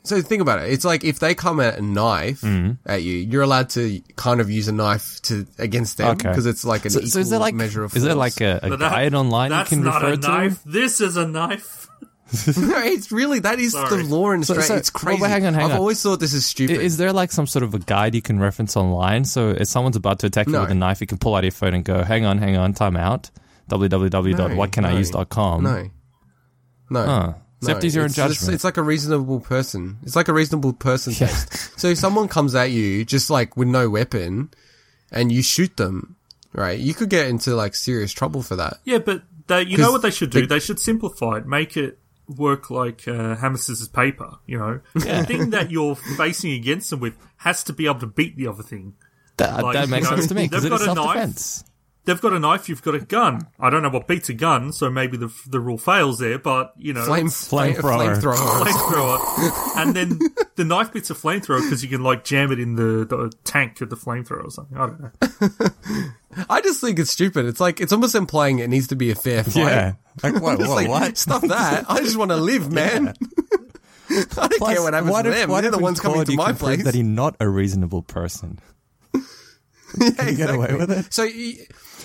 [SPEAKER 1] So think about it. It's like if they come at a knife
[SPEAKER 2] Hmm.
[SPEAKER 1] at you, you're allowed to kind of use a knife to against them
[SPEAKER 2] Okay.
[SPEAKER 1] because it's like an
[SPEAKER 2] So,
[SPEAKER 1] equal
[SPEAKER 2] so is there like
[SPEAKER 1] measure of
[SPEAKER 2] is there
[SPEAKER 1] force.
[SPEAKER 2] like a, a
[SPEAKER 3] But that-
[SPEAKER 2] guide online you
[SPEAKER 3] that's
[SPEAKER 2] can
[SPEAKER 3] not
[SPEAKER 2] refer
[SPEAKER 3] a
[SPEAKER 2] to?
[SPEAKER 3] knife. This is a knife.
[SPEAKER 1] No, it's really that is
[SPEAKER 3] Sorry.
[SPEAKER 1] the law in
[SPEAKER 2] So-
[SPEAKER 1] Australia.
[SPEAKER 2] so-
[SPEAKER 1] it's crazy.
[SPEAKER 2] well, hang on, hang
[SPEAKER 1] I've
[SPEAKER 2] on.
[SPEAKER 1] always thought this is
[SPEAKER 2] I-
[SPEAKER 1] stupid.
[SPEAKER 2] Is there like some sort of a guide you can reference online? So if someone's about to attack you
[SPEAKER 1] No.
[SPEAKER 2] with a knife, you can pull out your phone and go, "Hang on, hang on, time out." www.whatcaniuse.com.
[SPEAKER 1] No, no.
[SPEAKER 2] Hmm. Huh.
[SPEAKER 1] No,
[SPEAKER 2] Except use your own
[SPEAKER 1] it's just-
[SPEAKER 2] judgment.
[SPEAKER 1] it's like a reasonable person. It's like a reasonable person test. So if someone comes at you just like with no weapon, and you shoot them, right? You could get into like serious trouble for that.
[SPEAKER 3] Yeah, but they, you know
[SPEAKER 1] 'Cause
[SPEAKER 3] what they should do?
[SPEAKER 1] they-
[SPEAKER 3] They, should simplify it, make it work like uh, hammer, scissors, paper. You know, the thing that you're facing against them with has to be able to beat the other thing.
[SPEAKER 2] That,
[SPEAKER 3] Like,
[SPEAKER 2] that makes
[SPEAKER 3] you know,
[SPEAKER 2] sense to me because
[SPEAKER 3] they've
[SPEAKER 2] it is
[SPEAKER 3] got a knife.
[SPEAKER 2] self-defense.
[SPEAKER 3] They've got a knife, you've got a gun. I don't know what beats a gun, so maybe the the rule fails there. But you know,
[SPEAKER 1] Flame,
[SPEAKER 3] it's
[SPEAKER 1] flame,
[SPEAKER 2] flamethrower.
[SPEAKER 1] flamethrower.
[SPEAKER 3] flamethrower, and then the knife bit's a flamethrower because you can like jam it in the, the tank of the flamethrower or something. I don't know.
[SPEAKER 1] I just think it's stupid. It's like it's almost implying it needs to be a fair fight.
[SPEAKER 5] Yeah. Like, what?
[SPEAKER 1] It's
[SPEAKER 5] what,
[SPEAKER 1] like,
[SPEAKER 5] what?
[SPEAKER 1] Stop that! I just want to live, man. I don't care what happens
[SPEAKER 2] why
[SPEAKER 1] to
[SPEAKER 2] do-
[SPEAKER 1] them.
[SPEAKER 2] why
[SPEAKER 1] They're
[SPEAKER 2] do
[SPEAKER 1] the
[SPEAKER 2] we
[SPEAKER 1] ones coming
[SPEAKER 2] applaud
[SPEAKER 1] to
[SPEAKER 2] you
[SPEAKER 1] my
[SPEAKER 2] can prove
[SPEAKER 1] place.
[SPEAKER 2] That he's not a reasonable person.
[SPEAKER 1] Yeah,
[SPEAKER 5] get away
[SPEAKER 1] exactly.
[SPEAKER 5] with it?
[SPEAKER 1] So, y-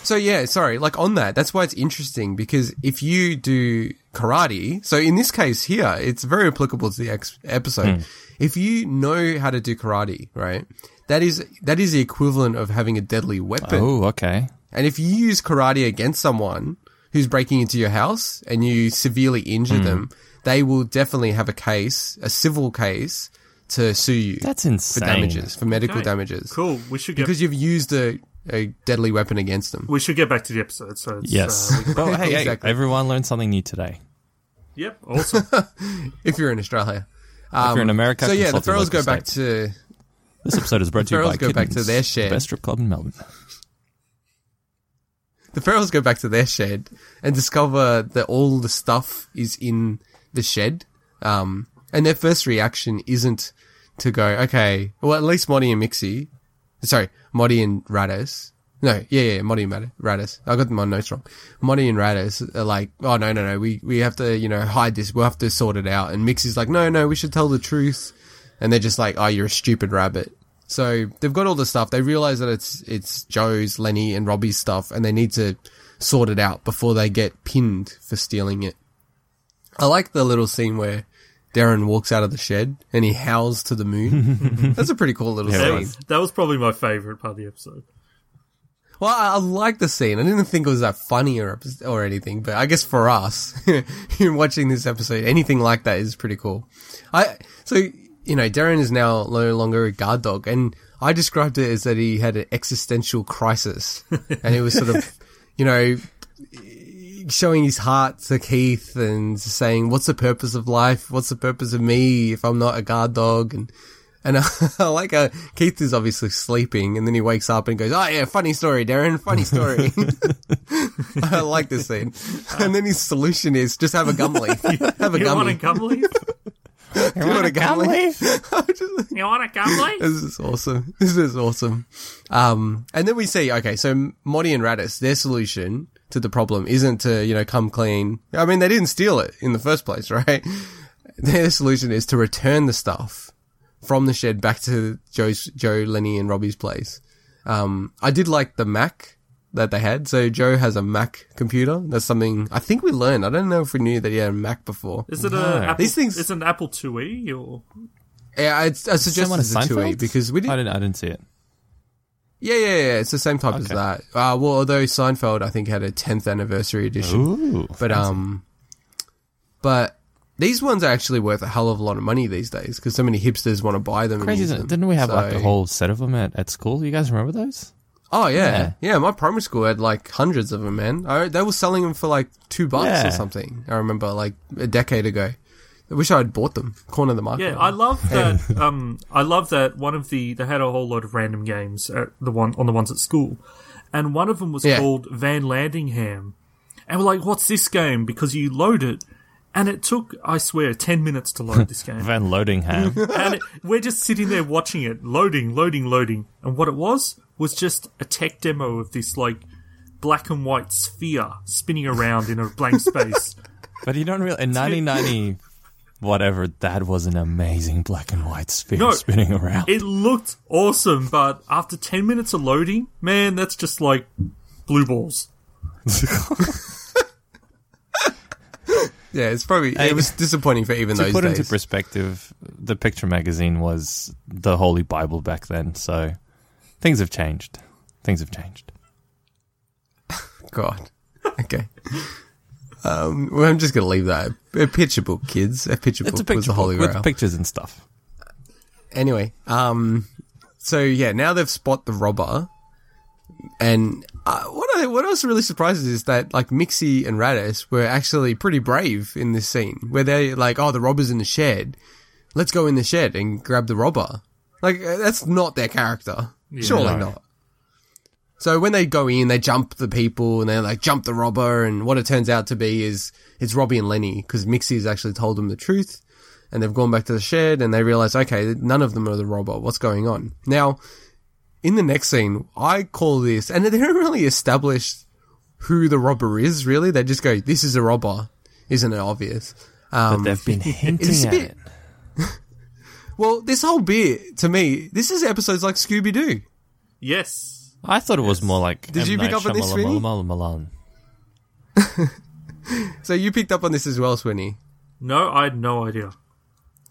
[SPEAKER 1] so yeah, sorry. Like on that, that's why it's interesting because if you do karate, so in this case here, it's very applicable to the ex- episode. If you know how to do karate, right, that is that is the equivalent of having a deadly weapon.
[SPEAKER 2] Oh, okay.
[SPEAKER 1] And if you use karate against someone who's breaking into your house and you severely
[SPEAKER 2] Hmm.
[SPEAKER 1] injure them, they will definitely have a case, a civil case, to sue you.
[SPEAKER 2] That's
[SPEAKER 1] for
[SPEAKER 2] insane.
[SPEAKER 1] damages, for medical
[SPEAKER 3] Okay.
[SPEAKER 1] damages.
[SPEAKER 3] Cool. We should get
[SPEAKER 1] Because you've used a, a deadly weapon against them.
[SPEAKER 3] we should get back to the episode. So it's,
[SPEAKER 2] Yes.
[SPEAKER 3] Uh, we can-
[SPEAKER 2] Well, hey, hey,
[SPEAKER 1] Exactly.
[SPEAKER 2] everyone learned something new today.
[SPEAKER 3] yep. Awesome.
[SPEAKER 1] If you're in Australia. Um,
[SPEAKER 2] if you're in America,
[SPEAKER 1] so yeah, the
[SPEAKER 2] consult your
[SPEAKER 1] Ferals go
[SPEAKER 2] local
[SPEAKER 1] back
[SPEAKER 2] state.
[SPEAKER 1] to
[SPEAKER 2] This episode is brought to you
[SPEAKER 1] Ferals
[SPEAKER 2] by
[SPEAKER 1] go back
[SPEAKER 2] Kidman's,
[SPEAKER 1] to their share.
[SPEAKER 2] the best strip club in Melbourne.
[SPEAKER 1] the Ferals go back to their shed and discover that all the stuff is in the shed. Um, and their first reaction isn't to go, okay, well, at least Monty and Mixie, sorry, Monty and Rados. No, yeah, yeah, Monty and Rad- Rados. I got my notes wrong. Monty and Rados are like, oh, no, no, no, we, we have to, you know, hide this. We'll have to sort it out. And Mixie's like, no, no, we should tell the truth. And they're just like, oh, you're a stupid rabbit. So they've got all the stuff. They realize that it's, it's Joe's, Lenny and Robbie's stuff and they need to sort it out before they get pinned for stealing it. I like the little scene where Darren walks out of the shed and he howls to the moon. That's a pretty cool little
[SPEAKER 2] Yeah, it
[SPEAKER 3] that,
[SPEAKER 1] scene.
[SPEAKER 3] was, that was probably my favorite part of the episode.
[SPEAKER 1] Well, I, I like the scene. I didn't think it was that funny or, or anything, but I guess for us, in watching this episode, anything like that is pretty cool. I so you know, Darren is now no longer a guard dog, and I described it as that he had an existential crisis, and it was sort of, you know, showing his heart to Keith and saying, "What's the purpose of life? What's the purpose of me if I'm not a guard dog?" and and I, like uh, Keith is obviously sleeping, and then he wakes up and goes, "Oh yeah, funny story, Darren. Funny story." I like this scene. And then his solution is just have a gum leaf. Have a
[SPEAKER 3] You
[SPEAKER 1] gum
[SPEAKER 3] want a
[SPEAKER 1] leaf.
[SPEAKER 3] gum leaf?
[SPEAKER 1] You want a gum leaf?
[SPEAKER 3] You want a gum leaf?
[SPEAKER 1] This is awesome. This is awesome. Um, and then we see, okay, so Monty and Radis, their solution to the problem isn't to, you know, come clean. I mean, they didn't steal it in the first place, right? Their solution is to return the stuff from the shed back to Joe's, Joe, Lenny and Robbie's place. Um, I did like the Mac that they had. So Joe has a Mac computer. That's something I think we learned. I don't know if we knew that he had a Mac before.
[SPEAKER 3] Is it a Apple,
[SPEAKER 1] These things-
[SPEAKER 3] Is it an Apple IIe or
[SPEAKER 1] Yeah, I, I suggest
[SPEAKER 2] Someone
[SPEAKER 1] it's a
[SPEAKER 2] at
[SPEAKER 1] 2E
[SPEAKER 2] Seinfeld?
[SPEAKER 1] because we didn't.
[SPEAKER 2] I didn't. I didn't see it.
[SPEAKER 1] Yeah, yeah, yeah. It's the same type as
[SPEAKER 2] Okay.
[SPEAKER 1] that. Uh, well, although Seinfeld, I think, had a 10th anniversary edition.
[SPEAKER 2] Ooh,
[SPEAKER 1] but, um, but these ones are actually worth a hell of a lot of money these days because so many hipsters want to buy them. and
[SPEAKER 2] crazy!
[SPEAKER 1] use
[SPEAKER 2] Isn't it?
[SPEAKER 1] them.
[SPEAKER 2] Didn't we have like
[SPEAKER 1] So-
[SPEAKER 2] a whole set of them at, at school? You guys remember those?
[SPEAKER 1] Oh, yeah.
[SPEAKER 2] Yeah.
[SPEAKER 1] yeah. My primary school had like hundreds of them, man. I, they were selling them for like two bucks or
[SPEAKER 2] Yeah.
[SPEAKER 1] something. I remember like a decade ago. I wish I had bought them. Corner of the market.
[SPEAKER 3] Yeah, I love that. um, I love that one of the they had a whole lot of random games at the one on the ones at school, and one of them was
[SPEAKER 1] Yeah.
[SPEAKER 3] called Van Landingham, and we're like, "What's this game?" Because you load it, and it took, I swear, ten minutes to load this game.
[SPEAKER 2] Van Loadingham.
[SPEAKER 3] and it- we're just sitting there watching it, loading, loading, loading. And what it was was just a tech demo of this like black and white sphere spinning around in a blank space.
[SPEAKER 2] but you don't really in 1990. whatever. That was an amazing black and white sphere
[SPEAKER 3] No,
[SPEAKER 2] spinning around.
[SPEAKER 3] It looked awesome, but after 10 minutes of loading, man, that's just like blue balls.
[SPEAKER 1] Yeah, it's probably
[SPEAKER 2] Hey,
[SPEAKER 1] it was disappointing for even
[SPEAKER 2] to
[SPEAKER 1] those
[SPEAKER 2] put
[SPEAKER 1] days.
[SPEAKER 2] into perspective, the picture magazine was the holy bible back then. So things have changed. Things have changed.
[SPEAKER 1] God. Okay. Um, well, I'm just gonna leave that. A picture book, kids. A picture
[SPEAKER 2] It's
[SPEAKER 1] book
[SPEAKER 2] a picture
[SPEAKER 1] was the holy
[SPEAKER 2] book with
[SPEAKER 1] grail.
[SPEAKER 2] pictures and stuff.
[SPEAKER 1] anyway, um, so yeah, now they've spot the robber, and uh, what I what I was really surprised is that like Mixie and Radis were actually pretty brave in this scene where they like, oh, the robber's in the shed, let's go in the shed and grab the robber. Like uh, that's not their character, surely
[SPEAKER 2] No.
[SPEAKER 1] not. So when they go in, they jump the people and they like jump the robber, and what it turns out to be is it's Robbie and Lenny because Mixie's actually told them the truth and they've gone back to the shed and they realize, okay, none of them are the robber. What's going on? Now, in the next scene, I call this, and they don't really establish who the robber is, really. They just go, this is a robber. Isn't it obvious?
[SPEAKER 2] but they've been hinting
[SPEAKER 1] Um, it's a
[SPEAKER 2] at
[SPEAKER 1] bit-
[SPEAKER 2] it.
[SPEAKER 1] Well, this whole bit, to me, this is episodes like Scooby Doo.
[SPEAKER 3] Yes.
[SPEAKER 2] I thought it was more like.
[SPEAKER 1] Did
[SPEAKER 2] M.
[SPEAKER 1] you pick
[SPEAKER 2] Night
[SPEAKER 1] up on this, Vinny?
[SPEAKER 2] Shyamalan.
[SPEAKER 1] So you picked up on this as well, Swinny.
[SPEAKER 3] No, I had no idea.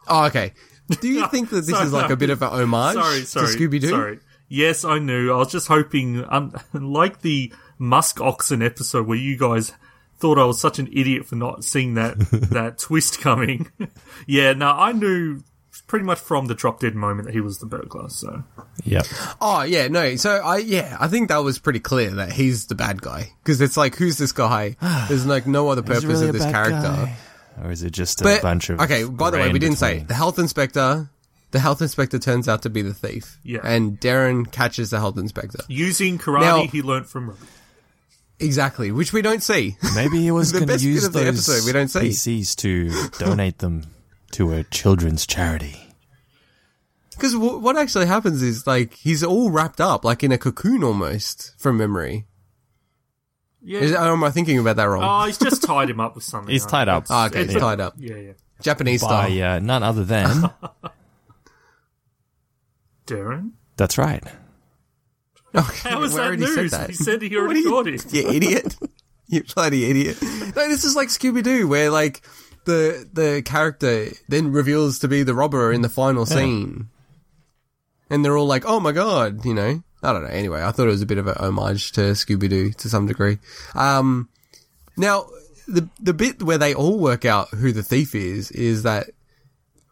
[SPEAKER 1] Oh, okay. Do you think that this is like a bit of an homage
[SPEAKER 3] Sorry, sorry.
[SPEAKER 1] to Scooby Doo?
[SPEAKER 3] Sorry. Yes, I knew. I was just hoping, un- like the Musk Oxen episode where you guys thought I was such an idiot for not seeing that that twist coming. yeah, no, I knew pretty much from the drop dead moment that he was the burglar. So
[SPEAKER 2] Yep.
[SPEAKER 1] Oh yeah, no. So I yeah, I think that was pretty clear that he's the bad guy because it's like who's this guy? There's like no other purpose of
[SPEAKER 2] really a
[SPEAKER 1] this
[SPEAKER 2] bad
[SPEAKER 1] character.
[SPEAKER 2] guy. Or is it just a
[SPEAKER 1] But
[SPEAKER 2] bunch of.
[SPEAKER 1] okay. By the way,
[SPEAKER 2] grey
[SPEAKER 1] we
[SPEAKER 2] in
[SPEAKER 1] didn't say
[SPEAKER 2] between?
[SPEAKER 1] the health inspector. The health inspector turns out to be the thief.
[SPEAKER 3] Yeah.
[SPEAKER 1] And Darren catches the health inspector.
[SPEAKER 3] using karate,
[SPEAKER 1] Now-
[SPEAKER 3] he learnt from Robbie.
[SPEAKER 1] Exactly, which we don't see.
[SPEAKER 2] Maybe he was
[SPEAKER 1] The
[SPEAKER 2] going to
[SPEAKER 1] best bit
[SPEAKER 2] use
[SPEAKER 1] of the
[SPEAKER 2] those
[SPEAKER 1] episode we don't see.
[SPEAKER 2] PCs to donate them to a children's charity.
[SPEAKER 1] Because w- what actually happens is like he's all wrapped up like in a cocoon almost from memory.
[SPEAKER 3] Yeah.
[SPEAKER 1] Is, or am I thinking about that wrong?
[SPEAKER 3] Oh, he's just tied him up with something.
[SPEAKER 2] He's
[SPEAKER 3] I
[SPEAKER 2] tied
[SPEAKER 3] think.
[SPEAKER 2] up.
[SPEAKER 1] Ah, okay,
[SPEAKER 3] it's
[SPEAKER 1] it's
[SPEAKER 3] a-
[SPEAKER 1] tied up.
[SPEAKER 3] Yeah, yeah.
[SPEAKER 1] Japanese style.
[SPEAKER 2] by uh, none other than.
[SPEAKER 3] Darren?
[SPEAKER 2] that's right.
[SPEAKER 1] Okay,
[SPEAKER 3] How was
[SPEAKER 1] we
[SPEAKER 3] that
[SPEAKER 1] already said
[SPEAKER 3] news?
[SPEAKER 1] that.
[SPEAKER 3] He said he
[SPEAKER 1] What are
[SPEAKER 3] already
[SPEAKER 1] you-
[SPEAKER 3] got it.
[SPEAKER 1] you idiot. you bloody idiot. No, this is like Scooby Doo, where like the the character then reveals to be the robber in the final scene, and they're all like, "Oh my god," you know. I don't know. Anyway, I thought it was a bit of a homage to Scooby Doo to some degree. Um, now, the the bit where they all work out who the thief is is that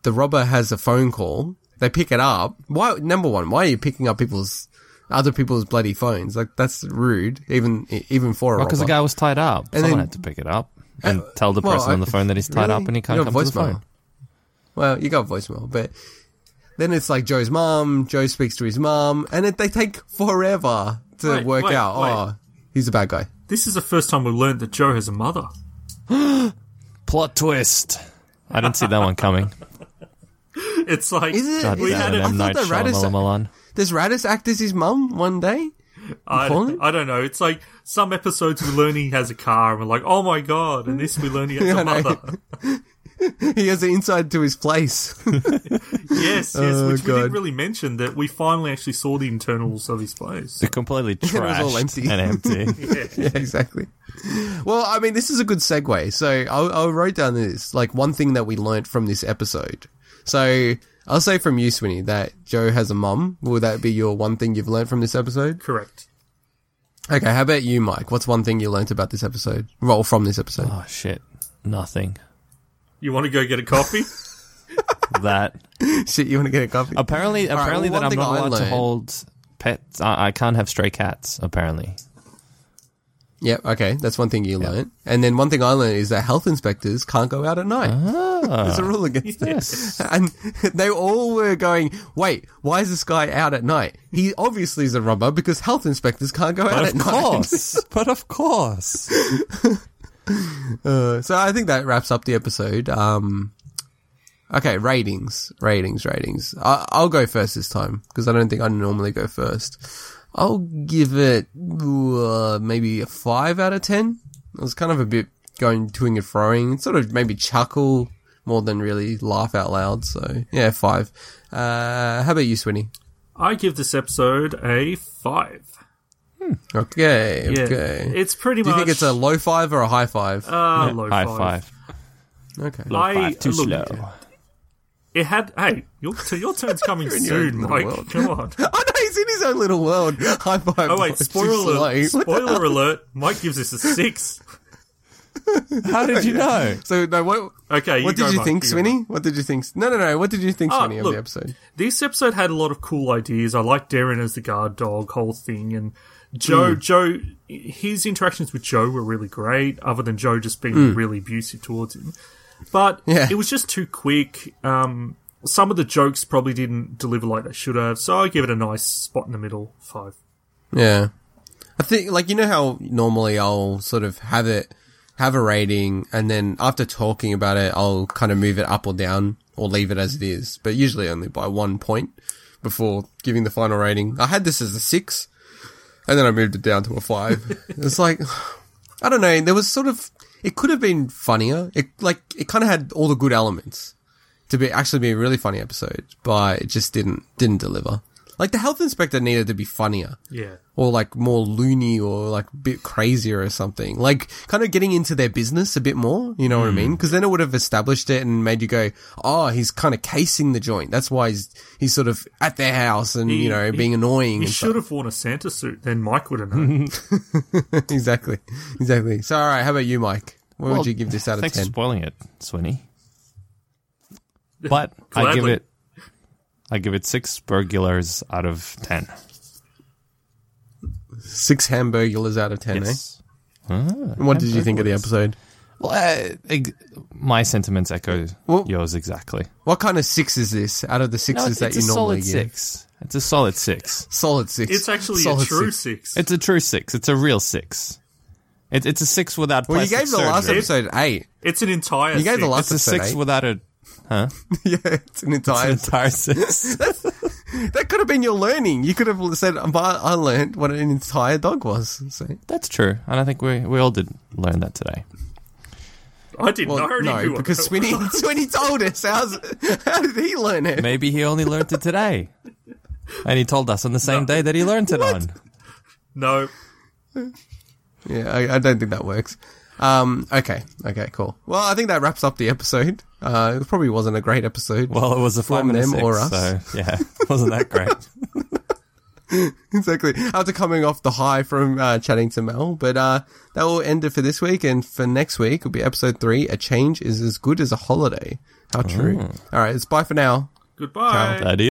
[SPEAKER 1] the robber has a phone call. They pick it up. Why? Number one, why are you picking up people's other people's bloody phones? Like that's rude, even even for a
[SPEAKER 2] Because the
[SPEAKER 1] robber.
[SPEAKER 2] guy was tied up.
[SPEAKER 1] And
[SPEAKER 2] Someone
[SPEAKER 1] then-
[SPEAKER 2] had to pick it up and
[SPEAKER 1] Uh,
[SPEAKER 2] tell the
[SPEAKER 1] well,
[SPEAKER 2] person on the
[SPEAKER 1] I-
[SPEAKER 2] phone that he's tied
[SPEAKER 1] really?
[SPEAKER 2] up and he can't
[SPEAKER 1] You
[SPEAKER 2] come
[SPEAKER 1] got
[SPEAKER 2] to the
[SPEAKER 1] voicemail.
[SPEAKER 2] phone.
[SPEAKER 1] Well, you got voicemail, but then it's like Joe's mom. Joe speaks to his mom, and it, they take forever to
[SPEAKER 3] Wait,
[SPEAKER 1] work
[SPEAKER 3] wait,
[SPEAKER 1] out.
[SPEAKER 3] wait.
[SPEAKER 1] Oh, he's a bad guy.
[SPEAKER 3] This is the first time we've learned that Joe has a mother.
[SPEAKER 2] Plot twist. I didn't see that one coming.
[SPEAKER 3] It's like
[SPEAKER 1] Is it?
[SPEAKER 2] God
[SPEAKER 1] is
[SPEAKER 3] we
[SPEAKER 1] it-
[SPEAKER 3] had
[SPEAKER 2] damn it,
[SPEAKER 3] a-
[SPEAKER 1] I
[SPEAKER 2] M.
[SPEAKER 1] thought
[SPEAKER 2] Night
[SPEAKER 1] the Radis.
[SPEAKER 2] Shyamalan.
[SPEAKER 1] Does Radis act as his mum one day?
[SPEAKER 3] I,
[SPEAKER 1] Colin?
[SPEAKER 3] I don't know. It's like some episodes we learn he has a car and we're like, oh my god, and this we learn he has
[SPEAKER 1] Yeah, I
[SPEAKER 3] a
[SPEAKER 1] know.
[SPEAKER 3] mother.
[SPEAKER 1] He has an inside to his place.
[SPEAKER 3] yes, yes,
[SPEAKER 1] Oh,
[SPEAKER 3] which we
[SPEAKER 1] God.
[SPEAKER 3] didn't really mention that we finally actually saw the internals of his place.
[SPEAKER 2] They're completely
[SPEAKER 1] was all
[SPEAKER 2] trashed
[SPEAKER 1] empty.
[SPEAKER 2] and empty.
[SPEAKER 1] yeah, exactly. Well, I mean, this is a good segue. So I, I wrote down this like one thing that we learnt from this episode. So I'll say from you, Swinny, that Joe has a mum. Will that be your one thing you've learnt from this episode?
[SPEAKER 3] Correct.
[SPEAKER 1] Okay, how about you, Mike? What's one thing you learnt about this episode? Well, from this episode.
[SPEAKER 2] oh, shit. Nothing.
[SPEAKER 3] You want to go get a coffee?
[SPEAKER 2] That.
[SPEAKER 1] Shit, you want to get a coffee?
[SPEAKER 2] Apparently,
[SPEAKER 1] right,
[SPEAKER 2] apparently
[SPEAKER 1] well, one
[SPEAKER 2] that I'm
[SPEAKER 1] thing
[SPEAKER 2] not
[SPEAKER 1] I
[SPEAKER 2] allowed to
[SPEAKER 1] learned-
[SPEAKER 2] hold pets. I, I can't have stray cats, apparently.
[SPEAKER 1] Yep. Okay, that's one thing you learnt. And then one thing I learned is that health inspectors can't go out at night. There's a rule against it.
[SPEAKER 2] Yes.
[SPEAKER 1] And they all were going, wait, why is this guy out at night? He obviously is a robber because health inspectors can't go out
[SPEAKER 2] But
[SPEAKER 1] at
[SPEAKER 2] of
[SPEAKER 1] night.
[SPEAKER 2] course. but of course.
[SPEAKER 1] Uh, so I think that wraps up the episode. Um, okay, ratings, ratings, ratings. I- I'll go first this time because I don't think I normally go first. I'll give it uh, maybe a five out of ten. It was kind of a bit going toing and froing, sort of maybe chuckle more than really laugh out loud. So yeah, five. Uh, how about you, Swinny?
[SPEAKER 3] I give this episode a five.
[SPEAKER 1] Okay,
[SPEAKER 3] Yeah,
[SPEAKER 1] okay.
[SPEAKER 3] it's pretty
[SPEAKER 1] Do you
[SPEAKER 3] much.
[SPEAKER 1] think it's a low five or a high five?
[SPEAKER 3] uh, low
[SPEAKER 2] High
[SPEAKER 3] five.
[SPEAKER 2] five.
[SPEAKER 1] okay.
[SPEAKER 3] I
[SPEAKER 2] Five, too
[SPEAKER 3] look,
[SPEAKER 2] slow.
[SPEAKER 3] It had. Hey, your t- your turn's coming
[SPEAKER 1] your
[SPEAKER 3] soon,
[SPEAKER 1] own little
[SPEAKER 3] Mike.
[SPEAKER 1] world.
[SPEAKER 3] Come on.
[SPEAKER 1] Oh no, he's in his own little world. High five.
[SPEAKER 3] Oh
[SPEAKER 1] boy,
[SPEAKER 3] wait,
[SPEAKER 1] too
[SPEAKER 3] spoiler
[SPEAKER 1] slow.
[SPEAKER 3] spoiler alert. Mike gives this a six.
[SPEAKER 2] How did you know?
[SPEAKER 1] So no, what?
[SPEAKER 3] Okay, you
[SPEAKER 1] what
[SPEAKER 3] go,
[SPEAKER 1] did you
[SPEAKER 3] Mike,
[SPEAKER 1] think,
[SPEAKER 3] you go,
[SPEAKER 1] Swinny? What did you think? No, no, no. What did you think,
[SPEAKER 3] Oh,
[SPEAKER 1] Swinny, of
[SPEAKER 3] look.
[SPEAKER 1] the episode?
[SPEAKER 3] This episode had a lot of cool ideas. I liked Darren as the guard dog whole thing, and
[SPEAKER 1] Mm.
[SPEAKER 3] Joe. Joe, his interactions with Joe were really great. Other than Joe just being really abusive towards him, but
[SPEAKER 1] Mm. Yeah.
[SPEAKER 3] it was just too quick. Um, some of the jokes probably didn't deliver like they should have. So I give it a nice spot in the middle, five.
[SPEAKER 1] Yeah. I think, like, you know how normally I'll sort of have it, have a rating, and then after talking about it, I'll kind of move it up or down or leave it as it is, but usually only by one point before giving the final rating. I had this as a six, and then I moved it down to a five. it's like, I don't know, there was sort of, it could have been funnier. It, like, it kind of had all the good elements to be actually be a really funny episode, but it just didn't, didn't deliver. Like, the health inspector needed to be funnier
[SPEAKER 3] Yeah.
[SPEAKER 1] or like more loony or like a bit crazier or something. Like kind of getting into their business a bit more, you know
[SPEAKER 3] Hmm.
[SPEAKER 1] what I mean? Because then it would have established it and made you go, oh, he's kind of casing the joint. That's why he's he's sort of at their house and you know being annoying.
[SPEAKER 3] He
[SPEAKER 1] and
[SPEAKER 3] should
[SPEAKER 1] stuff.
[SPEAKER 3] have worn a Santa suit, then Mike would have known.
[SPEAKER 1] exactly, exactly. So all right, how about you, Mike? What
[SPEAKER 2] Well,
[SPEAKER 1] would you give this out of
[SPEAKER 2] Thanks
[SPEAKER 1] ten?
[SPEAKER 2] for spoiling it, Swinny. But I give
[SPEAKER 3] Gladly.
[SPEAKER 2] it, I give it six burglars out of ten.
[SPEAKER 1] Six hamburgers out of ten.
[SPEAKER 2] Yes. Ah,
[SPEAKER 1] Eh? And what did you think of the episode?
[SPEAKER 2] Well, uh, ex- my sentiments echo
[SPEAKER 1] Well-
[SPEAKER 2] yours exactly.
[SPEAKER 1] What kind of six is this? Out of the
[SPEAKER 2] No,
[SPEAKER 1] sixes
[SPEAKER 2] it's,
[SPEAKER 1] that
[SPEAKER 2] it's
[SPEAKER 1] you
[SPEAKER 2] a
[SPEAKER 1] normally
[SPEAKER 2] solid
[SPEAKER 1] give,
[SPEAKER 2] six. It's a solid six.
[SPEAKER 1] solid six.
[SPEAKER 3] It's actually a
[SPEAKER 1] Solid
[SPEAKER 3] true
[SPEAKER 1] six.
[SPEAKER 3] six.
[SPEAKER 2] It's a true six. It's a real six. It, it's a six without.
[SPEAKER 1] Well, you
[SPEAKER 2] plastic
[SPEAKER 1] gave the last
[SPEAKER 2] surgery.
[SPEAKER 1] episode eight.
[SPEAKER 3] It's an entire.
[SPEAKER 1] You gave the
[SPEAKER 3] six.
[SPEAKER 1] last
[SPEAKER 2] It's a
[SPEAKER 1] episode eh?
[SPEAKER 2] six
[SPEAKER 1] eight.
[SPEAKER 2] without a
[SPEAKER 1] yeah, it's an entire
[SPEAKER 2] an entire six.
[SPEAKER 1] That could have been your learning. You could have said, but I learned what an entire dog was. So,
[SPEAKER 2] That's true, and I think we we all did learn that today.
[SPEAKER 3] I didn't.
[SPEAKER 1] well,
[SPEAKER 3] I already knew
[SPEAKER 1] no,
[SPEAKER 3] what
[SPEAKER 1] because
[SPEAKER 3] that
[SPEAKER 1] Swinny,
[SPEAKER 3] was.
[SPEAKER 1] Swinny told us. How's, how did he learn it?
[SPEAKER 2] Maybe he only learnt it today, and he told us on the same day that he learnt it on.
[SPEAKER 3] No,
[SPEAKER 1] Yeah, I, I don't think that works. Um, okay, okay, cool. Well, I think that wraps up the episode. Uh, it probably wasn't a great episode.
[SPEAKER 2] Well, it was a five
[SPEAKER 1] From
[SPEAKER 2] and a
[SPEAKER 1] them
[SPEAKER 2] six,
[SPEAKER 1] or us.
[SPEAKER 2] so yeah, wasn't that great?
[SPEAKER 1] exactly. After coming off the high from uh, chatting to Mel, but uh, that will end it for this week. And for next week, it'll be episode three. A change is as good as a holiday. How true. All right, it's bye for now.
[SPEAKER 3] goodbye.
[SPEAKER 2] that